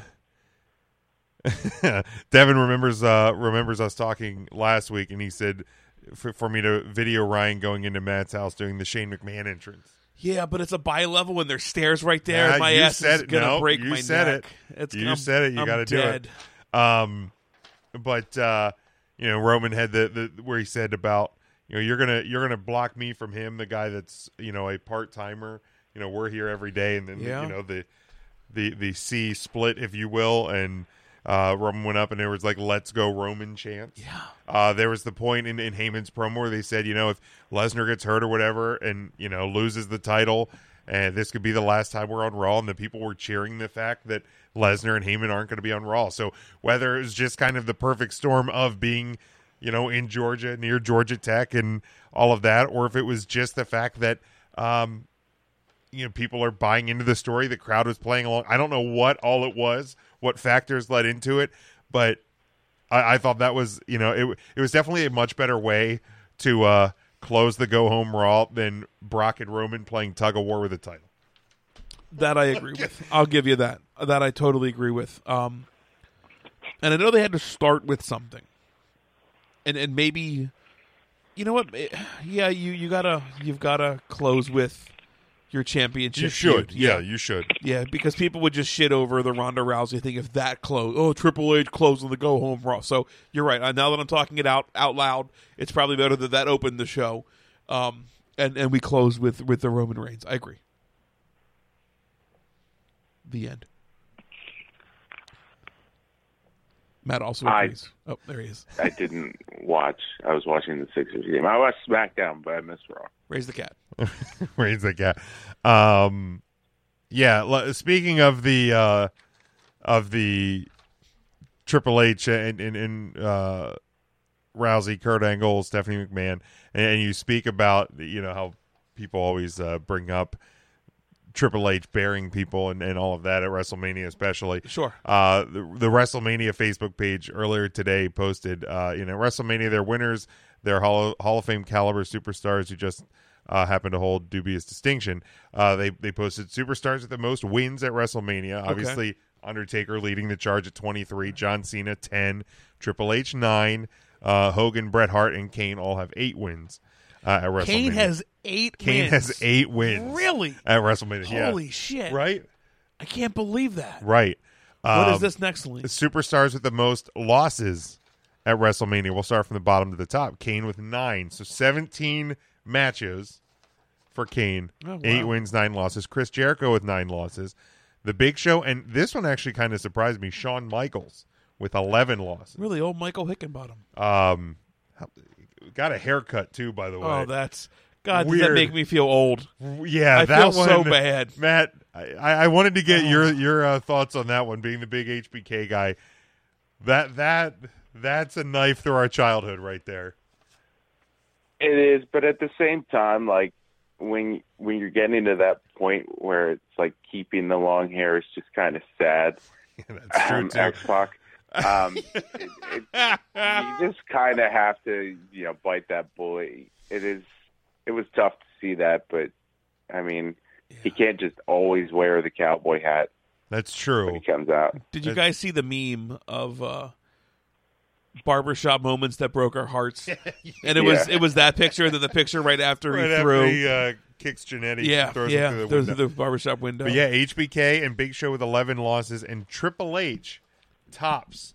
F: Devin remembers uh, remembers us talking last week, and he said for, for me to video Ryan going into Matt's house doing the Shane McMahon entrance.
G: yeah, but it's a bi level and there's stairs right there.
F: Yeah,
G: and my
F: you
G: ass
F: said
G: is
F: it.
G: gonna
F: No,
G: break
F: you
G: my
F: said
G: neck.
F: It.
G: It's,
F: you
G: I'm-
F: said it. You
G: I'm
F: got to do
G: dead.
F: it. Um, but uh, you know, Roman had the, the where he said about you know you're gonna you're gonna block me from him, the guy that's you know a part timer. You know, we're here every day, and then
G: Yeah.
F: you know the the the sea split, if you will, and uh, Roman went up, and there was like "Let's go Roman" chants. Yeah. Uh, there was the point in in Heyman's promo where they said, you know, if Lesnar gets hurt or whatever, and you know loses the title, and this could be the last time we're on Raw, and the people were cheering the fact that Lesnar and Heyman aren't going to be on Raw. So whether it was just kind of the perfect storm of being you know, in Georgia, near Georgia Tech, and all of that, or if it was just the fact that, um, you know, people are buying into the story, the crowd was playing along. I don't know what all it was, what factors led into it, but I, I thought that was, you know, it it was definitely a much better way to uh, close the go home Raw than Brock and Roman playing tug of war with the title.
G: That I agree with. I'll give you that. That I totally agree with. Um, and I know they had to start with something and and maybe you know what eh, yeah you you gotta you've gotta close with your championship
F: You should.
G: feud.
F: Yeah, you should.
G: yeah because people would just shit over the Ronda Rousey thing if that close oh Triple H closed on the go home Raw so you're right Uh, now that I'm talking it out out loud it's probably better that that opened the show um and and we closed with with the Roman Reigns I agree the end Matt also
H: I-
G: agrees oh there he is
H: I didn't watch. I was watching the Sixers game. I watched SmackDown, but I missed Raw.
G: raise the cat
F: Raise the cat. Um, yeah. l- Speaking of the uh, of the Triple H and and, and uh, Rousey, Kurt Angle, Stephanie McMahon, and, and you speak about you know how people always uh, bring up Triple H burying people and, and all of that at WrestleMania, especially.
G: Sure.
F: Uh, the, the WrestleMania Facebook page earlier today posted, uh, you know, WrestleMania, their winners, their Hall, Hall of Fame caliber superstars who just uh, happen to hold dubious distinction. Uh, they, they posted superstars with the most wins at WrestleMania.
N: Okay.
F: Obviously, Undertaker leading the charge at 23, John Cena 10, Triple H 9, uh, Hogan, Bret Hart, and Kane all have eight wins. Uh, at WrestleMania.
G: Kane has eight
F: Kane has
G: wins.
F: eight wins.
G: Really?
F: At WrestleMania. yeah.
G: Holy shit.
F: Right?
G: I can't believe that.
F: Right. Um,
G: What is this next link?
F: Superstars with the most losses at WrestleMania. We'll start from the bottom to the top. Kane with nine. So 17 matches for Kane.
N: Oh, wow.
F: Eight wins, nine losses. Chris Jericho with nine losses. The Big Show, and this one actually kind of surprised me. Shawn Michaels with 11 losses.
G: Really old Michael Hickenbottom.
F: Um, got a haircut too, by the way.
G: Oh, that's God, does that
F: Weird.
G: make me feel old.
F: Yeah,
G: I
F: that
G: feel so
F: one-
G: bad. Oh.
F: Matt, I, I wanted to get your your uh, thoughts on that one. Being the big HBK guy, that that that's a knife through our childhood right there.
H: It is, but at the same time, like when when you're getting to that point where it's like keeping the long hair is just kind of sad.
F: that's
H: true
F: too.
H: Xbox. Um, it, it, you just kind of have to, you know, bite that bullet. It is. It was tough to see that, but I mean, he can't just always wear the cowboy hat.
F: That's true. When
H: he comes out,
G: Did you guys see the meme of uh barbershop moments that broke our hearts? And it was
F: Yeah.
G: it was that picture and then the picture right after
F: Right
G: he
F: after
G: threw
F: he, uh, kicks Janetti,
G: Yeah,
F: throws
G: yeah,
F: him through the
G: throws
F: window.
G: through the barbershop window.
F: But yeah, HBK and Big Show with eleven losses, and Triple H tops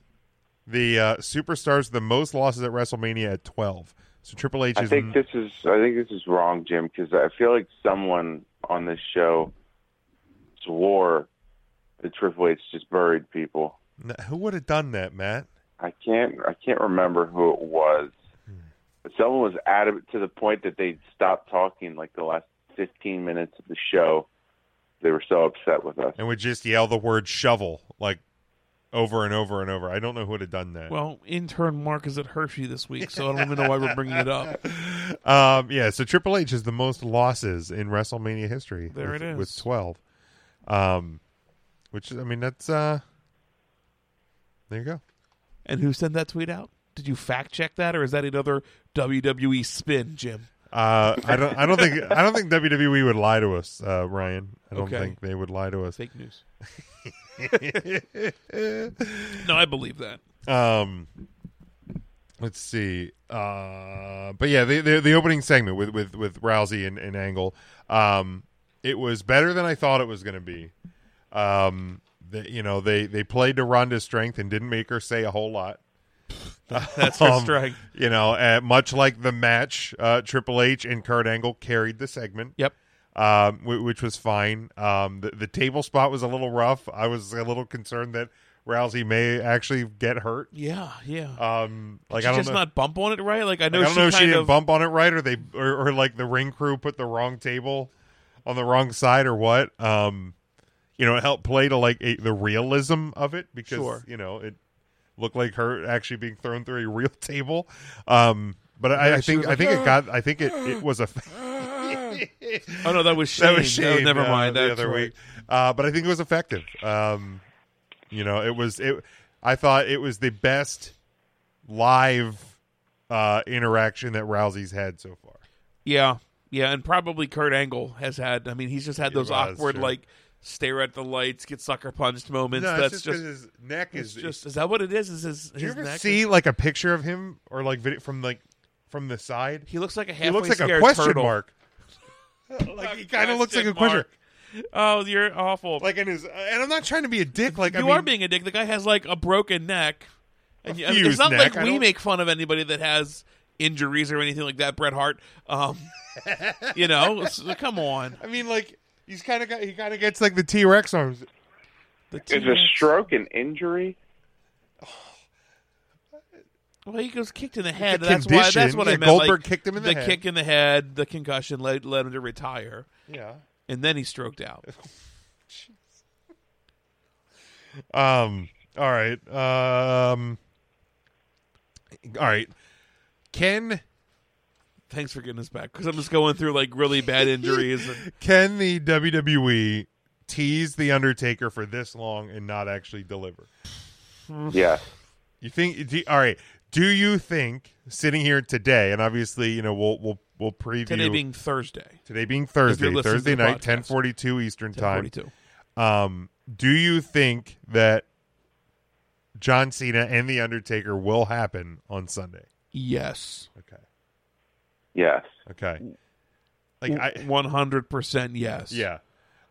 F: the uh, superstars with the most losses at WrestleMania at twelve. So Triple H
H: I
F: is
H: think this is I think this is wrong, Jim, because I feel like someone on this show swore that Triple H just buried people.
F: N- Who would have done that, Matt?
H: I can't I can't remember who it was.
F: Hmm.
H: But someone was adamant to the point that they stopped talking like the last fifteen minutes of the show. They were so upset with us.
F: and would just yell the word shovel like over and over and over. I don't know who would have done that.
G: Well, intern Mark is at Hershey this week, so I don't even know why we're bringing it up.
F: um, yeah, so Triple H is the most losses in WrestleMania history.
G: There
F: with,
G: it
F: with
G: is.
F: twelve. Um, which is- I mean, that's uh, there you go.
G: And who sent that tweet out? Did you fact check that, or is that another WWE spin, Jim?
F: Uh, I don't. I don't think. I don't think WWE would lie to us, uh, Ryan. I don't
G: Okay.
F: think they would lie to us.
G: Fake news. no, I believe that.
F: Um, let's see. Uh, but yeah, the, the the opening segment with with with Rousey and, and Angle, um, it was better than I thought it was going to be. Um, the, you know they they played to Ronda's strength and didn't make her say a whole lot. Um,
G: That's her strength.
F: You know, uh, much like the match, uh, Triple H and Kurt Angle carried the segment.
G: Yep.
F: um, wh- which was fine. Um, the, the table spot was a little rough. I was a little concerned that Rousey may actually get hurt.
G: Yeah, yeah.
F: Um, like
G: she
F: I don't
G: just
F: know.
G: not bump on it right. Like I know
F: Like, I don't
G: she
F: know if she
G: kind
F: didn't
G: of
F: bump on it right, or they, or, or like the ring crew put the wrong table on the wrong side, or what. Um, you know, it helped play to like a, the realism of it because
G: Sure.
F: you know it looked like her actually being thrown through a real table. Um, but I,
G: Yeah,
F: I
G: she
F: think
G: was
F: I
G: like,
F: think it got I think it it was a
G: Oh no, that was Shane.
F: that was Shane.
G: never
F: uh,
G: mind.
F: the
G: That's
F: other
G: right.
F: week, uh, but I think it was effective. Um, you know, it was it. I thought it was the best live uh, interaction that Rousey's had so far.
G: Yeah, yeah, and probably Kurt Angle has had. I mean, he's just had those
F: was,
G: awkward
F: sure.
G: like stare at the lights, get sucker punched moments.
F: No, it's
G: That's
F: just 'cause
G: just
F: his neck
G: it's
F: is-
G: just. Is that what it is? Is his?
F: Do you
G: his
F: ever
G: neck
F: see
G: is-
F: like a picture of him or like video from like from the side?
G: He looks like a
F: he looks
G: halfway
F: like a
G: scared
F: question
G: turtle.
F: mark. like he kind of looks like a question.
G: Oh, you're awful.
F: Like in his, and I'm not trying to be a dick. Like
G: you
F: I
G: are
F: mean-
G: being a dick. The guy has like a broken neck, and you, I mean,
F: fused
G: it's not
F: neck. I
G: like we
F: don't-
G: make fun of anybody that has injuries or anything like that. Bret Hart, um, you know, it's- uh, come on.
F: I mean, like he's kind of got he kind of gets like the T Rex arms.
H: Is a stroke an injury?
G: Well, he goes kicked in the head.
F: The
G: That's why. That's
F: condition.
G: what I
F: Yeah,
G: meant. like,
F: Goldberg kicked him in the head.
G: kick in the head. The concussion led led him to retire.
F: Yeah.
G: and then he stroked out.
F: Um. All right. Um. All right. Can
G: Thanks for getting us back because I'm just going through like really bad injuries. and-
F: can the WWE tease the Undertaker for this long and not actually deliver?
H: Yeah.
F: You think? Do, all right. Do you think sitting here today, and obviously, you know, we'll we'll we'll preview
G: Today being Thursday.
F: Today being
G: If you're
F: Thursday,
G: listening
F: Thursday
G: to the
F: night,
G: podcast.
F: ten forty two Eastern time.
G: 10:42.
F: Um, do you think that John Cena and the Undertaker will happen on Sunday?
G: Yes.
F: Okay.
H: Yes.
F: Okay. Like I,
G: One hundred percent yes.
F: Yeah.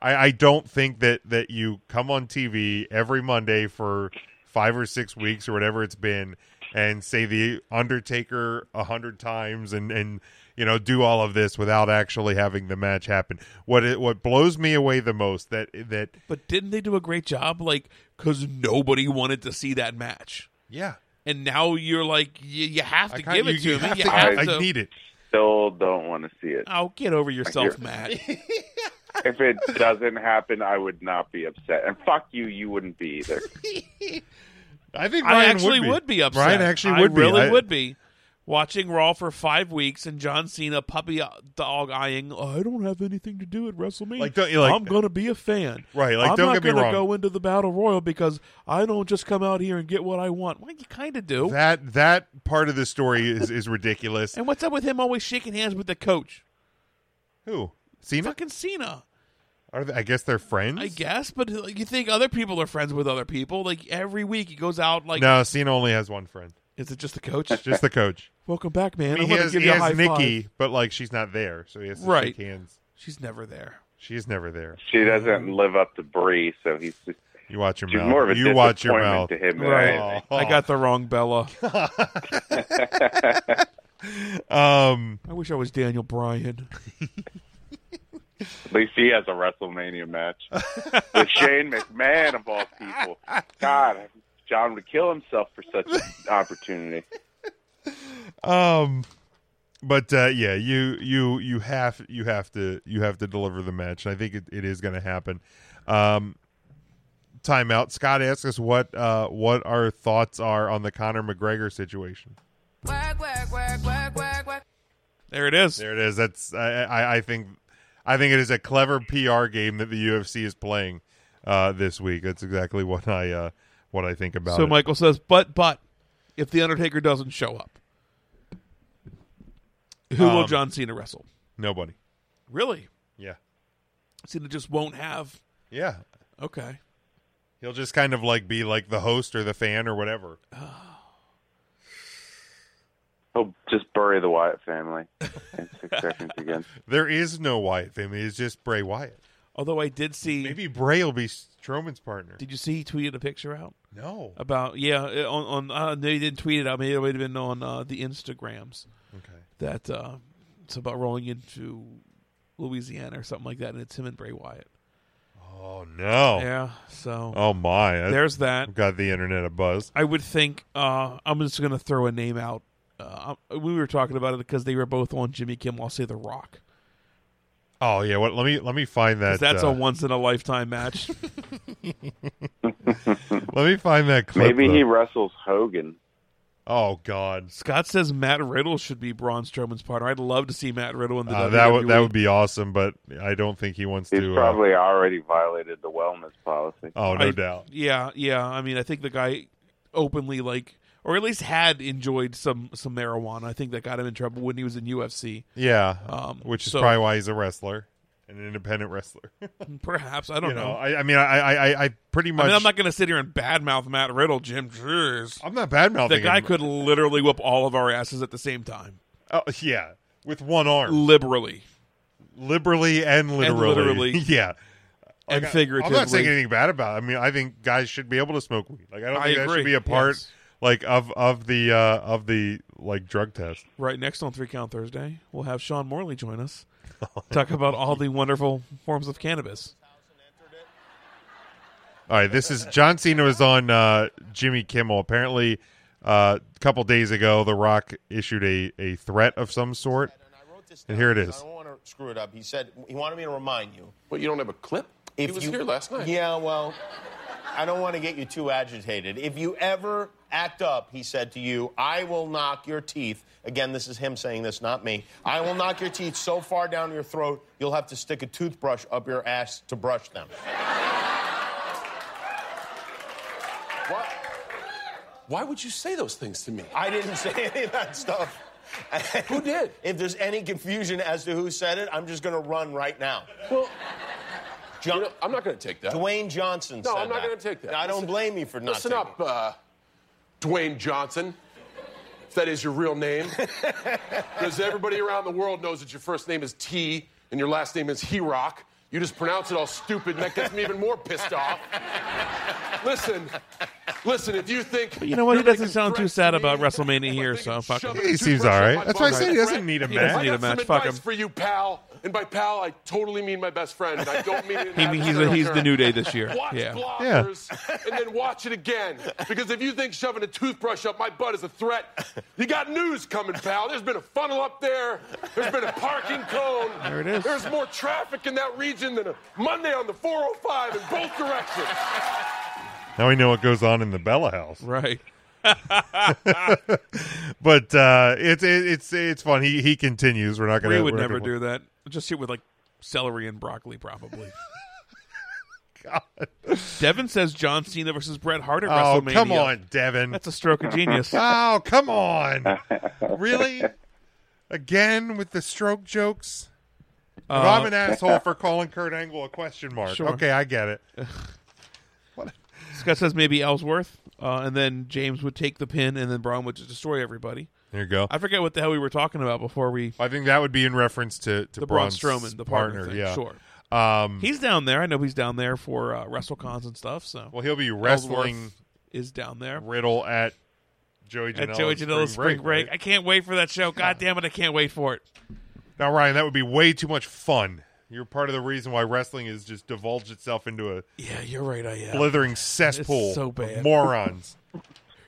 F: I, I don't think that that you come on TV every Monday for five or six weeks or whatever it's been and say the Undertaker a hundred times and and you know do all of this without actually having the match happen. What it, what blows me away the most that that
G: But didn't they do a great job? Like, because nobody wanted to see that match.
F: Yeah.
G: And now you're like, you, you have to
F: kinda-
G: give it
F: you- you
G: to me.
F: have
G: You
F: to-
G: have
F: I
G: to.
F: need it.
H: Still don't want to see it.
G: Oh, get over yourself, Matt.
H: if it doesn't happen, I would not be upset. And fuck you, you wouldn't be either.
F: I think
G: I
F: Ryan
G: actually
F: would
G: would
F: be.
G: be, upset.
F: Ryan actually
G: I
F: would be.
G: really
F: I-
G: would be. Watching Raw for five weeks and John Cena puppy uh, dog eyeing. "Oh, I don't have anything to do at WrestleMania.
F: Like, don't you, like-
G: I'm going to be a fan.
F: Right, like,
G: I'm
F: don't
G: not
F: get me
G: gonna
F: wrong.
G: go into the battle royal because I don't just come out here and get what I want. Well, you kind of do.
F: that that part of the story is is ridiculous.
G: and what's up with him always shaking hands with the coach?
F: Who Cena?
G: Fucking Cena.
F: Are they, I guess they're friends.
G: I guess, but like, you think other people are friends with other people? Like every week he goes out like
F: no, Cena only has one friend.
G: Is it just the coach?
F: Just the coach.
G: Welcome back, man.
F: I mean,
G: I'm
F: he
G: gonna
F: has,
G: give
F: he
G: you a
F: has
G: high
F: Nikki,
G: five.
F: but like she's not there, so he has to
G: Right.
F: shake hands.
G: She's never there.
F: She is never there.
H: She doesn't live up to Bree, so he's just.
F: You watch your
H: she's
F: mouth.
H: more of a
F: you watch your mouth.
H: disappointment to him than
G: Right. Oh. I got the wrong Bella.
F: um,
G: I wish I was Daniel Bryan.
H: At least he has a WrestleMania match with Shane McMahon of all people. God, John would kill himself for such an opportunity.
F: Um, but uh, yeah, you you you have you have to you have to deliver the match. And I think it, it is going to happen. Um, timeout. Scott asks us what uh what our thoughts are on the Conor McGregor situation.
M: Work, work, work, work, work, work.
G: There it is.
F: There it is. That's I I, I think I think it is a clever PR game that the UFC is playing uh this week. That's exactly what I uh what I think about.
G: so
F: it.
G: Michael says, but but if the Undertaker doesn't show up, who will
F: Um,
G: John Cena wrestle?
F: nobody.
G: Really?
F: Yeah.
G: Cena just won't have.
F: Yeah.
G: Okay.
F: He'll just kind of like be like the host or the fan or whatever.
H: He'll just bury the Wyatt family in six seconds again.
F: There is no Wyatt family. It's just Bray Wyatt.
G: Although I did see.
F: Maybe Bray will be Strowman's partner.
G: Did you see he tweeted a picture out?
F: No.
G: About yeah it- on on uh, no he didn't tweet it out. Maybe it would have been on uh, the Instagrams.
F: Okay.
G: That uh, it's about rolling into Louisiana or something like that, and it's him and Bray Wyatt.
F: Oh No.
G: Yeah. So.
F: Oh my.
G: There's that.
F: Got the internet a buzz.
G: I would think uh, I'm just going to throw a name out. Uh, we were talking about it because they were both on Jimmy Kimmel. I'll say The Rock.
F: Oh yeah. What? Let me let me find
G: 'Cause
F: that.
G: that's
F: uh,
G: a once in a lifetime match.
F: let me find that clip.
H: Maybe
F: though.
H: he wrestles Hogan.
F: Oh God.
G: Scott says Matt Riddle should be Braun Strowman's partner. I'd love to see Matt Riddle in the E.
F: Uh,
G: WWE.
F: that would that would be awesome, but I don't think he wants
H: He's
F: to. uh,
H: probably already violated the wellness policy.
F: oh no
G: I-
F: doubt.
G: Yeah, yeah. I mean, I think the guy openly like, or at least had enjoyed some some marijuana. I think that got him in trouble when he was in UFC.
F: Yeah.
G: um,
F: which is
G: so-
F: probably why he's a wrestler, an independent wrestler.
G: Perhaps I don't
F: You know,
G: know.
F: I, I mean, I, I, I- I pretty much.
G: Uh-huh. I mean, I'm not going to sit here and badmouth Matt Riddle, Jim. Jeez.
F: I'm not badmouthing
G: The guy
F: him.
G: could literally whip all of our asses at the same time.
F: Oh, yeah, with one arm,
G: liberally,
F: liberally and literally,
G: literally.
F: yeah,
G: And
F: I-
G: figuratively.
F: I'm not saying anything bad about. it. I mean, I think guys should be able to smoke weed. Like, I don't
G: I
F: think that
G: agree,
F: should be a part
G: yes.
F: like of of the uh of the like drug test.
G: Right next on Three Count Thursday, we'll have Sean Morley join us. Talk about all the wonderful forms of cannabis.
F: All right, this is John Cena was on uh, Jimmy Kimmel. Apparently, uh, a couple days ago, The Rock issued a, a threat of some sort, and here it is.
N: I don't want to screw it up. He said he wanted me to remind you.
O: But you don't have a clip?
N: If
O: he was
N: you-
O: here last night.
N: Yeah, well, I don't want to get you too agitated. If you ever act up, he said to you, I will knock your teeth. Again, this is him saying this, not me. I will knock your teeth so far down your throat, you'll have to stick a toothbrush up your ass to brush them. What?
O: Why would you say those things to me?
N: I didn't say any of that stuff. who did? If there's any confusion as to who said it, I'm just going to run right now. Well, I'm not going to take that. Dwayne Johnson
O: No,
N: said
O: I'm not
N: that.
O: going to take that.
N: I don't
O: Listen-
N: blame you for not
O: Listen
N: taking
O: up, uh, Dwayne Johnson. If that is your real name, because everybody around the world knows that your first name is T and your last name is Herock. You just pronounce it all stupid, and that gets me even more pissed off. listen, listen. If you think
G: But you know what? He doesn't sound too sad about WrestleMania here, so fuck him.
F: He seems all right. That's why I said he doesn't need a
G: He
F: match.
G: doesn't need a
F: I got some
G: match.
O: advice
G: Fuck him.
O: for you, pal, and by pal, I totally mean my best friend. I don't mean it. In
G: He mean- he's-
O: abstract
G: he's the
O: term.
G: New Day this year.
O: Watch
G: Yeah.
F: Yeah.
O: blockers and then watch it again. Because if you think shoving a toothbrush up my butt is a threat, you got news coming, pal. There's been a funnel up there. There's been a parking cone.
G: There it is.
O: There's more traffic in that region than a Monday on the 405 in both directions.
F: Now we know what goes on in the Bella house,
G: right?
F: but uh, it's it, it's it's fun. He he continues. We're not gonna.
G: We would
F: we're not
G: never
F: gonna-
G: do that. Just hit with like celery and broccoli, probably. God. Devin says John Cena versus Bret Hart at
F: Oh
G: WrestleMania.
F: come on, Devin!
G: That's a stroke of genius.
F: oh come on! Really? Again with the stroke jokes? If
G: Uh,
F: I'm an asshole for calling Kurt Angle a question mark.
G: Sure.
F: Okay, I get it.
G: Scott says maybe Ellsworth, uh, and then James would take the pin, and then Braun would just destroy everybody.
F: There you go.
G: I forget what the hell we were talking about before we.
F: I think that would be in reference to to
G: the Braun
F: Braun's
G: Strowman, the partner.
F: partner.
G: thing,
F: yeah,
G: sure.
F: Um,
G: he's down there. I know he's down there for uh, WrestleCons and stuff. So
F: well, he'll be
G: Ellsworth
F: wrestling
G: is down there.
F: Riddle at Joey
G: at
F: Janela's
G: Joey Janela's Spring Break.
F: right?
G: I can't wait for that show. God damn it, I can't wait for it.
F: Now, Ryan, that would be way too much fun. You're part of the reason why wrestling has just divulged itself into a
G: yeah, you're right. I uh, am
F: blithering
G: It's
F: cesspool
G: so
F: of
G: bad.
F: morons.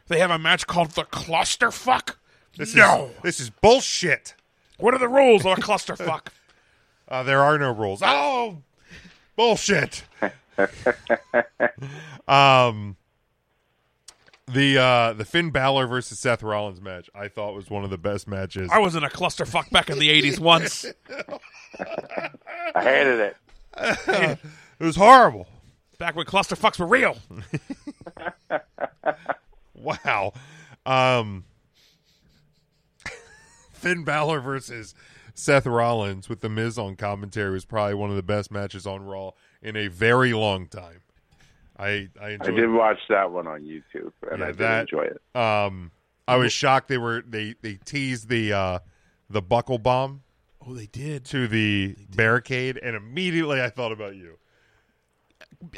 G: They have a match called the Clusterfuck.
F: This
G: no,
F: is this is bullshit.
G: What are the rules of a clusterfuck?
F: Uh, there are no rules. Oh, bullshit. um, the uh, the Finn Balor versus Seth Rollins match I thought was one of the best matches.
G: I was in a clusterfuck back in the '80s once.
H: I hated it.
F: it was horrible.
G: Back when clusterfucks were real.
F: Wow. Um, Finn Balor versus Seth Rollins with The Miz on commentary was probably one of the best matches on Raw in a very long time. I I
H: I
F: enjoyed
H: did watch that one on YouTube, and
F: Yeah,
H: I did
F: that-
H: enjoy it.
F: Um, I was shocked they were they they teased the uh, the buckle bomb.
G: Oh, they did
F: to the barricade, and immediately I thought about you.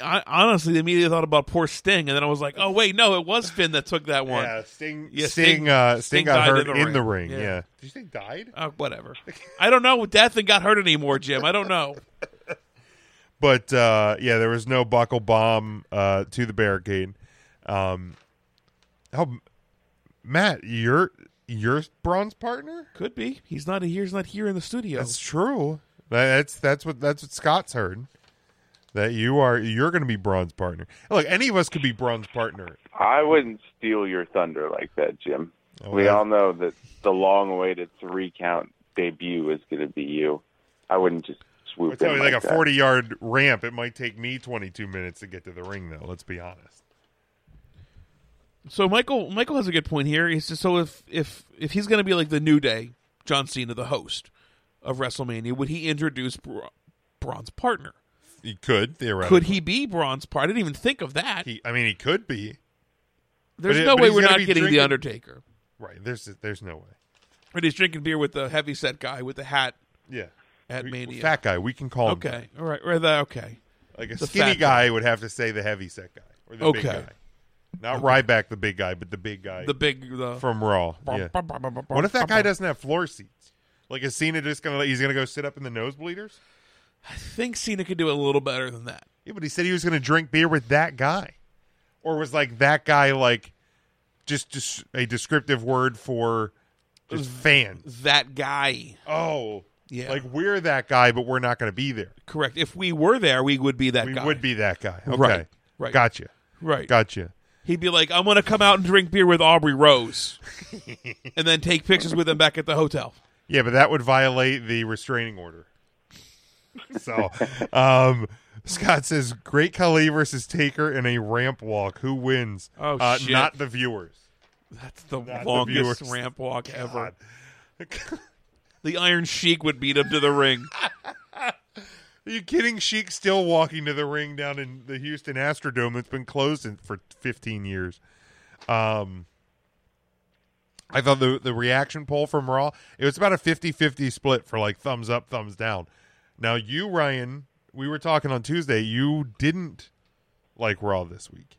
G: I, honestly, immediately thought about poor Sting, and then I was like, oh wait, no, it was Finn that took that one.
F: Yeah, Sting- Sting, uh, Sting got
G: died
F: hurt in the ring, yeah.
G: Did
F: you think died?
G: Oh, whatever. I don't know. Death and got hurt anymore, Jim. I don't know.
F: But uh, yeah, there was no buckle bomb uh, to the barricade. Um, oh, Matt, your your bronze partner
G: could be. He's not here. He's not here in the studio.
F: That's true. That- That's that's what that's what Scott's heard. That you are you're going to be bronze partner. Look, any of us could be bronze partner.
H: I wouldn't steal your thunder like that, Jim.
F: Oh,
H: we
F: yeah.
H: all know that the long-awaited three-count debut is going to be you. I wouldn't just swoop
F: It's only
H: in
F: like,
H: like
F: a
H: that.
F: forty yard ramp. It might take me twenty two minutes to get to the ring, though. Let's be honest.
G: So Michael Michael has a good point here. He's just, so if if if he's going to be like the New Day, John Cena, the host of WrestleMania, would he introduce Bra- Braun's partner?
F: He could theoretically.
G: Could he be Braun's partner? I didn't even think of that.
F: He, I mean, he could be.
G: There's
F: But it-
G: no
F: but
G: way
F: he's
G: we're
F: gotta
G: not
F: be
G: getting
F: drinking-
G: the Undertaker.
F: Right. There's there's no way.
G: But he's drinking beer with the heavyset guy with the hat.
F: Yeah.
G: At Mania.
F: Fat guy. We can call him.
G: Okay. All right. Or the- okay.
F: Like a
G: The
F: skinny
G: fat guy.
F: guy would have to say the heavy set guy or the big
G: Okay.
F: guy. Not
G: Okay.
F: Ryback, the big guy, but the big guy.
G: The big- the-
F: from Raw.
G: Bum,
F: Yeah.
G: bum, bum, bum, bum,
F: What if that
G: bum,
F: guy
G: bum.
F: doesn't have floor seats? Like is Cena just gonna he's gonna go sit up in the nosebleeders?
G: I think Cena could do a little better than that.
F: Yeah, but he said he was gonna drink beer with that guy, or was like that guy like just just a descriptive word for just fan
G: that guy.
F: Oh.
G: Yeah.
F: Like we're that guy, but we're not gonna be there.
G: Correct. If we were there, we would be that
F: We
G: guy.
F: would be that guy. Okay.
G: Right. Right.
F: Gotcha.
G: Right.
F: Gotcha.
G: He'd be like, I'm going to come out and drink beer with Aubrey Rose and then take pictures with him back at the hotel.
F: Yeah, but that would violate the restraining order. So, um, Scott says, "Great Khali versus Taker in a ramp walk. Who wins?
G: Oh,
F: uh,
G: shit.
F: Not the viewers.
G: That's the
F: Not the
G: longest
F: viewers.
G: ramp walk ever. the Iron Sheik would beat him to the ring.
F: Are you kidding? Sheik still walking to the ring down in the Houston Astrodome that's been closed in, for 15 years. Um, I thought the the reaction poll from Raw, it was about a 50-50 split for like thumbs up, thumbs down. Now you, Ryan, we were talking on Tuesday, you didn't like Raw this week.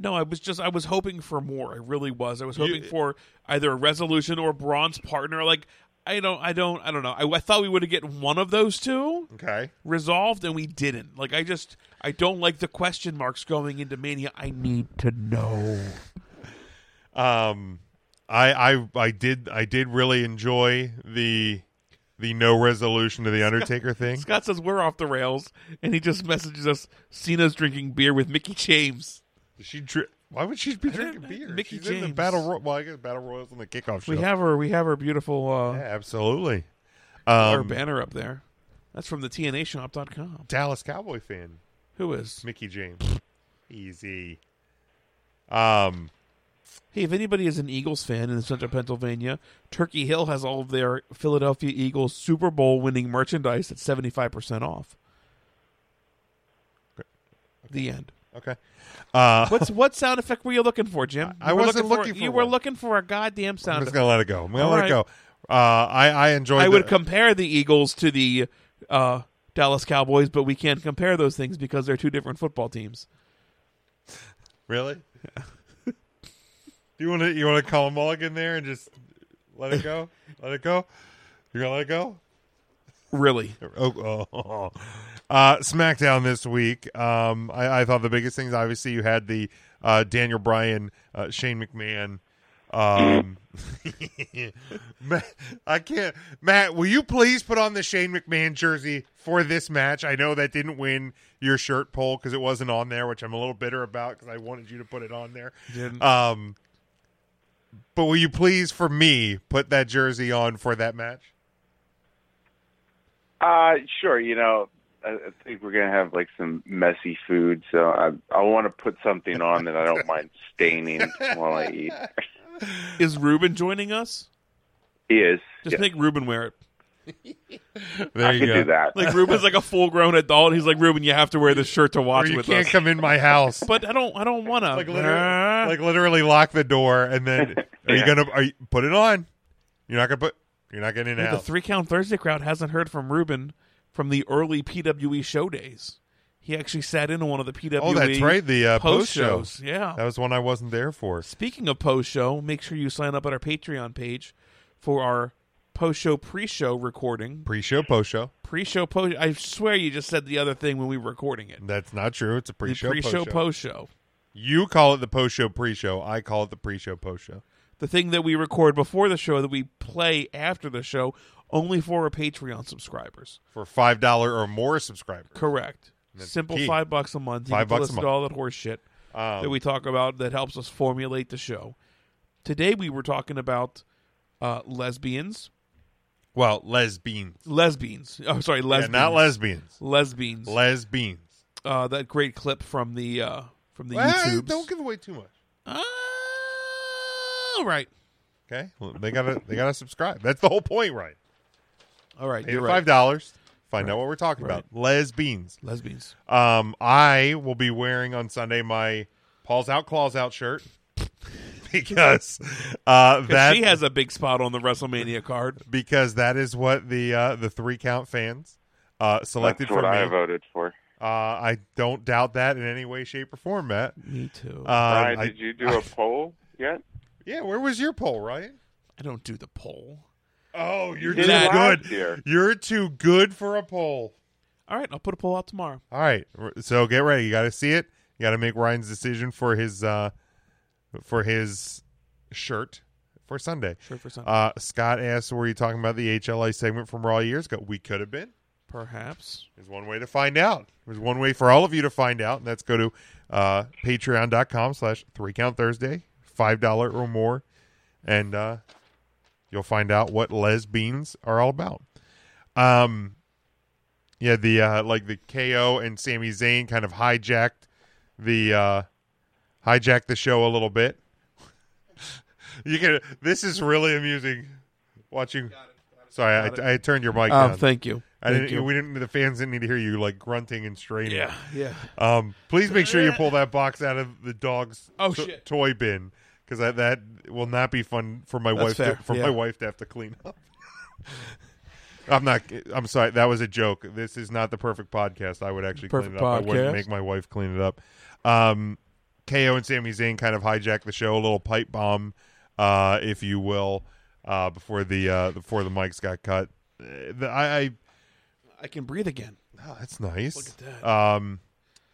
G: No, I was just I was hoping for more. I really was. I was hoping
F: You-
G: for either a resolution or Braun's partner. Like I don't I don't I don't know. I, I thought we would have get one of those two
F: Okay.
G: resolved and we didn't. Like I just I don't like the question marks going into Mania. I need to know.
F: Um I I I did I did really enjoy the the no resolution to the Undertaker thing.
G: Scott says we're off the rails and he just messages us Cena's drinking beer with Mickey James.
F: She dri- why would she be drinking beer?
G: Mickey
F: She's
G: James.
F: in the battle royal. Well, I guess battle royals on the kickoff show.
G: we have her we have her beautiful uh
F: Yeah, absolutely.
G: our
F: Um,
G: banner up there. That's from the TNAshop.com.
F: Dallas Cowboy fan.
G: Who is?
F: Mickey James? Easy. Um,
G: Hey, if anybody is an Eagles fan in central Pennsylvania, Turkey Hill has all of their Philadelphia Eagles Super Bowl winning merchandise at 75% off. The end.
F: Okay. Uh,
G: What's what sound effect were you looking for, Jim?
F: I
G: You were
F: wasn't
G: for,
F: looking for
G: You were
F: one.
G: looking for a goddamn sound.
F: I'm just gonna let it go. I'm gonna
G: All
F: let it
G: right.
F: go. Uh, I I enjoyed.
G: I
F: the-
G: would compare the Eagles to the uh, Dallas Cowboys, but we can't compare those things because they're two different football teams.
F: really. Do you want to you want to call a mulligan there and just let it go? let it go. You're gonna let it go.
G: Really?
F: Oh, oh. Uh, SmackDown this week. Um, I, I thought the biggest things. Obviously, you had the uh, Daniel Bryan, uh, Shane McMahon. Um, Matt, I can't. Matt, will you please put on the Shane McMahon jersey for this match? I know that didn't win your shirt poll because it wasn't on there, which I'm a little bitter about because I wanted you to put it on there.
G: Didn't.
F: Um, but will you please, for me, put that jersey on for that match?
H: Uh, sure. You know, I, I think we're gonna have like some messy food, so I I want to put something on that I don't mind staining while I eat.
G: Is Ruben joining us?
H: He is.
G: Just
H: Yeah.
G: make Ruben wear it.
F: There
H: I
F: you uh,
H: could
F: go.
H: do that.
G: Like Ruben's like a full grown adult. He's like Ruben, you have to wear this shirt to watch
F: or you
G: with
F: can't
G: us.
F: come in my house. Uh-huh.
G: but I don't. I don't want to.
F: like literally, like literally lock the door and then are you
G: Yeah.
F: gonna are you, put it on? You're not gonna put. You're not getting in and
G: the
F: out.
G: three count Thursday crowd hasn't heard from Ruben from the early PWE E show days. He actually sat in on one of the PWE.
F: Oh, that's right. The uh,
G: post
F: post shows.
G: Yeah.
F: That was one I wasn't there for.
G: Speaking of post show, make sure you sign up at our Patreon page for our post show pre show recording.
F: Pre show, post show.
G: Pre show post. I swear you just said the other thing when we were recording it.
F: That's not true. It's a pre show.
G: pre show post show.
F: You call it the post show pre show. I call it the pre show post show.
G: The thing that we record before the show that we play after the show only for our Patreon subscribers.
F: For five dollar or more subscribers.
G: Correct.
F: That's
G: Simple
F: key.
G: five bucks a month. You
F: Five
G: get
F: bucks
G: to
F: a
G: listen
F: month.
G: to all that horse shit
F: Um,
G: that we talk about that helps us formulate the show. Today we were talking about uh, lesbians.
F: Well, lesbians.
G: Lesbians. Oh, sorry,
F: Yeah,
G: lesbians.
F: not lesbians.
G: Lesbians.
F: Lesbians.
G: Uh, that great clip from the uh, from the
F: Well,
G: YouTube.
F: don't give away too much.
G: All right.
F: Okay. Well, they gotta they gotta subscribe. That's the whole point, right?
G: All right.
F: Pay
G: you're
F: the
G: right.
F: five dollars. Find
G: Right.
F: out what we're talking
G: Right.
F: about. Lesbians.
G: Lesbians.
F: Um, I will be wearing on Sunday my Paul's out, claws out shirt because uh,
G: 'Cause
F: that
G: she has a big spot on the WrestleMania card.
F: because that is what the uh, the three count fans uh, selected
H: That's what
F: for me.
H: I voted for.
F: Uh, I don't doubt that in any way, shape, or form, Matt. Um,
G: Me too.
F: Uh,
H: Ryan, did you do a poll yet?
F: yeah, where was your poll, Ryan?
G: I don't do the poll.
F: Oh, you're
H: You
F: too
H: did it last
F: good.
H: year.
F: You're too good for a poll.
G: All right, I'll put a poll out tomorrow.
F: All right, r- so get ready. You got to see it. You got to make Ryan's decision for his uh, for his shirt for Sunday.
G: Shirt for Sunday.
F: Uh, Scott asked, "Were you talking about the HLA segment from Raw years ago? We could have been.
G: Perhaps.
F: There's one way to find out. There's one way for all of you to find out, and that's go to uh, patreon.com slash three count Thursday, five dollar or more, and uh, you'll find out what lesbians are all about. Um, yeah, the uh, like the KO and Sami Zayn kind of hijacked the uh, hijacked the show a little bit. you can. This is really amusing. Watching. Sorry, I, I turned your mic.
G: Um,
F: down.
G: thank you.
F: I
G: Thank
F: didn't. e,
G: you.
F: We didn't. The fans didn't need to hear you like grunting and straining.
G: Yeah, yeah.
F: Um, please make sure you pull that box out of the dog's
G: Oh,
F: to-
G: shit.
F: toy bin because that that will not be fun for my
G: That's
F: wife
G: fair,
F: to, for
G: yeah.
F: my wife to have to clean up. I'm not. I'm sorry. That was a joke. This is not the perfect podcast. I would actually
G: Perfect
F: clean it up. I
G: podcast.
F: wouldn't make my wife clean it up. Um, KO and Sami Zayn kind of hijacked the show. A little pipe bomb, uh, if you will, uh, before the uh, before the mics got cut. Uh, the- I, I
G: I can breathe again.
F: Oh, that's nice.
G: Look at
F: that. Um,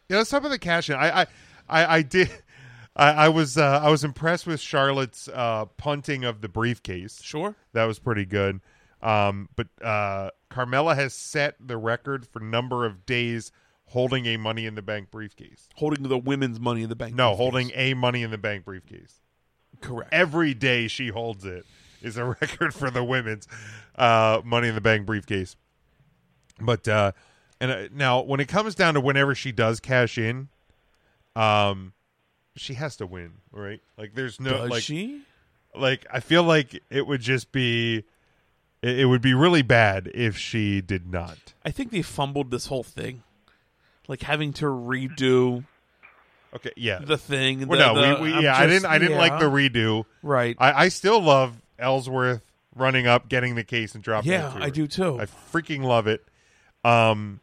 F: yeah, let's talk about the cash in. I, I, I, I did. I, I was uh, I was impressed with Charlotte's uh, punting of the briefcase.
G: Sure,
F: that was pretty good. Um, but uh, Carmella has set the record for number of days holding a Money in the Bank briefcase.
G: Holding the women's money in the bank.
F: No, holding a Money in the Bank briefcase.
G: Correct.
F: Every day she holds it is a record for the women's uh, Money in the Bank briefcase. But uh, and uh, now when it comes down to whenever she does cash in, um, she has to win, right? Like there's no
G: Does
F: like
G: she?
F: Like I feel like it would just be, it, it would be really bad if she did not.
G: I think they fumbled this whole thing, like having to redo.
F: Okay, yeah,
G: the thing.
F: Well,
G: the-
F: no,
G: the-
F: we, we,
G: I'm
F: yeah, I
G: just-
F: didn't. I didn't
G: yeah.
F: like the redo.
G: Right.
F: I, I still love Ellsworth running up, getting the case, and dropping. it
G: Yeah,
F: to
G: I
F: her.
G: do too.
F: I freaking love it. Um,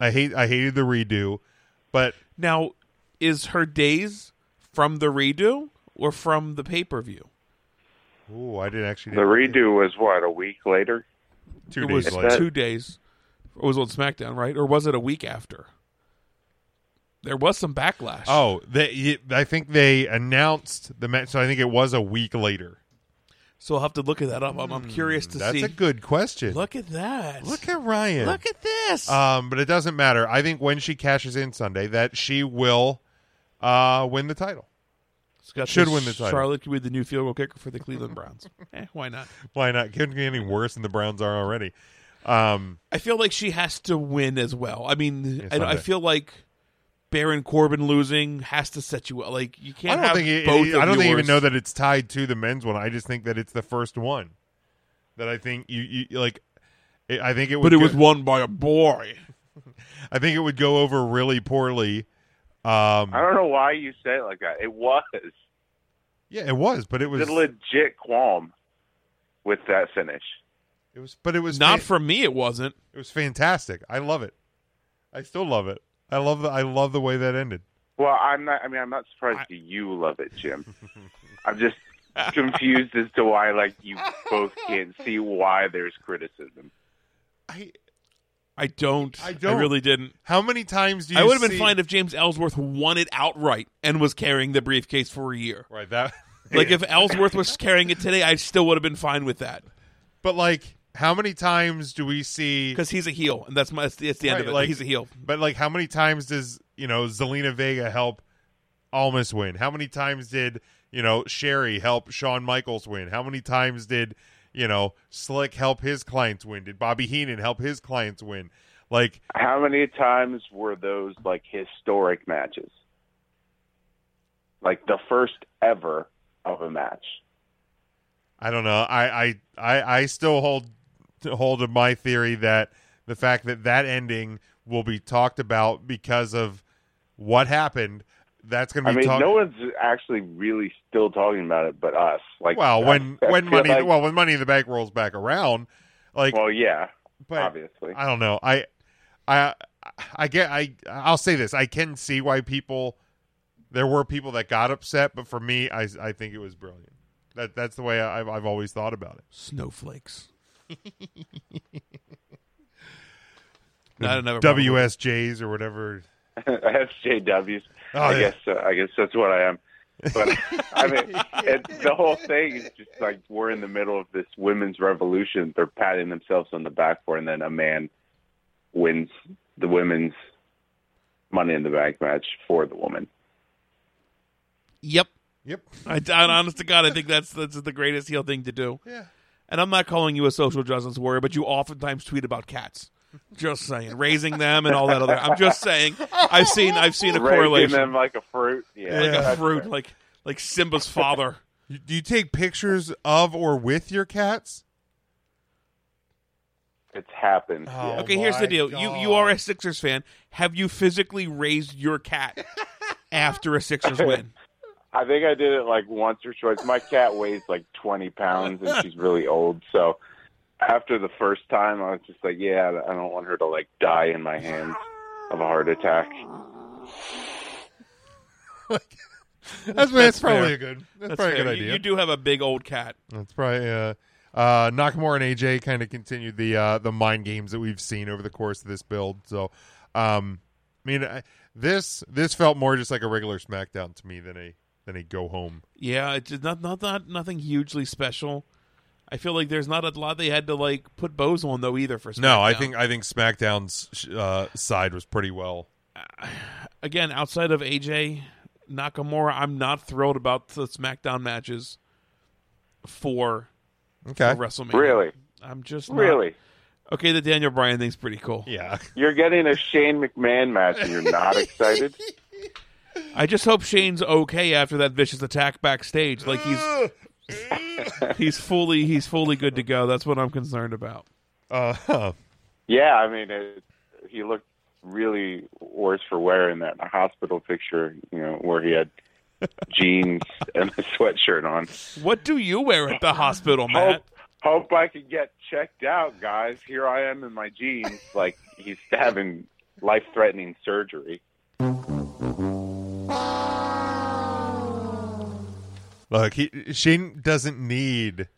F: I hate. I hated the redo, but
G: Now, is her days from the redo or from the pay per view?
F: ooh, I didn't actually.
H: The redo was what a week later.
F: Two
G: it
F: days
G: was
F: later.
G: two days. It was on SmackDown, right? Or was it a week after? There was some backlash.
F: Oh, they. I think they announced the match. So I think it was a week later.
G: So I'll have to look at that up. I'm, I'm curious to
F: Hmm, That's
G: see.
F: a good question.
G: Look at that.
F: Look at Ryan.
G: Look at this.
F: Um, but it doesn't matter. I think when she cashes in Sunday, that she will uh, win the title.
G: Scott
F: should
G: says
F: win the title.
G: Charlotte could be the new field goal kicker for the Cleveland Browns. eh, why not?
F: Why not? Couldn't be any worse than the Browns are already. Um,
G: I feel like she has to win as well. I mean,
F: Yeah,
G: I, I
F: Sunday.
G: feel like Baron Corbin losing has to set you up. Like you can't
F: I don't
G: have
F: think. It,
G: both.
F: I
G: of
F: don't think even
G: yours.
F: know that it's tied to the men's one. I just think that it's the first one that I think you, you like. It, I think it. Would
G: But it
F: go-
G: was won by a boy.
F: I think it would go over really poorly. Um,
H: I don't know why you say it like that. It was.
F: yeah, it was, but it was.
H: a legit qualm with that finish.
F: It was, but it was
G: Not
F: fan-
G: for me. It wasn't.
F: It was fantastic. I love it. I still love it. I love the I love the way that ended.
H: Well, I'm not. I mean, I'm not surprised that you love it, Jim. I'm just confused as to why, like, you both can't see why there's criticism.
G: I don't. I
F: don't.
G: really didn't.
F: How many times do you
G: I would have been
F: see-
G: fine if James Ellsworth won it outright and was carrying the briefcase for a year.
F: Right. That.
G: like if Ellsworth was carrying it today, I still would have been fine with that
F: But like, how many times do we see?
G: because he's a heel, and that's my that's the, that's the end
F: Right,
G: of it.
F: like-
G: he's a heel.
F: But like, how many times does you know Zelina Vega help Almas win? How many times did you know Sherry help Shawn Michaels win? How many times did you know Slick help his clients win? Did Bobby Heenan help his clients win? Like,
H: How many times were those like historic matches? Like the first ever of a match.
F: I don't know. I I I, I still hold hold of my theory that the fact that that ending will be talked about because of what happened. That's going to
H: I
F: be
H: mean,
F: talked.
H: no one's actually really still talking about it, but us. Like,
F: well,
H: I-
F: when
H: I
F: when
H: feel
F: money
H: like-
F: well when money in the bank rolls back around, like
H: well, yeah,
F: but
H: obviously.
F: I don't know. I I I get I I'll say this. I can see why people there were people that got upset, but for me, I I think it was brilliant. That that's the way I've I've always thought about it.
G: Snowflakes. Not another problem.
F: WSJs or whatever.
H: SJWs.
F: Oh,
H: I
F: yeah.
H: guess uh, I guess that's what I am. But I mean, it, the whole thing is just like we're in the middle of this women's revolution. They're patting themselves on the back for, and then a man wins the women's Money in the Bank match for the woman.
G: Yep.
F: Yep.
G: I doubt, honest to God, I think that's that's the greatest heel thing to do.
F: Yeah.
G: And I'm not calling you a social justice warrior, but you oftentimes tweet about cats. Just saying, raising them and all that other. I'm just saying, I've seen I've seen a
H: Raising
G: correlation.
H: them like a fruit. Yeah,
G: like a
H: that's
G: fruit,
H: fair.
G: like like Simba's father.
F: You- Do you take pictures of or with your cats?
H: It's
F: Oh
H: happened. yeah.
G: okay, here's the deal. You you are a Sixers fan. Have you physically raised your cat after a Sixers win?
H: I think I did it like once or twice. My cat weighs like 20 pounds and she's really old. So after the first time, I was just like, yeah, I don't want her to like die in my hands of a heart attack.
F: That's, that's, probably
G: fair.
F: a good. That's,
G: That's
F: probably a
G: fair.
F: good
G: You-
F: idea.
G: you do have a big old cat.
F: That's probably uh, uh, Nakamura and AJ kind of continued the uh, the mind games that we've seen over the course of this build. So, um, I mean, I, this this felt more just like a regular SmackDown to me than a than a go home.
G: Yeah, it's just not not not nothing hugely special. I feel like there's not a lot they had to like put bows on though either for. SmackDown.
F: No, I think I think SmackDown's uh, side was pretty well.
G: again outside of AJ Nakamura, I'm not thrilled about the SmackDown matches for,
F: Okay.
G: for WrestleMania.
H: Really?
G: I'm just not-
H: Really?
G: okay. The Daniel Bryan thing's pretty cool.
F: Yeah,
H: You're getting a Shane McMahon match and you're not excited?
G: I just hope Shane's okay after that vicious attack backstage. Like he's he's fully he's fully good to go. That's what I'm concerned about.
F: Uh,
H: Yeah, I mean, it, he looked really worse for wear in that hospital picture, you know, where he had jeans and a sweatshirt on.
G: What do you wear at the
H: Oh.
G: hospital, Matt?
H: hope I could get checked out, guys. Here I am in my jeans, like he's having life-threatening surgery.
F: look, he, Shane doesn't need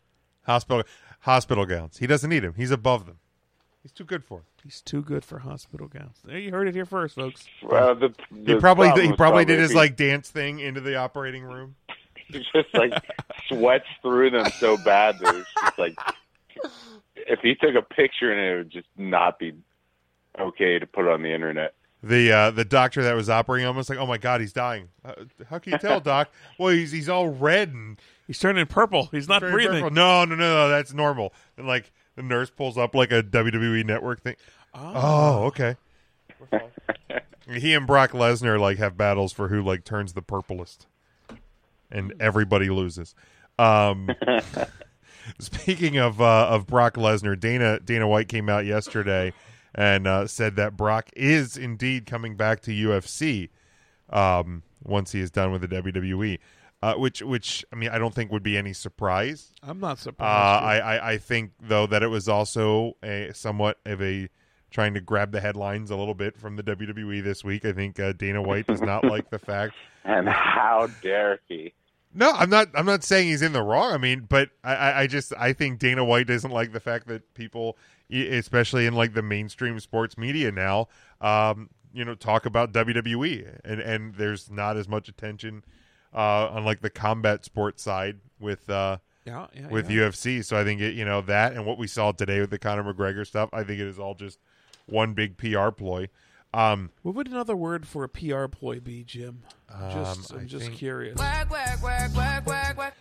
F: hospital hospital gowns. He doesn't need them. He's above them. He's too good for it.
G: He's too good for hospital gowns. There, you heard it here first, folks.
H: Well, the,
F: He
H: the
F: probably
H: problem
F: he
H: is
F: probably did his
H: he
F: like dance thing into the operating room.
H: just like sweats through them so bad that it's just like if he took a picture and it would just not be okay to put on the internet.
F: the uh, the doctor that was operating on him was like, "Oh my god, he's dying." Uh, how can you tell, doc? Well, he's he's all red and
G: he's turning purple. He's not
F: turning
G: breathing.
F: purple. No, no, no, no, that's normal. And like the nurse pulls up like a WWE network thing.
G: Ah.
F: Oh, okay. he and Brock Lesnar like have battles for who like turns the purplest, and everybody loses. Um, speaking of uh, of Brock Lesnar, Dana Dana White came out yesterday and uh, said that Brock is indeed coming back to UFC um, once he is done with the WWE. Uh, which, which I mean, I don't think would be any surprise.
G: I'm not
F: Uh,
G: surprised.
F: I, I, I think though that it was also a somewhat of a trying to grab the headlines a little bit from the WWE this week. I think uh, Dana White does not like the fact.
H: And how dare he?
F: No, I'm not. I'm not saying he's in the wrong. I mean, but I- I, I just I think Dana White doesn't like the fact that people, e- especially in like the mainstream sports media now, um, you know, talk about WWE and and there's not as much attention uh, on like the combat sports side with uh,
G: Yeah, yeah,
F: with
G: yeah.
F: UFC. So I think it, you know that and what we saw today with the Conor McGregor stuff. I think it is all just one big PR ploy. Um,
G: What would another word for a PR ploy be, Jim? just,
F: Um, I
G: I'm just
F: think-
G: curious.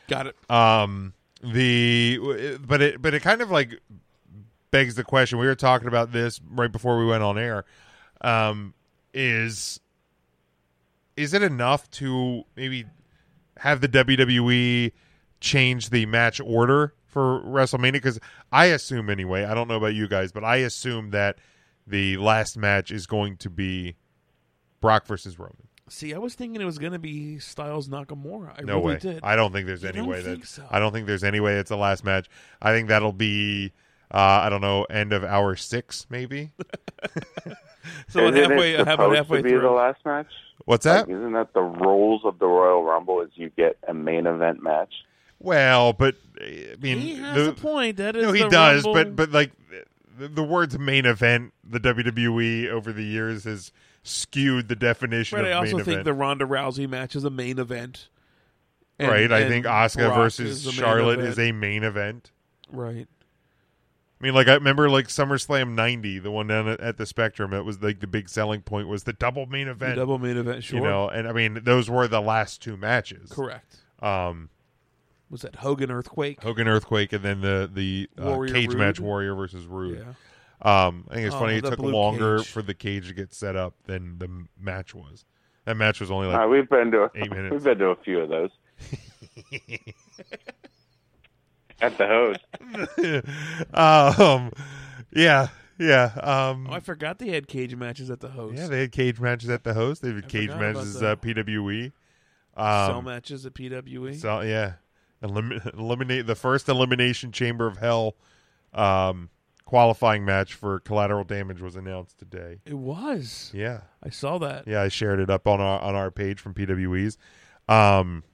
M: Got
G: it.
F: Um, the but it but it kind of like begs the question. We were talking about this right before we went on air. Um, is is it enough to maybe have the WWE change the match order for WrestleMania? Because I assume anyway. I don't know about you guys, but I assume that the last match is going to be Brock versus Roman.
G: See, I was thinking it was going to be Styles Nakamura. I
F: no
G: really
F: way.
G: did.
F: I don't think there's
G: You
F: any
G: don't
F: way
G: think
F: that
G: so.
F: I don't think there's any way it's the last match. I think that'll be uh, I don't know end of hour six maybe.
G: So
H: Isn't it
G: halfway- how about
H: supposed
G: halfway
H: to be
G: through?
H: the last match?
F: What's that?
H: Like, isn't that the rules of the Royal Rumble? Is you get a main event match?
F: well, but uh, I mean,
G: He has
F: the-
G: a point. That is
F: no, he
G: the
F: does,
G: Rumble.
F: but but like the, the words main event, the WWE over the years has skewed the definition
G: Right, I
F: of main
G: also
F: event.
G: think the Ronda Rousey match is a main event. And-
F: right, I
G: and
F: think Oscar
G: Brock
F: versus
G: is the main
F: Charlotte
G: event.
F: is a main event.
G: right.
F: I mean, like I remember, like SummerSlam '90, the one down at- at the Spectrum. It was like the big selling point was the double main event,
G: double main event, sure.
F: You know, and I mean, those were the last two matches,
G: Correct.
F: Um,
G: Was that Hogan earthquake?
F: Hogan Earthquake, and then the the uh,
G: Warrior
F: cage
G: Rude?
F: match Warrior versus Rude.
G: Yeah.
F: Um, I think it's
G: Oh,
F: funny it
G: the
F: took
G: blue
F: longer
G: cage.
F: for the cage to get set up than the m- match was. That match was only like
H: Uh, we've been to
F: eight minutes.
H: we've been to a few of those at the host.
F: um, yeah, yeah. Um,
G: Oh, I forgot they had cage matches at the host.
F: yeah, they had cage matches at the host. They had cage
G: forgot about
F: matches
G: that.
F: uh, PWE.
G: cell
F: Um,
G: matches at E? PWE.
F: So yeah, Elim- eliminate the first elimination chamber of hell um, qualifying match for collateral damage was announced today.
G: it was.
F: Yeah,
G: I saw that.
F: Yeah, I shared it up on our on our page from PWE's. Um,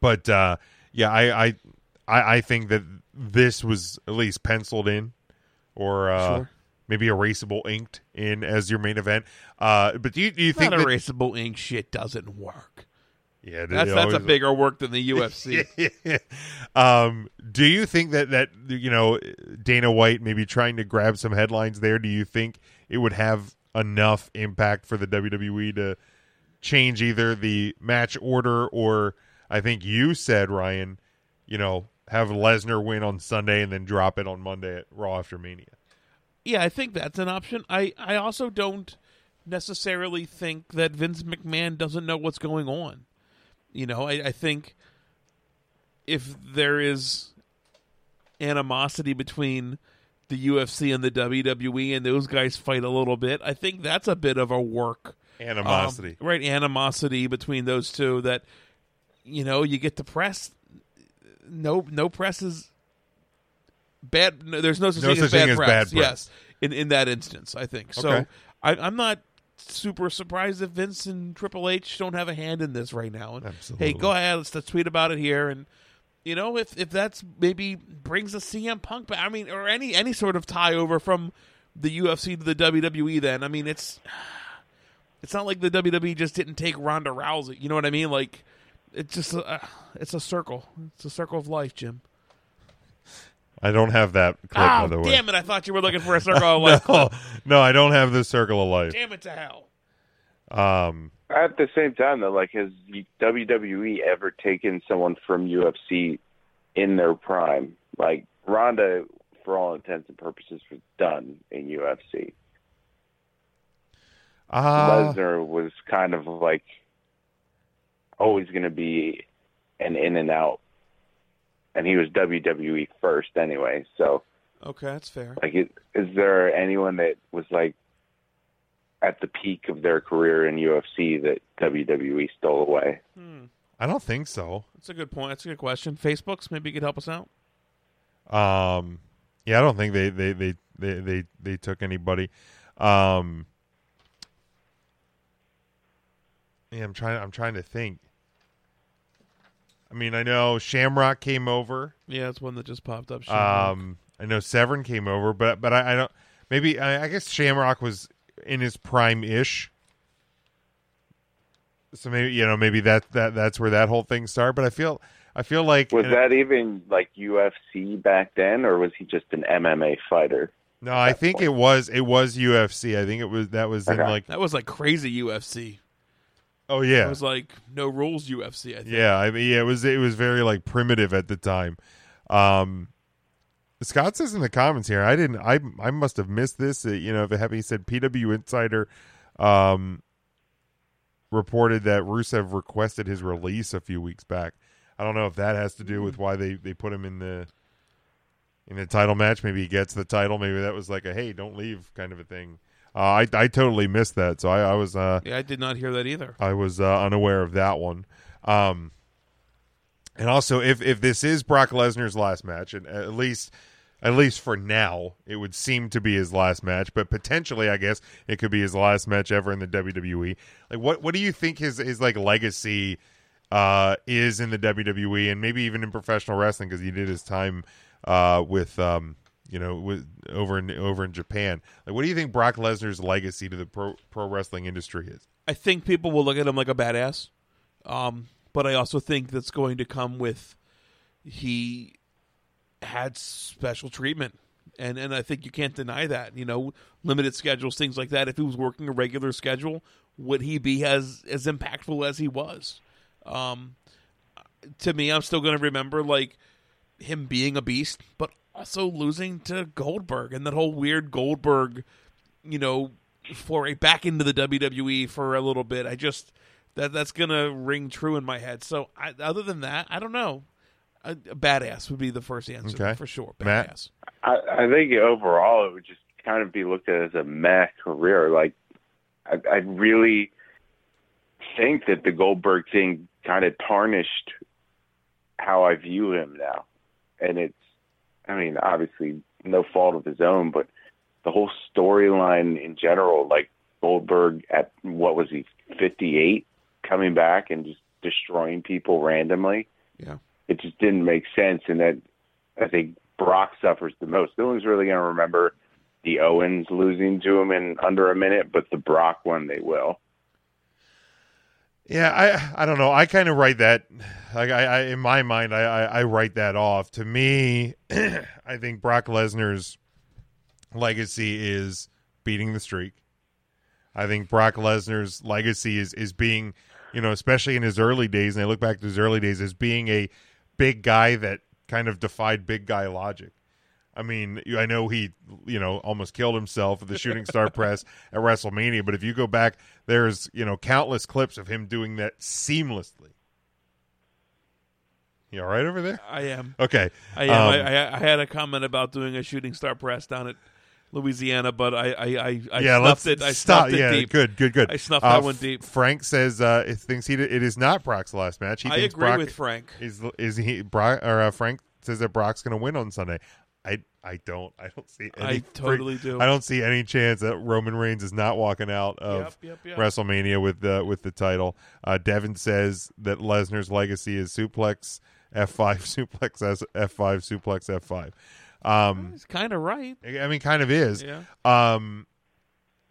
F: but uh, yeah, I, I I I think that this was at least penciled in, or uh,
G: Sure.
F: maybe erasable inked in as your main event. Uh, but do you do you
G: That
F: think that,
G: erasable ink shit doesn't work.
F: Yeah, they
G: that's that's a
F: always-
G: bigger work than the UFC.
F: um, do you think that that you know Dana White maybe trying to grab some headlines there? Do you think it would have enough impact for the WWE to change either the match order or I think you said Ryan, you know, have Lesnar win on Sunday and then drop it on Monday at Raw after Mania.
G: Yeah, I think that's an option. I, I also don't necessarily think that Vince McMahon doesn't know what's going on. You know, I, I think if there is animosity between the UFC and the WWE and those guys fight a little bit, I think that's a bit of a work.
F: Animosity.
G: Um, right, animosity between those two that, you know, you get the press. No, no press is bad. No, there's no such
F: No
G: thing,
F: such
G: as, bad
F: thing as
G: press.
F: bad press.
G: Yes, in in that instance, I think so.
F: Okay.
G: I, I'm not super surprised if Vince and Triple H don't have a hand in this right now. And hey, go ahead, let's, let's tweet about it here, and you know if if that's maybe brings a CM Punk back. I mean, or any any sort of tie over from the UFC to the WWE. Then I mean, it's it's not like the WWE just didn't take Ronda Rousey. You know what I mean? Like it's just a, uh, it's a circle. It's a circle of life, Jim.
F: I don't have that clip by
G: Oh,
F: the way.
G: damn it! I thought you were looking for a circle of life.
F: no,
G: clip.
F: no, I don't have the circle of life.
G: Damn it to hell!
F: Um
H: At the same time, though, like has WWE ever taken someone from UFC in their prime? Like Ronda, for all intents and purposes, was done in UFC.
F: uh,
H: Lesnar was kind of like always going to be an in and out, and he was WWE first anyway. So,
G: Okay, that's fair.
H: like, is, is there anyone that was like at the peak of their career in UFC that WWE stole away?
F: I don't think so.
G: That's a good point. That's a good question. Facebooks maybe you could help us out.
F: Um, yeah, I don't think they they they they they they took anybody. Um, yeah, I'm trying. I'm trying to think. I mean, I know Shamrock came over.
G: Yeah, it's one that just popped up. Shamrock.
F: Um, I know Severn came over, but but I, I don't. Maybe I, I guess Shamrock was in his prime ish. So maybe you know maybe that that that's where that whole thing started. But I feel I feel like
P: Was
F: and-
P: that even like UFC back then, or was he just an MMA fighter?
F: No, I think it was it was UFC. I think it was that was in like
G: that was like crazy UFC.
F: oh yeah
G: it was like no rules UFC. I think.
F: yeah I mean yeah, it was it was very like primitive at the time. Um, Scott says in the comments here, I didn't I I must have missed this. uh, you know, if it happened, he said PW Insider um reported that Rusev requested his release a few weeks back. I don't know if that has to do
G: Hmm.
F: with why they they put him in the in the title match. Maybe he gets the title. Maybe that was like a hey, don't leave kind of a thing. Uh, I I totally missed that, so I, I was uh,
G: Yeah, I did not hear that either.
F: I was uh, unaware of that one. Um, and also, if if this is Brock Lesnar's last match, and at least at least for now, it would seem to be his last match. But potentially, I guess it could be his last match ever in the WWE. Like, what what do you think his his like legacy uh, is in the WWE, and maybe even in professional wrestling because he did his time uh, with. Um, you know, with, over in over in Japan, like, what do you think Brock Lesnar's legacy to the pro pro wrestling industry is?
G: I think people will look at him like a badass, um, but I also think that's going to come with he had special treatment, and and I think you can't deny that. You know, limited schedules, things like that. If he was working a regular schedule, would he be as as impactful as he was? Um, to me, I'm still going to remember like him being a beast, but also losing to Goldberg and that whole weird Goldberg, you know, foray back into the WWE for a little bit. I just that that's gonna ring true in my head. So, I, other than that, I don't know. A, a badass would be the first answer
F: Okay.
G: for sure. Badass.
F: Matt?
P: I, I think overall it would just kind of be looked at as a meh career. Like, I, I really think that the Goldberg thing kind of tarnished how I view him now. And it's, I mean, obviously no fault of his own, but the whole storyline in general, like Goldberg at what was he, 58, coming back and just destroying people randomly.
G: Yeah.
P: It just didn't make sense. And that I think Brock suffers the most. No one's really going to remember the Owens losing to him in under a minute, but the Brock one they will.
F: Yeah, I I don't know. I kind of write that. Like I, I in my mind, I, I I write that off. To me, I think Brock Lesnar's legacy is beating the streak. I think Brock Lesnar's legacy is is being, you know, especially in his early days, and I look back to his early days as being a big guy that kind of defied big guy logic. I mean, you- I know he, you know, almost killed himself at the Shooting Star Press at WrestleMania, but if you go back, there's, you know, countless clips of him doing that seamlessly. You all right over there?
G: I am
F: Okay.
G: I am.
F: Um,
G: I, I, I had a comment about doing a shooting star press down at Louisiana, but I I I, I
F: yeah, let's
G: snuffed it. I
F: stop.
G: snuffed it
F: yeah,
G: deep.
F: good, good, good.
G: I snuffed
F: Uh,
G: that one
F: F-
G: deep.
F: Frank says uh, it thinks he it is not Brock's last match. He
G: I
F: thinks
G: agree
F: Brock
G: with Frank.
F: Is is he Brock or uh, Frank says that Brock's going to win on Sunday. I I don't I don't see
G: I
F: any freak-
G: totally do.
F: I don't see any chance that Roman Reigns is not walking out of
G: Yep, yep, yep.
F: WrestleMania with the with the title. Uh, Devin says that Lesnar's legacy is suplex F five suplex S F five suplex F five. Um,
G: He's kind of right.
F: I mean, kind of is.
G: Yeah.
F: Um,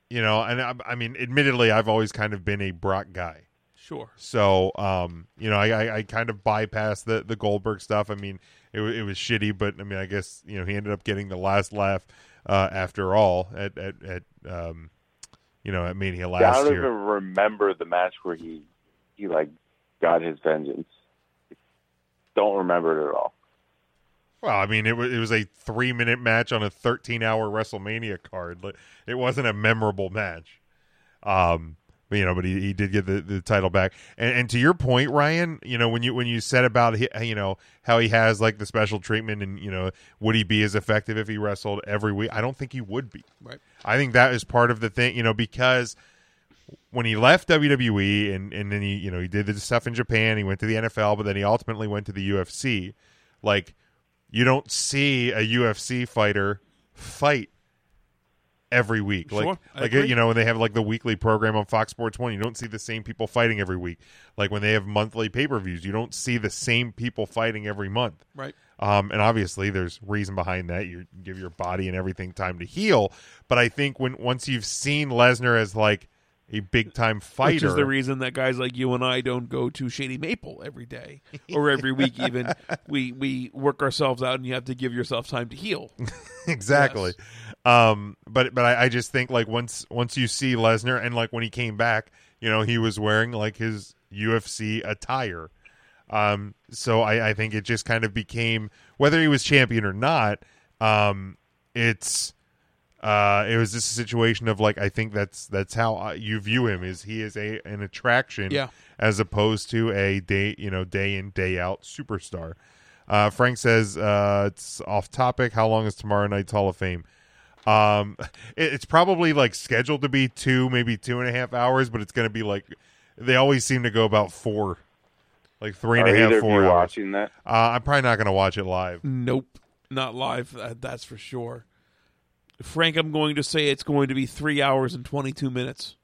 F: you know, and I, I mean, admittedly, I've always kind of been a Brock guy.
G: Sure.
F: So, um, you know, I, I, I kind of bypassed the, the Goldberg stuff. I mean, it, wa- it was shitty, but I mean, I guess you know he ended up getting the last laugh uh, after all at at, at um, you know at Mania last
P: yeah, I don't
F: year.
P: even remember the match where he he like got his vengeance. Don't remember it at all.
F: Well, I mean, it was it was a three minute match on a thirteen hour WrestleMania card. Like, It wasn't a memorable match, um, but, you know. But he, he did get the, the title back. And, and to your point, Ryan, you know when you when you said about he, you know how he has like the special treatment, and you know would he be as effective if he wrestled every week? I don't think he would be.
G: Right.
F: I think that is part of the thing, you know, because when he left WWE and and then he you know he did the stuff in Japan, he went to the NFL, but then he ultimately went to the UFC. Like you don't see a UFC fighter fight every week. Like,
G: Sure, I
F: like
G: agree.
F: you know, when they have like the weekly program on Fox Sports One, you don't see the same people fighting every week. Like when they have monthly pay per views, you don't see the same people fighting every month.
G: Right.
F: Um, and obviously, there's reason behind that. You give your body and everything time to heal. But I think when once you've seen Lesnar as like a big time fighter,
G: Which is the reason that guys like you and I don't go to Shady Maple every day or every week. Even we we work ourselves out, and you have to give yourself time to heal.
F: exactly. Um, but but I, I just think like once once you see Lesnar and like when he came back, you know, he was wearing like his UFC attire. Um, so I, I think it just kind of became whether he was champion or not. Um, it's uh, it was just a situation of like I think that's that's how I, you view him is he is a an attraction
G: Yeah.
F: as opposed to a day you know day in day out superstar. Uh, Frank says uh, it's off topic. How long is tomorrow night's Hall of Fame? Um, it- it's probably like scheduled to be two, maybe two and a half hours, but it's going to be like they always seem to go about four, like three and
P: Are
F: a half,
P: either of
F: four.
P: you
F: hours.
P: watching that?
F: Uh, I'm probably not going to watch it live.
G: Nope, not live. That, that's for sure. Frank, I'm going to say it's going to be three hours and twenty two minutes.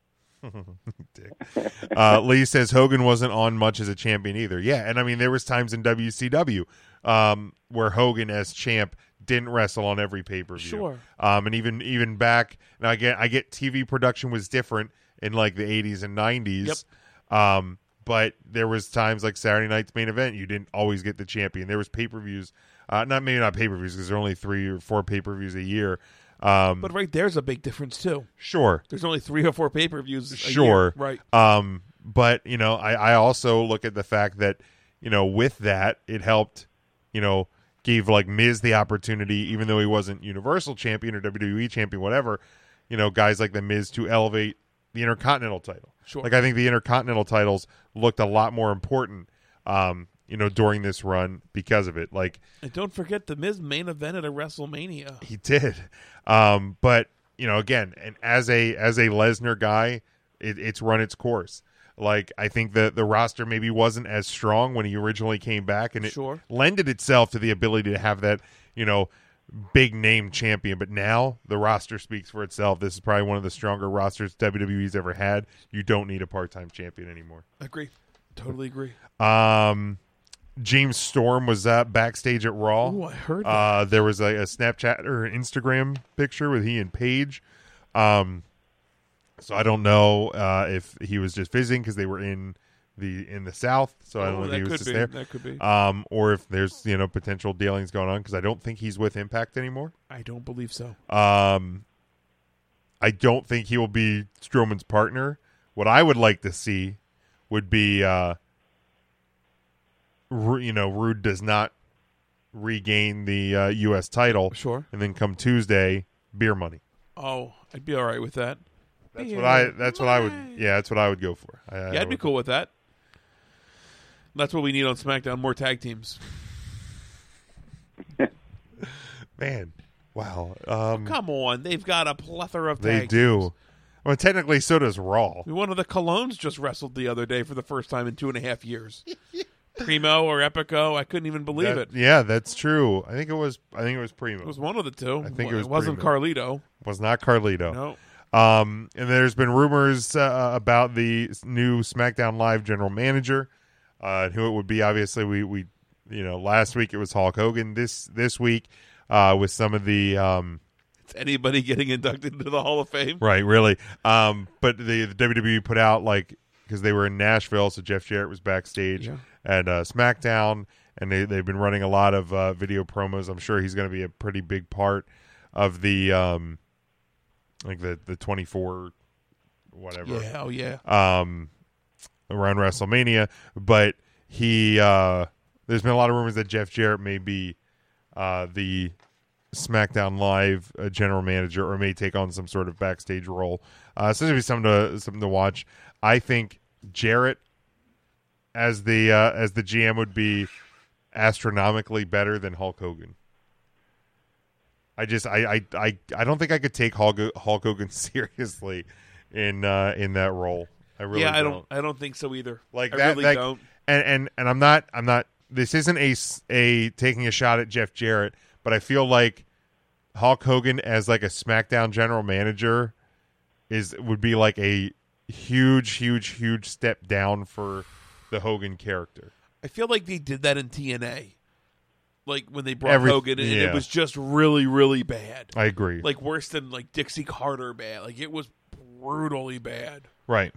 F: Uh, Lee says Hogan wasn't on much as a champion either. Yeah, and I mean there was times in WCW um, where Hogan as champ didn't wrestle on every pay per view.
G: Sure.
F: Um, and even even back now again I get TV production was different in like the 80s and 90s. Yep. Um, but there was times like Saturday night's main event you didn't always get the champion. There was pay per views, uh, not maybe not pay per views because there are only three or four pay per views a year. Um,
G: But right there's a big difference too.
F: Sure.
G: there's only three or four pay per views.
F: sure
G: right?
F: um but you know i i also look at the fact that you know with that it helped you know gave like miz the opportunity even though he wasn't universal champion or wwe champion whatever you know guys like the miz to elevate the intercontinental title
G: Sure.
F: like i think the intercontinental titles looked a lot more important um you know during this run because of it like
G: And don't forget the Miz main event at a WrestleMania.
F: he did. Um, but you know, again, and as a as a Lesnar guy, it, it's run its course. Like I think the the roster maybe wasn't as strong when he originally came back, and it
G: Sure.
F: lended itself to the ability to have that you know big name champion. But now the roster speaks for itself. This is probably one of the stronger rosters WWE's ever had. You don't need a part time champion anymore.
G: Agree, totally agree.
F: Um, James Storm was uh, backstage at Raw.
G: Ooh, I heard that.
F: Uh, there was a, a Snapchat or an Instagram picture with he and Paige. Um, so I don't know uh, if he was just visiting because they were in the in the South. So I
G: Oh,
F: don't know if
G: that
F: he was
G: could
F: just
G: be.
F: there.
G: That could be.
F: Um, or if there's you know potential dealings going on because I don't think he's with Impact anymore.
G: I don't believe so.
F: Um, I don't think he will be Strowman's partner. What I would like to see would be, uh, Ru- you know, Rude does not regain the uh, U.S. title.
G: Sure.
F: And then come Tuesday, beer money.
G: Oh, I'd be all right with that.
F: That's what I. That's what I would. Yeah, that's what I would go for. I, I
G: Yeah, I'd be
F: would-
G: cool with that. That's what we need on SmackDown. More tag teams.
F: Man, wow. Um,
G: Come on, they've got a plethora of.
F: they
G: tag teams.
F: do. Well, technically, so does Raw.
G: One of the Colones just wrestled the other day for the first time in two and a half years. Primo or Epico, I couldn't even believe
F: That-
G: it.
F: Yeah, that's true. I think it was. I think it was Primo.
G: It was one of the two.
F: I think
G: Wa-
F: it was.
G: It wasn't
F: Primo. Oh.
G: Carlito.
F: Was not Carlito.
G: No.
F: Um, and there's been rumors uh, about the s- new SmackDown Live general manager, uh, and who it would be. Obviously, we we you know last week it was Hulk Hogan. This this week uh, with some of the um,
G: It's anybody getting inducted into the Hall of Fame.
F: Right, really. Um, but the, the WWE put out like because they were in Nashville, so Jeff Jarrett was backstage
G: Yeah.
F: at uh, SmackDown, and they they've been running a lot of uh, video promos. I'm sure he's going to be a pretty big part of the um, like the the 24 whatever.
G: Yeah, oh, yeah.
F: Um, around WrestleMania, but he uh, there's been a lot of rumors that Jeff Jarrett may be uh, the SmackDown Live uh, general manager, or may take on some sort of backstage role. Uh, so it'll be something to something to watch. I think Jarrett as the uh, as the GM would be astronomically better than Hulk Hogan. I just I I I, I don't think I could take Hulk, Hulk Hogan seriously in uh, in that role. I really
G: yeah, I
F: don't.
G: don't. I don't think so either.
F: Like
G: I
F: that,
G: really
F: like-
G: don't.
F: And and and I'm not I'm not. This isn't a s- a taking a shot at Jeff Jarrett, but I feel like Hulk Hogan as like a SmackDown general manager is would be like a huge, huge, huge step down for the Hogan character.
G: I feel like they did that in TNA. Like when they brought
F: Every-
G: Hogan and
F: yeah.
G: it was just really, really bad.
F: I agree.
G: Like worse than like Dixie Carter bad. Like it was brutally bad.
F: Right.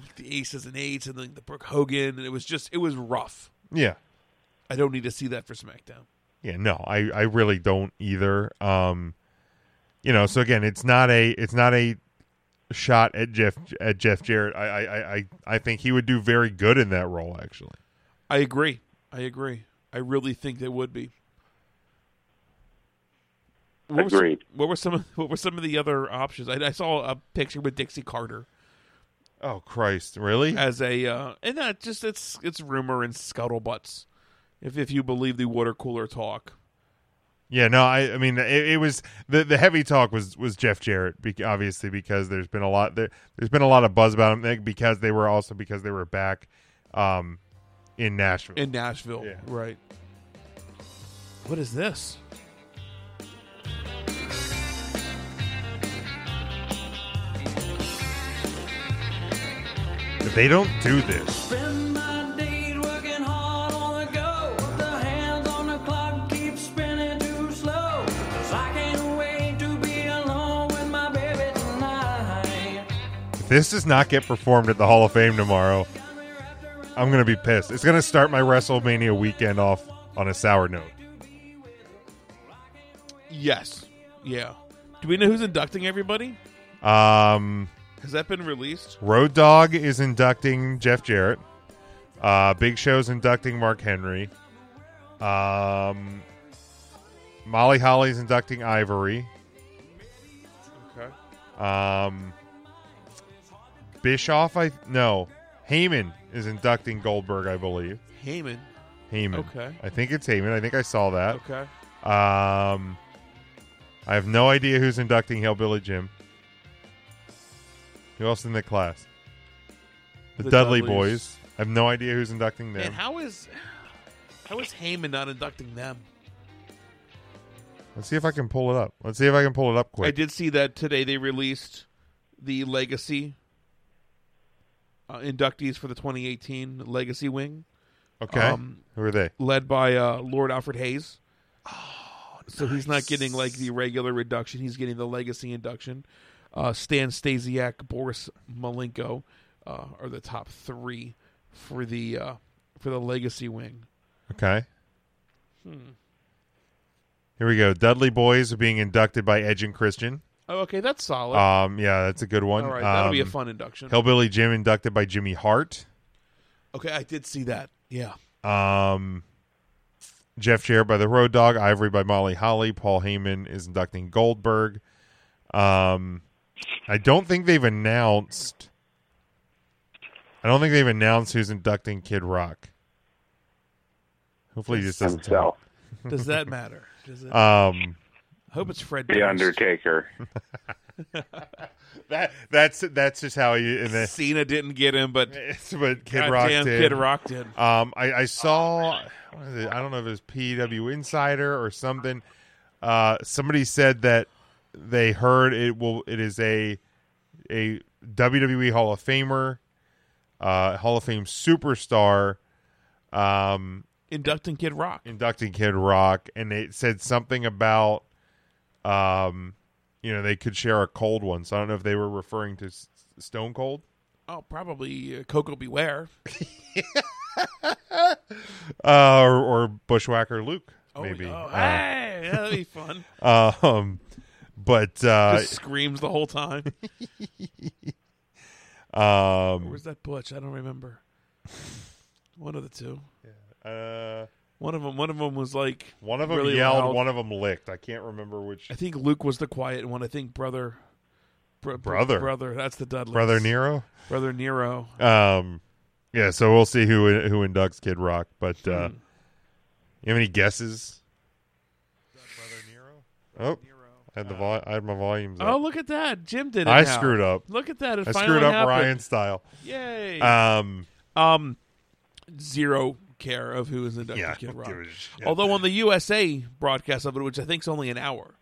G: Like the aces and eights and like the Brooke Hogan and it was just it was rough.
F: Yeah.
G: I don't need to see that for SmackDown.
F: Yeah, no, I, I really don't either. Um, you know, so again, it's not a it's not a shot at Jeff at Jeff Jarrett. I I I- I, I think he would do very good in that role actually.
G: I agree. I agree. I really think they would be. What were some-
F: Agreed.
G: what were some of, what were some of the other options? I, I saw a picture with Dixie Carter.
F: Oh Christ, really?
G: As a uh, and that just it's it's rumor and scuttlebutts, if if you believe the water cooler talk.
F: Yeah, no, I, I mean, it, it was the the heavy talk was was Jeff Jarrett, bec obviously because there's been a lot there, there's been a lot of buzz about him like, because they were also because they were back, um, in Nashville.
G: In Nashville, right? What is this?
F: They don't do this.
M: Spend my days working hard on the go. The hands on the clock keep spinning too slow. 'Cause I can't wait to be alone with my baby tonight.
F: If this does not get performed at the Hall of Fame tomorrow, I'm gonna be pissed. It's gonna start my WrestleMania weekend off on a sour note.
G: Yes. Yeah. Do we know who's inducting everybody?
F: Um,
G: Has that been released?
F: Road Dog is inducting Jeff Jarrett. Uh, Big Show's inducting Mark Henry. Um, Molly Holly's inducting Ivory.
G: Okay.
F: Um, Bischoff, I no, Heyman is inducting Goldberg, I believe.
G: Heyman.
F: Heyman.
G: Okay.
F: I think it's Heyman. I think I saw that.
G: Okay.
F: Um, I have no idea who's inducting Hillbilly Jim. Who else in the class? The,
G: The
F: Dudley
G: Dudleys.
F: Boys. I have no idea who's inducting them.
G: Man, how is how is Heyman not inducting them?
F: Let's see if I can pull it up. Let's see if I can pull it up quick.
G: I did see that today they released the legacy uh, inductees for the 2018 legacy wing.
F: Okay.
G: um,
F: Who are they?
G: Led by uh, Lord Alfred Hayes.
F: Oh,
G: So he's not getting like the regular reduction; he's getting the legacy induction. Uh, Stan Stasiak, Boris Malenko uh, are the top three for the uh, for the legacy wing.
F: Okay.
G: Hmm.
F: Here we go. Dudley Boys are being inducted by Edge and Christian.
G: Oh, okay, that's solid.
F: Um, yeah, that's a good one.
G: All right, that'll be a
F: Um,
G: fun induction.
F: Hillbilly Jim inducted by Jimmy Hart.
G: okay, I did see that. Yeah.
F: Um, Jeff Jarrett by the Road Dog, Ivory by Molly Holly, Paul Heyman is inducting Goldberg. Um, I don't think they've announced. I don't think they've announced who's inducting Kid Rock. Hopefully, he just doesn't tell.
G: Does that matter? Does it?
F: Um,
G: I hope it's Fred.
F: The
G: Durst.
F: Undertaker. that that's that's just how you. And then,
G: Cena didn't get him, but
F: but Kid
G: Goddamn
F: Rock did.
G: Kid Rock did.
F: Um, I,
G: Oh,
F: I saw. what is it? I don't know if it was PW Insider or something. Uh, somebody said that they heard it will. It is a a WWE Hall of Famer, uh, Hall of Fame superstar. Um,
G: inducting Kid Rock.
F: Inducting Kid Rock, and it said something about, um, you know, they could share a cold one. So I don't know if they were referring to S- Stone Cold.
G: Oh, probably uh, Coco Beware.
F: uh, or, or Bushwhacker Luke,
G: Oh,
F: maybe.
G: oh,
F: Uh,
G: hey, that'd be fun.
F: um, but uh,
G: Just screams the whole time.
F: um,
G: Where's that Butch? I don't remember. One of the two.
F: Yeah. Uh,
G: one of them. One of them was like
F: one of them
G: really
F: yelled,
G: loud.
F: one of them licked. I can't remember which.
G: I think Luke was the quiet one. I think brother, br- br-
F: Brother.
G: brother. That's the Dudley
F: Brother Nero?
G: Brother Nero.
F: Um, yeah, so we'll see who who inducts Kid Rock. But uh,
G: Hmm.
F: you have any guesses? Brother Nero. Oh, I had the vol- I had my volumes.
G: Oh,
F: up.
G: look at that! Jim did it.
F: I
G: now.
F: screwed up.
G: Look at that! It
F: I
G: finally
F: screwed up
G: happened.
F: Ryan style.
G: Yay!
F: Um,
G: um, zero care of who is inducted.
F: Yeah,
G: Kid
F: don't
G: Rock.
F: give a shit.
G: Although on the USA broadcast of it, which I think is only an hour,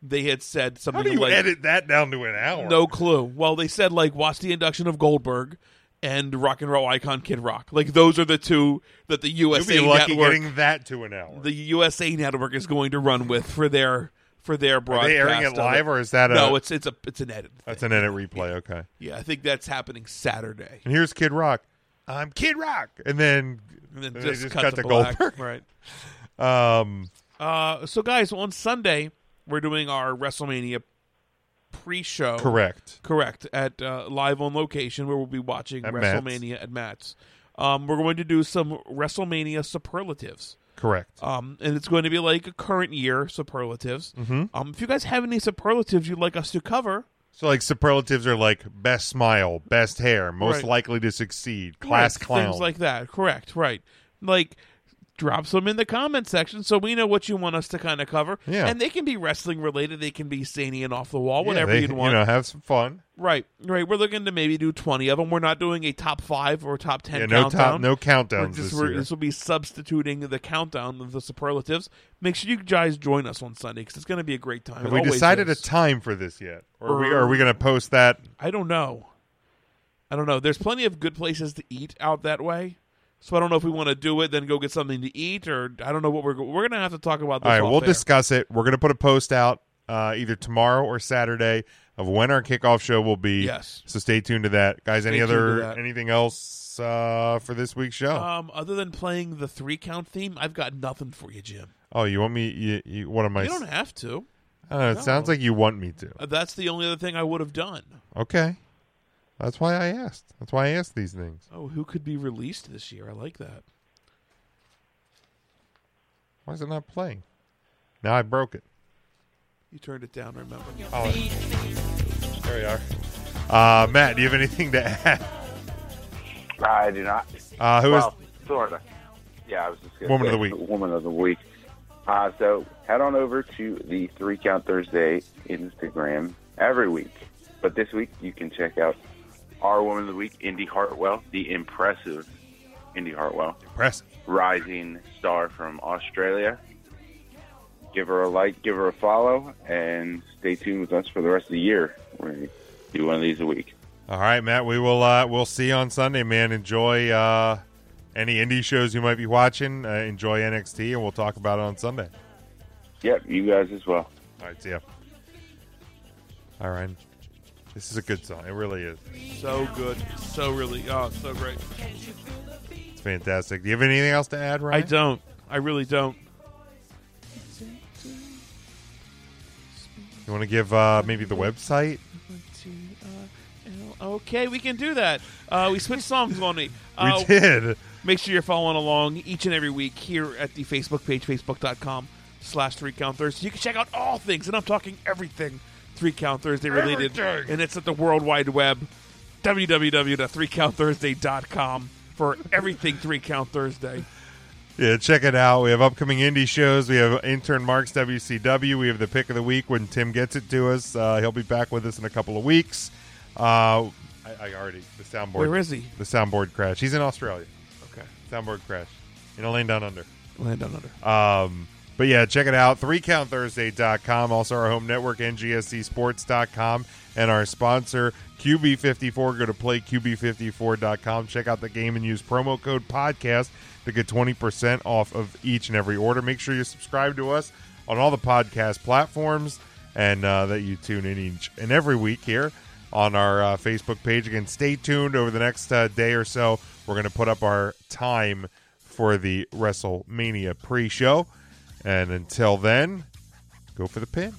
G: they had said
F: How
G: something
F: do you
G: like
F: edit that down to an hour?
G: No clue. Well, they said like watch the induction of Goldberg and rock and roll icon Kid Rock. Like those are the two that the USA
F: You'll be lucky
G: network
F: getting that to an hour.
G: the USA network is going to run with for their for their broadcast.
F: airing it
G: of
F: live, or is that a-
G: no? It's it's a it's an edit.
F: That's an edit replay. Okay.
G: Yeah, I think that's happening Saturday.
F: And here's Kid Rock. I'm Kid Rock, and then
G: And then
F: they
G: just cut
F: cut to
G: to black,
F: Goldberg. Right. Um.
G: Uh, so guys, on Sunday we're doing our WrestleMania pre-show.
F: Correct.
G: Correct. At uh, live on location where we'll be watching
F: At Matt's.
G: WrestleMania at Matt's. Um, we're going to do some WrestleMania superlatives.
F: Correct.
G: Um, and it's going to be like a current year superlatives.
F: Mhm.
G: Um, if you guys have any superlatives you'd like us to cover,
F: So like superlatives are like best smile, best hair, most
G: Right.
F: likely to succeed, class
G: Right,
F: clown.
G: things like that. Correct, right? Like, drop some in the comment section so we know what you want us to kind of cover.
F: Yeah.
G: and they can be wrestling related. They can be zany and off the wall,
F: Yeah,
G: whatever
F: they-
G: you'd want.
F: You know, have some fun.
G: right, right. We're looking to maybe do twenty of them. We're not doing a top five or top ten.
F: Yeah, no top-
G: countdown.
F: no countdowns
G: We're just-
F: this
G: we're-
F: year.
G: will be substituting the countdown of the superlatives. Make sure you guys join us on Sunday because it's going to be a great time.
F: Have
G: It
F: we
G: always
F: decided
G: is.
F: a time for this yet? Or are we, are we going to post that?
G: I don't know. I don't know. There's plenty of good places to eat out that way. So I don't know if we want to do it, then go get something to eat, or I don't know what we're go- we're gonna have to talk about. This
F: All right, we'll
G: off air.
F: discuss it. We're going to put a post out uh, either tomorrow or Saturday of when our kickoff show will be.
G: Yes.
F: So stay tuned to that, guys. any
G: Stay tuned to
F: other
G: that.
F: anything else uh, for this week's show?
G: Um, other than playing the three count theme, I've got nothing for you, Jim.
F: oh, you want me? You, you, what am I?
G: you don't have to.
F: Uh, it sounds
G: No.
F: like you want me to.
G: Uh, That's the only other thing I would have done.
F: Okay. That's why I asked. That's why I asked these things.
G: Oh, who could be released this year? I like that.
F: Why is it not playing? Now I broke it.
G: You turned it down. Remember?
F: There we are. Uh, Matt, do you have anything to add?
P: I do not.
F: Uh, who is-
P: well, sort of. Yeah, I was just gonna
F: Woman of
P: say,
F: the week.
P: Woman of the week. Uh, so head on over to the Three Count Thursday Instagram every week, but this week you can check out our woman of the week, Indy Hartwell, the impressive Indy Hartwell,
F: impressive
P: rising star from Australia. Give her a like, give her a follow, and stay tuned with us for the rest of the year. We're gonna do one of these a week.
F: All right, Matt. We will. Uh, we'll see you on Sunday, man. Enjoy uh, any indie shows you might be watching. Uh, enjoy NXT, and we'll talk about it on Sunday.
P: Yep, you guys as well.
F: All right, see ya. All right. This is a good song. It really is.
G: So good. So really. Oh, so great.
F: It's fantastic. Do you have anything else to add,
G: I
F: Ryan?
G: don't. I really don't.
F: You want to give uh, maybe the website?
G: Okay, we can do that. Uh, we switched songs on me.
F: We
G: Uh,
F: did.
G: Make sure you're following along each and every week here at the Facebook page, facebook.com slash Three Count Thursday. You can check out all things, and I'm talking everything Three Count Thursday related.
F: Everything.
G: And it's at the World Wide Web, www.threecounthursday.com for everything Three Count Thursday.
F: Yeah, check it out. We have upcoming indie shows. We have intern Mark's WCW. We have the pick of the week when Tim gets it to us. Uh, he'll be back with us in a couple of weeks. Uh, I, I already the soundboard.
G: Where is he?
F: The soundboard crash. He's in Australia.
G: Okay.
F: Soundboard crash. In a lane down under.
G: Land down under.
F: Um, but yeah, check it out. 3countthursday.com. Also, our home network, E ngscsports.com. And our sponsor, QB54. Go to playqb54.com. Check out the game and use promo code podcast to get 20% off of each and every order. Make sure you subscribe to us on all the podcast platforms and uh, that you tune in each and every week here on our uh, Facebook page. Again, stay tuned over the next uh, day or so. We're going to put up our time for the WrestleMania pre show. And until then, go for the pin.